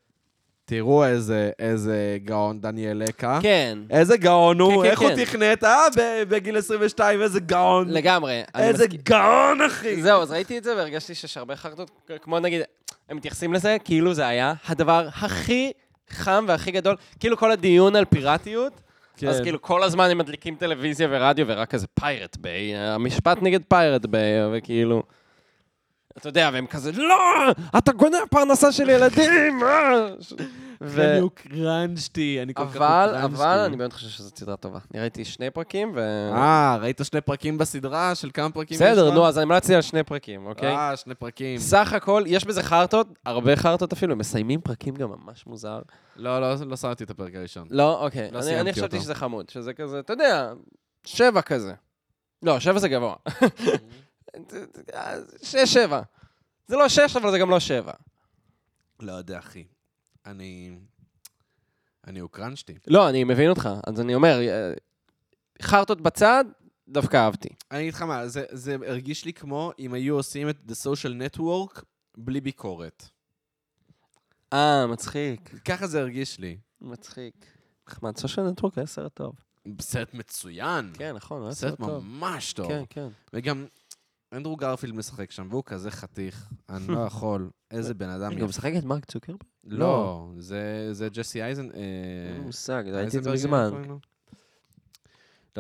S1: תראו איזה, איזה גאון דניאל לקה.
S2: כן,
S1: איזה גאון הוא,
S2: כן,
S1: איך הוא
S2: כן.
S1: תכנת, אה, ב- בגיל 22, איזה
S2: אה?
S1: גאון.
S2: לגמרי. אני
S1: איזה
S2: מסכים.
S1: גאון, אחי.
S2: זהו, אז ראיתי את זה והרגשתי שיש הרבה חרטות, כמו נגיד, הם מתייחסים לזה כאילו זה היה הדבר הכי חם והכי גדול, כאילו כל הדיון על פיראטיות, כן. אז כאילו כל הזמן הם מדליקים טלוויזיה ורדיו ורק כזה פיירט ביי, המשפט נגד פיירט ביי, וכאילו... אתה יודע, והם כזה, לא! אתה גונב פרנסה של ילדים! אה!" ו-
S1: אני הוקרנשתי, כן, אני כל כך כאילו.
S2: אבל,
S1: הוקרנשתי.
S2: אבל, אני באמת חושב שזו סדרה טובה. אני ראיתי שני פרקים, ו...
S1: אה, ראית שני פרקים בסדרה? של כמה פרקים יש
S2: בסדר,
S1: בה?
S2: נו, אז אני המלצתי על שני פרקים, אוקיי?
S1: אה, שני פרקים.
S2: סך הכל, יש בזה חרטות, הרבה חרטות אפילו, הם מסיימים פרקים גם ממש מוזר.
S1: לא, לא, לא שמתי את הפרק הראשון.
S2: לא, אוקיי.
S1: לא
S2: אני,
S1: סיימתי
S2: אני חשבתי
S1: אותו.
S2: שזה חמוד, שזה כזה, אתה יודע, שבע כזה. לא, שבע זה <laughs> גבוה. שש, שבע. זה לא שש, אבל זה גם לא שבע.
S1: לא יודע, אחי. אני... אני הוקרנשתי.
S2: לא, אני מבין אותך. אז אני אומר, אה, חרטות בצד, דווקא אהבתי.
S1: אני אגיד לך מה, זה, זה הרגיש לי כמו אם היו עושים את The Social Network בלי ביקורת.
S2: אה, מצחיק.
S1: ככה זה הרגיש לי.
S2: מצחיק. נחמד, סושיאל נטרוק היה סרט טוב.
S1: סרט מצוין.
S2: כן, נכון, היה סרט
S1: סרט
S2: טוב.
S1: ממש טוב.
S2: כן, כן.
S1: וגם אנדרו גרפילד משחק שם, והוא כזה חתיך. אני
S2: <laughs>
S1: לא יכול. איזה בן אדם
S2: רגע, הוא
S1: יפה.
S2: משחק את מרק צוקרברג?
S1: לא, זה זה ג'סי אייזן... אה,
S2: אין לי מושג, לא ראיתי את זה
S1: אייזנברג,
S2: מזמן.
S1: איך קוראים לו?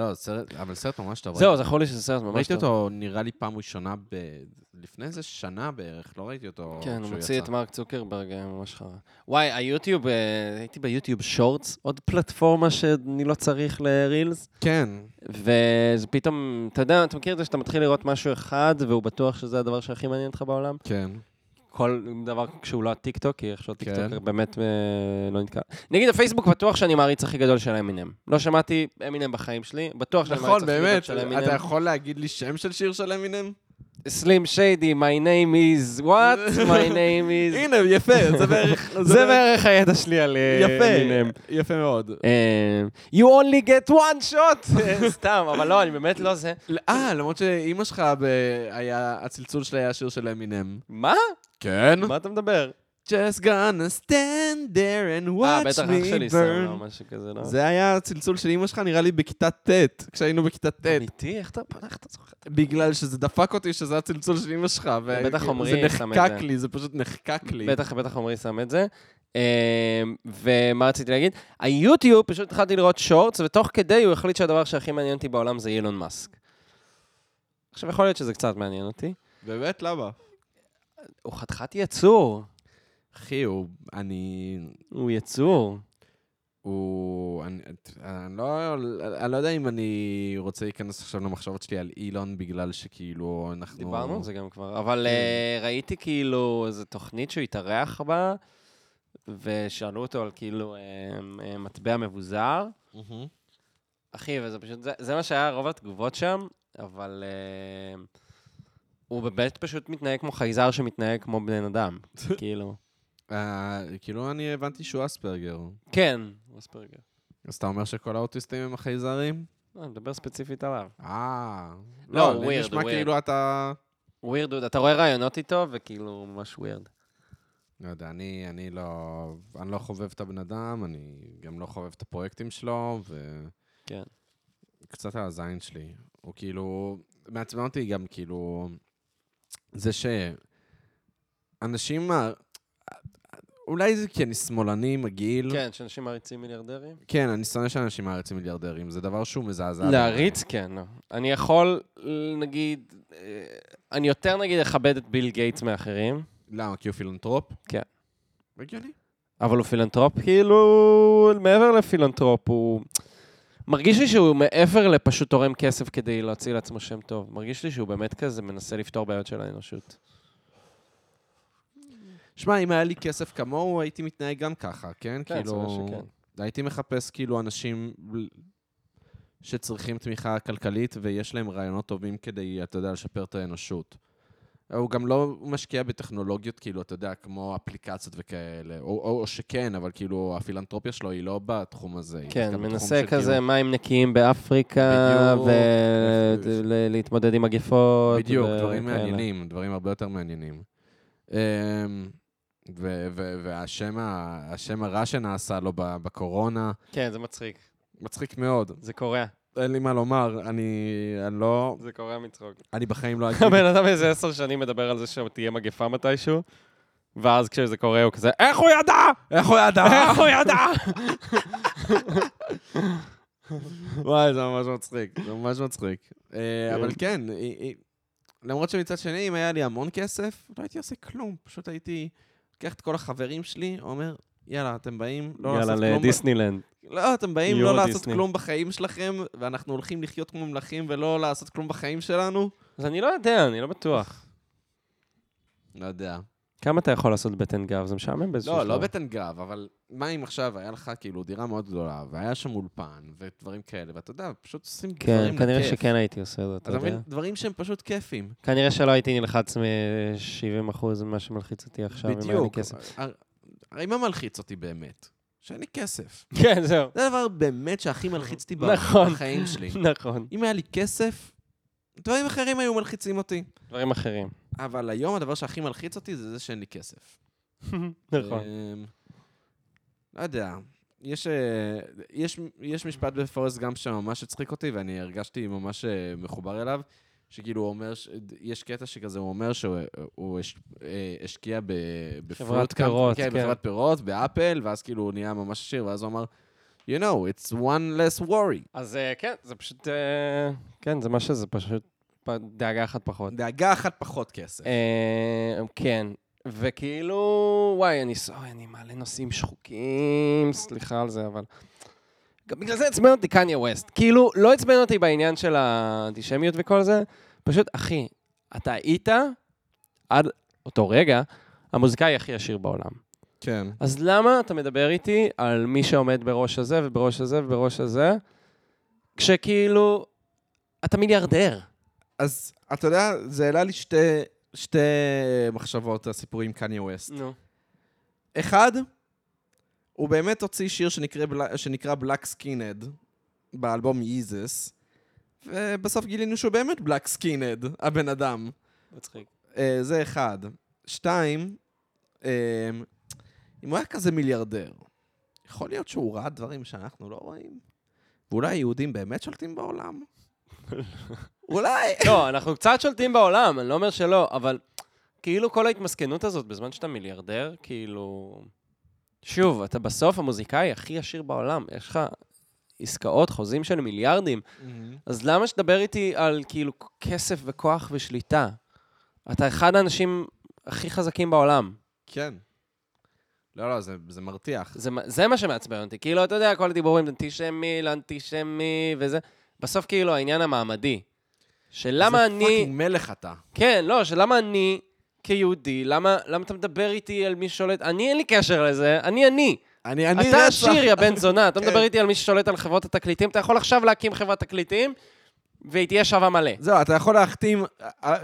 S1: לא, סרט, אבל סרט ממש טוב.
S2: זהו, זכור לי שזה סרט ממש טוב.
S1: ראיתי אותו, נראה לי, פעם ראשונה ב... לפני איזה שנה בערך, לא ראיתי אותו
S2: כן, הוא
S1: כשהוא
S2: מוציא
S1: יצא.
S2: את מרק צוקרברג, היה ממש חרא. וואי, היוטיוב, אה, הייתי ביוטיוב שורטס, עוד פלטפורמה שאני לא צריך לרילס,
S1: כן,
S2: ופתאום, אתה יודע, אתה מכיר את זה שאתה מתחיל לראות משהו אחד, והוא בטוח שזה הדבר שהכי מעניין אותך בעולם?
S1: כן.
S2: כל דבר כשהוא לא הטיקטוק, כי איכשהו
S1: כן.
S2: הטיקטוק באמת אה, לא נתקע. נגיד, הפייסבוק בטוח שאני מעריץ הכי גדול של אמינם. לא שמעתי אמינם בחיים שלי, בטוח שאני
S1: נכון,
S2: מעריץ הכי גדול
S1: באמת,
S2: של אמינם.
S1: אתה יכול להגיד לי שם של שיר של <laughs> אמינם?
S2: סלים שיידי, my name is
S1: <laughs>
S2: what? my name is...
S1: הנה, יפה, זה <laughs> בערך...
S2: זה בערך הידע שלי על אה, אמינם.
S1: יפה, יפה מאוד.
S2: אה, You only get one shot! <laughs> אה, סתם, אבל לא, אני באמת לא זה.
S1: אה, למרות שאימא שלך, ב- היה- הצלצול שלה היה שיר של אמינם.
S2: מה?
S1: כן.
S2: מה אתה מדבר?
S1: Just gonna stand there and
S2: אה,
S1: watch
S2: בטח אח שלי
S1: me
S2: שם לו
S1: burn.
S2: משהו כזה, לא?
S1: זה היה הצלצול של אימא שלך, נראה לי, בכיתה ט', כשהיינו בכיתה ט'.
S2: אמיתי? איך אתה פתח את זוכר?
S1: בגלל שזה דפק אותי שזה הצלצול של אמא שלך. ו-
S2: בטח
S1: כאילו,
S2: עמרי
S1: זה
S2: שם את
S1: נחקק
S2: זה.
S1: לי, זה פשוט נחקק לי.
S2: בטח, בטח עמרי שם את זה. אה, ומה רציתי להגיד? היוטיוב, פשוט התחלתי לראות שורטס, ותוך כדי הוא החליט שהדבר שהכי מעניין אותי בעולם זה אילון מאסק. עכשיו, יכול להיות שזה קצת מעניין אותי.
S1: באמת, למה?
S2: הוא חתיכת יצור.
S1: אחי, הוא... אני...
S2: הוא יצור.
S1: הוא... אני, אני, לא, אני לא יודע אם אני רוצה להיכנס עכשיו למחשבות שלי על אילון, בגלל שכאילו אנחנו...
S2: דיברנו על זה גם כבר. אבל אה, ראיתי כאילו איזו תוכנית שהוא התארח בה, ושאלו אותו על כאילו אה, אה, מטבע מבוזר.
S1: מהמם.
S2: אחי, וזה פשוט, זה, זה מה שהיה רוב התגובות שם, אבל אה, הוא באמת פשוט מתנהג כמו חייזר שמתנהג כמו בן אדם, כאילו.
S1: אה, כאילו, אני הבנתי שהוא אספרגר.
S2: כן, הוא אספרגר.
S1: אז אתה אומר שכל האוטיסטים הם החייזרים?
S2: לא, אני מדבר ספציפית עליו.
S1: אה...
S2: לא,
S1: לי
S2: weird,
S1: נשמע
S2: weird.
S1: כאילו אתה...
S2: ווירד, אתה רואה רעיונות איתו, וכאילו, הוא ממש ווירד.
S1: לא יודע, אני, אני לא... אני לא חובב את הבן אדם, אני גם לא חובב את הפרויקטים שלו, ו...
S2: כן.
S1: קצת על הזין שלי. הוא כאילו... מעצבן אותי גם, כאילו... זה ש... אנשים... מה- אולי זה כי אני שמאלני, מגעיל.
S2: כן, שאנשים מעריצים מיליארדרים.
S1: כן, אני שונא שאנשים מעריצים מיליארדרים, זה דבר שהוא מזעזע.
S2: להריץ, כן. לא. אני יכול, נגיד, אה, אני יותר נגיד אכבד את ביל גייטס מאחרים,
S1: למה? כי הוא פילנטרופ?
S2: כן.
S1: הגיוני.
S2: אבל הוא פילנטרופ, כאילו, מעבר לפילנטרופ, הוא... מרגיש לי שהוא מעבר לפשוט תורם כסף כדי להוציא לעצמו שם טוב. מרגיש לי שהוא באמת כזה מנסה לפתור בעיות של האנושות.
S1: שמע, אם היה לי כסף כמוהו, הייתי מתנהג גם ככה, כן?
S2: כן,
S1: כאילו...
S2: סביר שכן.
S1: הייתי מחפש כאילו אנשים ל- שצריכים תמיכה כלכלית ויש להם רעיונות טובים כדי, אתה יודע, לשפר את האנושות. הוא גם לא משקיע בטכנולוגיות, כאילו, אתה יודע, כמו אפליקציות וכאלה, או, או, או שכן, אבל כאילו, הפילנטרופיה שלו היא לא בתחום הזה. היא
S2: כן,
S1: דווקא בתחום
S2: מנסה
S1: של,
S2: כזה
S1: כאילו,
S2: מים נקיים באפריקה,
S1: בדיוק.
S2: ולהתמודד עם מגפות.
S1: בדיוק,
S2: ו-
S1: דברים
S2: וכאלה.
S1: מעניינים, דברים הרבה יותר מעניינים. אמ, ו- ו- והשם ה- השם הרע שנעשה לו ב- בקורונה,
S2: כן, זה מצחיק.
S1: מצחיק מאוד.
S2: זה קורע.
S1: אין לי מה לומר, אני אני לא...
S2: זה קורע מצחוק.
S1: אני בחיים לא אגיד...
S2: הבן אדם איזה עשר שנים מדבר על זה שתהיה מגפה מתישהו, ואז כשזה קורה הוא כזה, איך הוא ידע?
S1: איך הוא
S2: <laughs>
S1: ידע?
S2: איך הוא ידע?
S1: וואי, זה ממש מצחיק, זה ממש מצחיק. אה, אבל כן, היא- היא- למרות שמצד שני, אם היה לי המון כסף, לא הייתי עושה כלום, פשוט הייתי לוקח את כל החברים שלי, אומר, יאללה, אתם באים <laughs> לא לעשות
S2: יאללה,
S1: כלום... ב-
S2: לדיסנילנד.
S1: לא, אתם באים
S2: יורו
S1: לא לעשות
S2: דיסני.
S1: כלום בחיים שלכם, ואנחנו הולכים לחיות כמו מלכים ולא לעשות כלום בחיים שלנו?
S2: אז אני לא יודע, אני לא בטוח.
S1: לא יודע.
S2: כמה אתה יכול לעשות בטן גב? זה משעמם באיזשהו
S1: לא, לא בטן גב, אבל מה אם עכשיו היה לך כאילו דירה מאוד גדולה, והיה שם אולפן, ודברים כאלה, ואתה יודע, פשוט עושים דברים
S2: כן, כנראה
S1: לכיף.
S2: שכן הייתי עושה את זה, אתה
S1: אתה מבין?
S2: יודע.
S1: דברים שהם פשוט כיפים.
S2: כנראה שלא הייתי נלחץ מ-70% ממה שמלחיץ אותי עכשיו, אם היה לי
S1: בדיוק.
S2: כסף.
S1: הר- הרי מה מלחיץ אותי באמת? שאין לי כסף.
S2: <laughs> כן, זהו.
S1: זה הדבר באמת שהכי מלחיץ אותי
S2: <laughs> נכון.
S1: בחיים שלי.
S2: <laughs> נכון.
S1: אם היה לי כסף, דברים אחרים היו מלחיצים אותי.
S2: דברים אחרים.
S1: אבל היום הדבר שהכי מלחיץ אותי זה זה שאין לי כסף.
S2: נכון.
S1: אמ, לא יודע. יש, אה, יש, יש משפט בפורסט גאמפ שממש הצחיק אותי, ואני הרגשתי ממש אה, מחובר אליו, שכאילו הוא אומר, ש... יש קטע שכזה, הוא אומר שהוא אה, הוא הש... אה, השקיע ב... בפרוט
S2: חברת
S1: קאמפ-
S2: פירות, כן.
S1: בחברת פירות, באפל, ואז כאילו הוא נהיה ממש עשיר, ואז הוא אמר, you know, it's one less worry.
S2: אז אה, כן, זה פשוט... אה, כן, זה מה שזה, פשוט פ- דאגה אחת פחות.
S1: דאגה אחת פחות כסף.
S2: אה, כן, וכאילו, וואי, אני, ס- אוי, אני מעלה נושאים שחוקים, סליחה על זה, אבל... גם בגלל זה עצבן אותי קניה ווסט. כאילו, לא עצבן אותי בעניין של האנטישמיות וכל זה, פשוט, אחי, אתה היית, עד אותו רגע, המוזיקאי הכי עשיר בעולם.
S1: כן.
S2: אז למה אתה מדבר איתי על מי שעומד בראש הזה ובראש הזה ובראש הזה, כשכאילו, אתה מיליארדר.
S1: אז אתה יודע, זה העלה לי שתי, שתי מחשבות, הסיפור עם קניה ווסט.
S2: נו.
S1: אחד, הוא באמת הוציא שיר שנקרא, בל- שנקרא Black Skinhead באלבום ייזס, ובסוף גילינו שהוא באמת Black Skinhead, הבן אדם.
S2: מצחיק.
S1: אה, זה אחד. שתיים, אה, אם הוא היה כזה מיליארדר, יכול להיות שהוא ראה דברים שאנחנו לא רואים? ואולי היהודים באמת שולטים בעולם? אולי.
S2: לא, אנחנו קצת שולטים בעולם, אני לא אומר שלא, אבל כאילו כל ההתמסכנות הזאת בזמן שאתה מיליארדר, כאילו... שוב, אתה בסוף המוזיקאי הכי עשיר בעולם, יש לך עסקאות, חוזים של מיליארדים, אז למה שתדבר איתי על כאילו כסף וכוח ושליטה? אתה אחד האנשים הכי חזקים בעולם.
S1: כן. לא, לא, זה, זה מרתיח.
S2: זה, מה- זה מה שמעצבן אותי. כאילו, אתה יודע, כל הדיבורים, אנטישמי, לא אנטישמי, וזה. בסוף, כאילו, העניין המעמדי. שלמה
S1: זה
S2: אני...
S1: פאקינג מלך אתה.
S2: כן, לא, שלמה אני כיהודי, למה, למה אתה מדבר איתי על מי ששולט? אני, אין לי קשר לזה, אני אני.
S1: אני, אני
S2: אתה
S1: רצח.
S2: עשיר, יא בן זונה, <laughs> אתה
S1: כן.
S2: מדבר איתי על מי ששולט על חברות התקליטים, אתה יכול עכשיו להקים חברת תקליטים, והיא תהיה שווה מלא.
S1: זהו, אתה יכול להחתים אה, אה,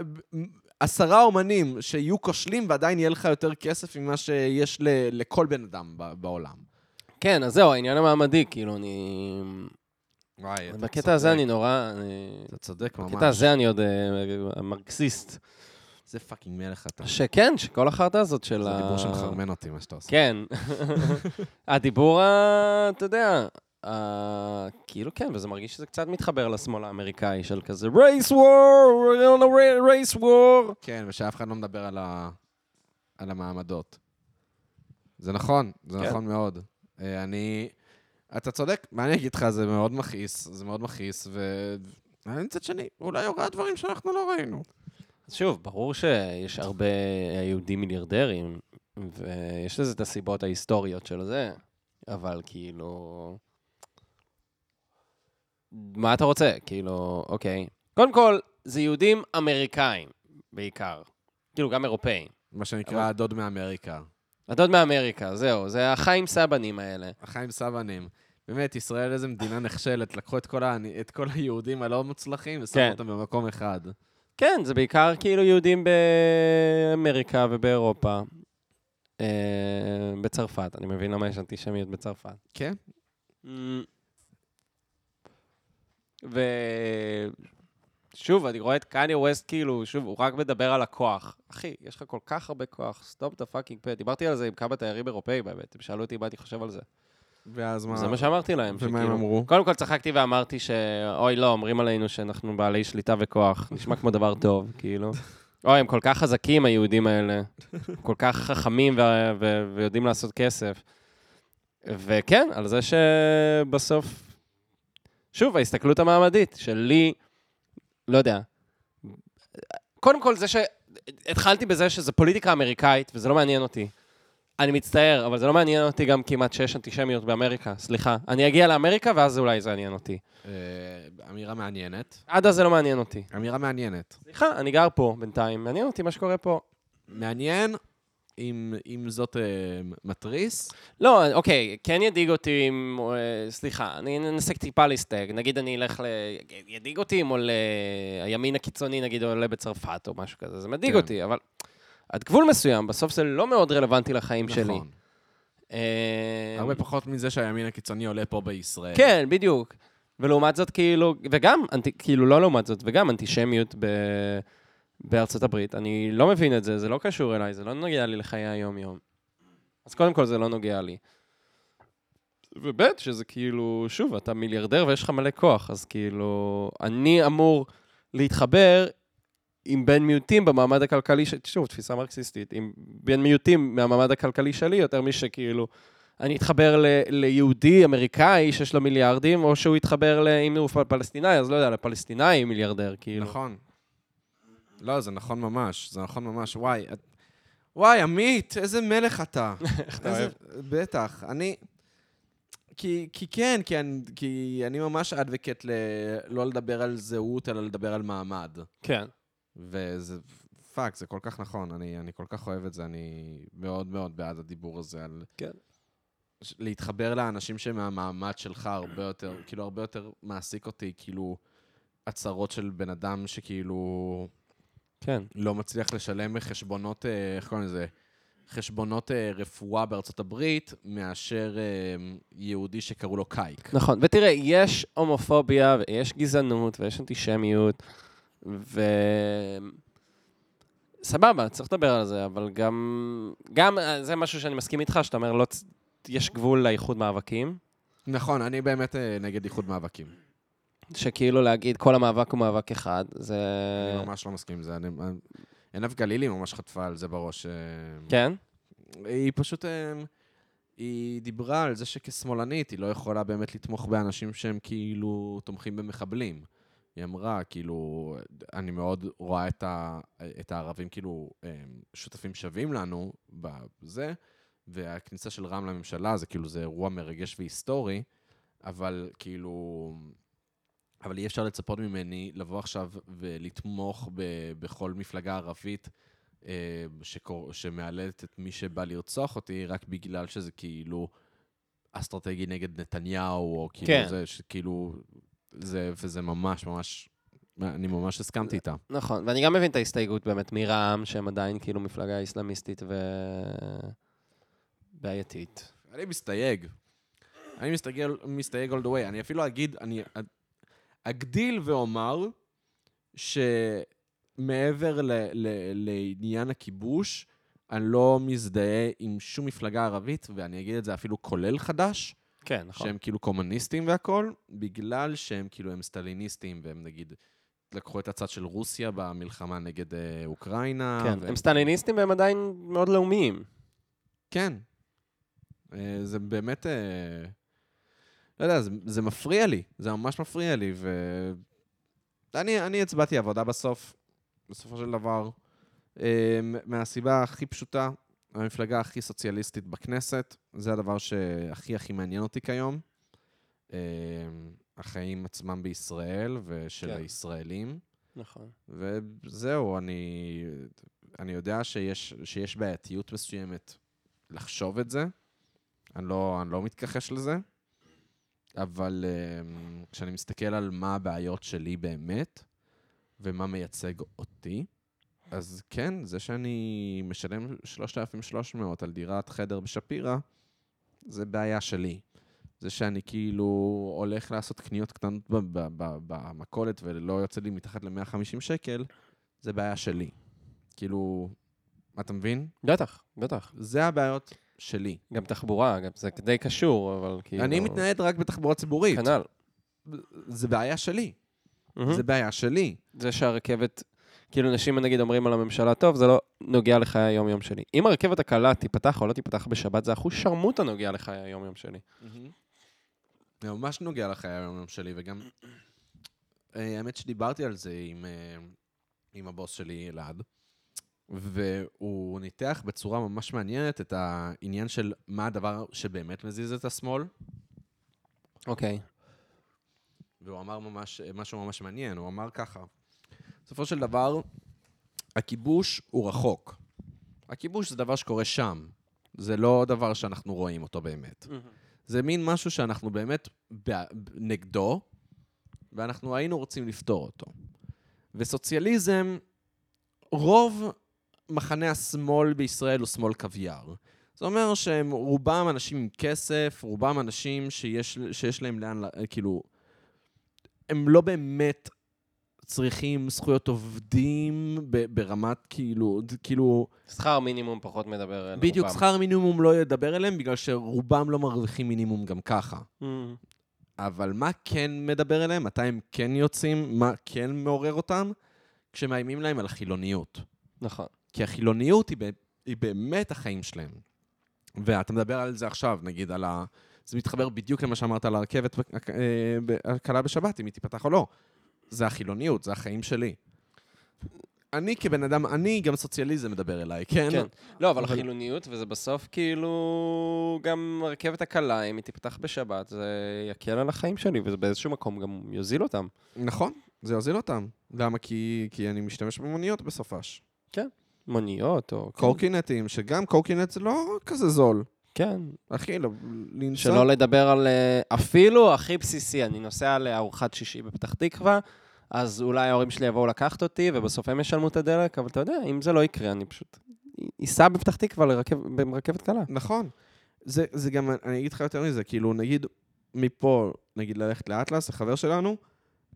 S1: עשרה אומנים שיהיו כושלים ועדיין יהיה לך יותר כסף ממה שיש ל- לכל בן אדם ב- בעולם.
S2: כן, אז זהו, העניין המעמדי, כאילו, אני...
S1: וואי,
S2: בקטע הזה אני נורא... אני-
S1: אתה צודק ממש.
S2: בקטע הזה אני עוד אה, מרקסיסט.
S1: זה פאקינג מלך אתה.
S2: שכן, שכל החרטא הזאת של
S1: זה
S2: ה...
S1: דיבור שמחרמן אותי, מה שאתה עושה.
S2: <laughs> כן. הדיבור ה... אתה יודע, ה... כאילו כן, וזה מרגיש שזה קצת מתחבר לשמאל האמריקאי של כזה race war, we're on a ra- race war.
S1: כן, ושאף אחד לא מדבר על, ה... על המעמדות. זה נכון, זה
S2: כן.
S1: כן. נכון מאוד. אה, אני... אתה צודק, מה אני אגיד לך? זה מאוד מכעיס, זה מאוד מכעיס, ו... אבל מצד שני, אולי הוא ראה דברים שאנחנו לא ראינו.
S2: אז שוב, ברור שיש הרבה יהודים מיליארדרים, ויש לזה את הסיבות ההיסטוריות של זה, אבל כאילו... מה אתה רוצה? כאילו, אוקיי. קודם כל, זה יהודים אמריקאים בעיקר. כאילו, גם אירופאים.
S1: מה שנקרא
S2: אבל-
S1: הדוד מאמריקה.
S2: הדוד מאמריקה, זהו, זה החיים סבנים האלה.
S1: החיים סבנים. באמת, ישראל איזה מדינה נחשלת, לקחו את כל, ה... את כל היהודים הלא מוצלחים ושמו
S2: כן.
S1: אותם במקום אחד.
S2: כן, זה בעיקר כאילו יהודים באמריקה ובאירופה. אה, בצרפת, אני מבין למה יש אנטישמיות בצרפת.
S1: כן?
S2: Mm. ו... שוב, אני רואה את קניה ווסט כאילו, שוב, הוא רק מדבר על הכוח. אחי, יש לך כל כך הרבה כוח, סטופ דה פאקינג פה. דיברתי על זה עם כמה תיירים אירופאים באמת, הם שאלו אותי מה אני חושב על זה.
S1: ואז מה?
S2: זה מה כאילו- שאמרתי להם.
S1: ומה הם
S2: שכאילו-
S1: אמרו?
S2: קודם כל צחקתי ואמרתי ש... אוי, לא, אומרים עלינו שאנחנו בעלי שליטה וכוח. נשמע כמו דבר טוב, כאילו. אוי, הם כל כך חזקים, היהודים האלה. כל כך חכמים ו- ו- ויודעים לעשות כסף. וכן, על זה שבסוף... שוב, ההסתכלות המעמדית שלי, לא יודע. קודם כל, זה שהתחלתי בזה שזה פוליטיקה אמריקאית, וזה לא מעניין אותי. אני מצטער, אבל זה לא מעניין אותי גם כמעט שיש אנטישמיות באמריקה, סליחה. אני אגיע לאמריקה, ואז אולי זה יעניין אותי.
S1: אה, אמירה מעניינת.
S2: עד אז זה לא מעניין אותי.
S1: אמירה מעניינת.
S2: סליחה, אני גר פה בינתיים, מעניין אותי מה שקורה פה.
S1: מעניין, אם, אם זאת אה, מתריס.
S2: לא, אוקיי, כן ידאיג אותי אם... אה, סליחה, אני אנסה טיפה להסתייג. נגיד אני אלך ל... ידאיג אותי אם עולה... הימין הקיצוני נגיד עולה בצרפת או משהו כזה, זה מדאיג
S1: כן.
S2: אותי, אבל... עד גבול מסוים, בסוף זה לא מאוד רלוונטי לחיים שלי.
S1: נכון.
S2: אה,
S1: הרבה פחות מזה שהימין הקיצוני עולה פה בישראל.
S2: כן, בדיוק. ולעומת זאת, כאילו, וגם, אנטי, כאילו, לא לעומת זאת, וגם אנטישמיות ב, בארצות הברית. אני לא מבין את זה, זה לא קשור אליי, זה לא נוגע לי לחיי היום-יום. אז קודם כל, זה לא נוגע לי. וב' שזה כאילו, שוב, אתה מיליארדר ויש לך מלא כוח, אז כאילו, אני אמור להתחבר עם בן מיעוטים במעמד הכלכלי, ש... שוב, תפיסה מרקסיסטית, עם בן מיעוטים מהמעמד הכלכלי שלי, יותר משכאילו, אני אתחבר ל... ליהודי אמריקאי שיש לו מיליארדים, או שהוא יתחבר, ל... אם הוא פל- פלסטינאי, אז לא יודע, לפלסטינאי עם מיליארדר, כאילו.
S1: נכון. לא, זה נכון ממש, זה נכון ממש. וואי, את... וואי, עמית, איזה מלך
S2: <laughs>
S1: אתה. איך
S2: אתה
S1: בטח, אני... כי, כי כן, כי אני, כי אני ממש אדווקט ל... לא לדבר על זהות, אלא לדבר על מעמד.
S2: כן.
S1: וזה, פאק, זה כל כך נכון, אני, אני כל כך אוהב את זה, אני מאוד מאוד בעד הדיבור הזה על...
S2: כן.
S1: ש- להתחבר לאנשים שמהמעמד שלך הרבה יותר, כאילו, הרבה יותר מעסיק אותי, כאילו, הצהרות של בן אדם שכאילו
S2: כן.
S1: לא מצליח לשלם חשבונות, אה, איך קוראים לזה? חשבונות אה, רפואה בארצות הברית, מאשר אה, יהודי שקראו לו קייק.
S2: נכון, ותראה, יש הומופוביה, ויש גזענות, ויש אנטישמיות, ו... סבבה, צריך לדבר על זה, אבל גם... גם אה, זה משהו שאני מסכים איתך, שאתה אומר, לא... צ- יש גבול לאיחוד מאבקים,
S1: נכון, אני באמת אה, נגד איחוד מאבקים.
S2: שכאילו להגיד כל המאבק הוא מאבק אחד, זה... אה,
S1: אני ממש לא מסכים עם זה. אני- אני- עינב גלילי ממש חטפה על זה בראש. אה,
S2: כן?
S1: היא פשוט... אה, היא דיברה על זה שכשמאלנית היא לא יכולה באמת לתמוך באנשים שהם כאילו תומכים במחבלים. היא אמרה, כאילו, אני מאוד רואה את, ה, את הערבים כאילו אמ, שותפים שווים לנו בזה, והכניסה של רם לממשלה זה כאילו, זה אירוע מרגש והיסטורי, אבל כאילו, אבל אי אפשר לצפות ממני לבוא עכשיו ולתמוך ב, בכל מפלגה ערבית אה, שקור, שמאלדת את מי שבא לרצוח אותי, רק בגלל שזה כאילו אסטרטגי נגד נתניהו, או כאילו
S2: כן.
S1: זה, שכאילו, זה, וזה ממש ממש, אני ממש הסכמתי איתה.
S2: נכון, ואני גם מבין את ההסתייגות באמת מרע"מ, שהם עדיין כאילו מפלגה איסלאמיסטית ובעייתית.
S1: אני מסתייג. אני מסתייג, מסתייג all the way. אני אפילו אגיד, אני אג- אגדיל ואומר שמעבר ל, ל, לעניין הכיבוש, אני לא מזדהה עם שום מפלגה ערבית, ואני אגיד את זה אפילו כולל חדש,
S2: כן,
S1: נכון. שהם כאילו קומוניסטים והכול, בגלל שהם כאילו הם סטליניסטים, והם נגיד לקחו את הצד של רוסיה במלחמה נגד אה, אוקראינה.
S2: כן,
S1: והם-
S2: הם סטליניסטים והם עדיין מאוד לאומיים.
S1: כן. אה, זה באמת... אה, לא יודע, זה, זה מפריע לי. זה ממש מפריע לי, ו... אני, אני הצבעתי עבודה בסוף, בסופו של דבר, אה, מ- מהסיבה הכי פשוטה, המפלגה הכי סוציאליסטית בכנסת, זה הדבר שהכי הכי מעניין אותי כיום. אה, החיים עצמם בישראל ושל
S2: כן.
S1: כן. הישראלים.
S2: נכון.
S1: וזהו, אני, אני יודע שיש, שיש בעייתיות מסוימת לחשוב את זה. אני לא, אני לא מתכחש לזה, אבל אמ, כשאני מסתכל על מה הבעיות שלי באמת, ומה מייצג אותי, אז כן, זה שאני משלם 3,300 על דירת חדר בשפירא, זה בעיה שלי. זה שאני כאילו הולך לעשות קניות קטנות ב- ב- ב- במכולת ולא יוצא לי מתחת ל-150 שקל, זה בעיה שלי. כאילו, אתה מבין?
S2: בטח, בטח.
S1: זה הבעיות שלי.
S2: גם תחבורה, גם זה די קשור, אבל כאילו...
S1: אני מתנהג רק בתחבורה ציבורית.
S2: כנ"ל.
S1: זה בעיה שלי.
S2: מהמם.
S1: זה בעיה שלי.
S2: זה שהרכבת, כאילו נשים נגיד אומרים על הממשלה, טוב, זה לא נוגע לחיי היום-יום שלי. אם הרכבת הקלה תיפתח או לא תיפתח בשבת, זה אחוז שרמוטה נוגע לחיי היום-יום שלי.
S1: Mm-hmm. זה ממש נוגע לחיי היום-יום שלי, וגם... אה, האמת שדיברתי על זה עם, אה, עם הבוס שלי, אלעד, והוא ניתח בצורה ממש מעניינת את העניין של מה הדבר שבאמת מזיז את השמאל,
S2: אוקיי.
S1: והוא אמר ממש, אה, משהו ממש מעניין, הוא אמר ככה, בסופו של דבר, הכיבוש הוא רחוק. הכיבוש זה דבר שקורה שם, זה לא דבר שאנחנו רואים אותו באמת. זה מין משהו שאנחנו באמת בע- נגדו, ואנחנו היינו רוצים לפתור אותו. וסוציאליזם, רוב מחנה השמאל בישראל הוא שמאל קוויאר. זה אומר שהם רובם אנשים עם כסף, רובם אנשים שיש, שיש להם לאן, ל- כאילו, הם לא באמת צריכים זכויות עובדים ב- ברמת כאילו, כאילו,
S2: שכר מינימום פחות מדבר על
S1: בדיוק
S2: כן, רובם.
S1: שכר מינימום לא ידבר אליהם, בגלל שרובם לא מרוויחים מינימום גם ככה.
S2: מהמם.
S1: אבל מה כן מדבר אליהם? מתי הם כן יוצאים? מה כן מעורר אותם? כשמאיימים להם על חילוניות.
S2: נכון.
S1: כי החילוניות היא, ב- היא באמת החיים שלהם. ואתה מדבר על זה עכשיו, נגיד על ה... זה מתחבר בדיוק למה שאמרת על הרכבת בק- אה, ב- הקלה בשבת, אם היא תיפתח או לא. זה החילוניות, זה החיים שלי. אני כבן אדם, אני גם סוציאליזם מדבר אליי, כן?
S2: כן. לא, אבל
S1: אבל-
S2: החילוניות, וזה בסוף כאילו... גם הרכבת הקלה, אם היא תיפתח בשבת, זה יקל על החיים שלי, וזה באיזשהו מקום גם יוזיל אותם.
S1: נכון, זה יוזיל אותם. למה? כי, כי אני משתמש במוניות בסופש.
S2: מוניות או...
S1: קורקינטים, שגם קורקינט זה לא כזה זול.
S2: כן.
S1: אחי, לא, לנסוע...
S2: שלא לדבר על אה, אפילו הכי בסיסי, אני נוסע לארוחת שישי בפתח תקווה, אז אולי ההורים שלי יבואו לקחת אותי, ובסוף הם ישלמו את הדלק, אבל אתה יודע, אם זה לא יקרה, אני פשוט אסע בפתח תקווה לרכב- ברכבת קלה.
S1: נכון. זה, זה גם, אני אגיד לך יותר מזה, כאילו, נגיד, מפה, נגיד ללכת לאטלס, החבר שלנו,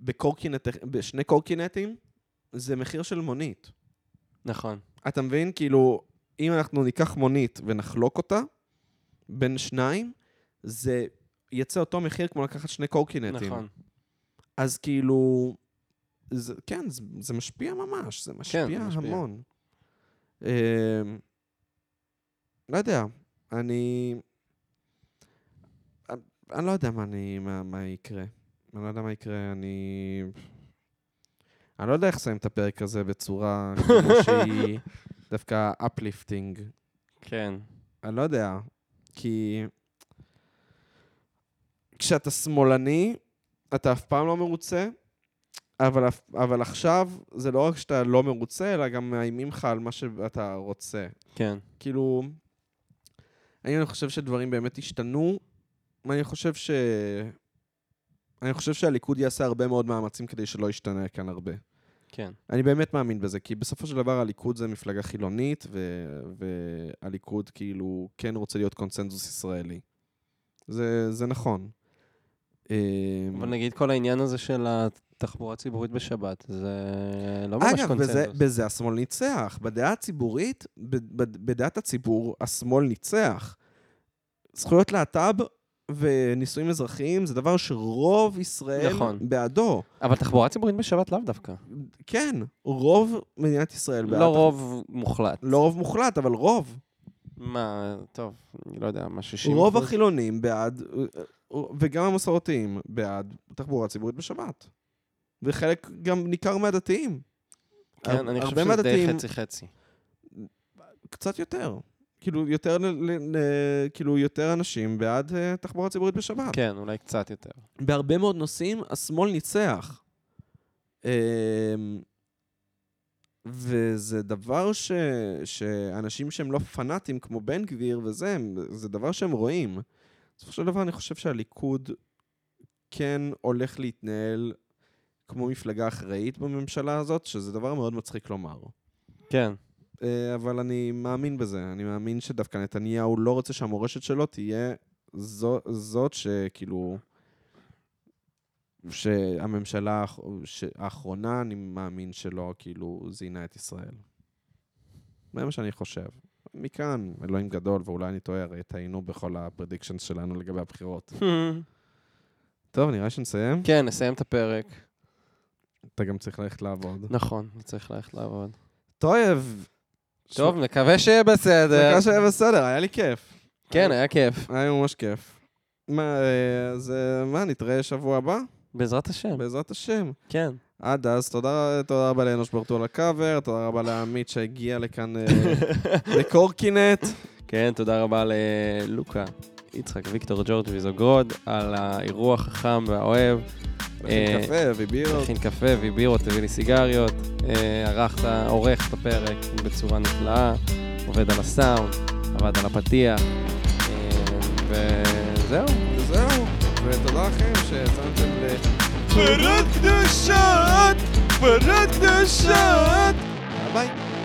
S1: בקורקינט, בשני קורקינטים, זה מחיר של מונית.
S2: נכון.
S1: אתה מבין? כאילו, אם אנחנו ניקח מונית ונחלוק אותה, בין שניים, זה יצא אותו מחיר כמו לקחת שני קורקינטים.
S2: נכון.
S1: אז כאילו, זה, כן, זה, זה משפיע ממש, זה משפיע,
S2: כן, זה משפיע.
S1: המון. אה, לא יודע, אני... אני לא יודע מה, אני, מה, מה יקרה. אני לא יודע מה יקרה, אני... אני לא יודע איך לסיים את הפרק הזה בצורה כמו
S2: <laughs>
S1: שהיא דווקא אפליפטינג.
S2: כן.
S1: אני לא יודע, כי כשאתה שמאלני, אתה אף פעם לא מרוצה, אבל, אף- אבל עכשיו זה לא רק שאתה לא מרוצה, אלא גם מאיימים לך על מה שאתה רוצה.
S2: כן.
S1: כאילו, האם אני חושב שדברים באמת השתנו? אני חושב ש... אני חושב שהליכוד יעשה הרבה מאוד מאמצים כדי שלא ישתנה כאן הרבה.
S2: כן.
S1: אני באמת מאמין בזה, כי בסופו של דבר הליכוד זה מפלגה חילונית, ו... והליכוד כאילו כן רוצה להיות קונצנזוס ישראלי. זה, זה נכון. אמ,
S2: אבל נגיד כל העניין הזה של התחבורה הציבורית בשבת, זה לא ממש
S1: אגב,
S2: קונצנזוס.
S1: בזה, בזה השמאל ניצח. בדעה הציבורית, ב, ב, בדעת הציבור, השמאל ניצח. זכויות להט"ב ונישואים אזרחיים זה דבר שרוב ישראל
S2: נכון.
S1: בעדו.
S2: אבל תחבורה ציבורית בשבת לאו דווקא.
S1: כן, רוב מדינת ישראל בעד.
S2: לא רוב מוחלט.
S1: לא רוב מוחלט, אבל רוב.
S2: מה, טוב, אני לא יודע, מה 60
S1: רוב החילונים בעד, אה, וגם המסורתיים בעד תחבורה ציבורית בשבת. וחלק גם ניכר מהדתיים.
S2: כן, אני
S1: הרבה
S2: חושב שזה די
S1: מהדתיים-
S2: חצי-חצי.
S1: קצת יותר. כאילו, יותר, ל, ל, ל, כאילו, יותר אנשים בעד אה, תחבורה ציבורית בשבת.
S2: כן, אולי קצת יותר.
S1: בהרבה מאוד נושאים השמאל ניצח. אמ, וזה דבר ש, שאנשים שהם לא פנאטים כמו בן גביר וזה, הם- זה דבר שהם רואים. בסופו של דבר אני חושב שהליכוד כן הולך להתנהל כמו מפלגה אחראית בממשלה הזאת, שזה דבר מאוד מצחיק לומר.
S2: כן.
S1: אה, אבל אני מאמין בזה. אני מאמין שדווקא נתניהו לא רוצה שהמורשת שלו תהיה זו, זאת שכאילו... שהממשלה האח- ש- האחרונה, אני מאמין שלא, כאילו, זינה את ישראל. זה מה שאני חושב. מכאן, אלוהים גדול, ואולי אני טועה, הרי טעינו בכל הפרדיקשנס שלנו לגבי הבחירות. טוב, נראה שנסיים.
S2: כן, נסיים את הפרק.
S1: אתה גם צריך ללכת לעבוד.
S2: נכון, אני צריך ללכת לעבוד.
S1: טויב!
S2: טוב, נקווה שיהיה בסדר.
S1: נקווה שהיה בסדר, היה לי כיף.
S2: כן, היה כיף.
S1: היה ממש כיף. מה, אה, אז אה, מה, נתראה שבוע הבא?
S2: בעזרת השם,
S1: בעזרת השם.
S2: <laughs> כן.
S1: עד אז, תודה, תודה רבה לאנוש ברטו על הקאבר, תודה רבה לעמית שהגיע לכאן אה, לקורקינט.
S2: כן, תודה רבה ללוקה, יצחק, ויקטור ג'ורג' ויזוגרוד, על האירוח החם והאוהב.
S1: הכין קפה ובירות.
S2: הכין קפה הביא בירות, הביא לי סיגריות, אה, ערך, את ה- עורך את הפרק בצורה נפלאה, עובד על הסאונד, עבד על הפתיח, אה, וזהו.
S1: וזהו, ותודה לכם שהאזנתם ל...
S2: פרות קדושות! פרות קדושות!
S1: ביי ביי.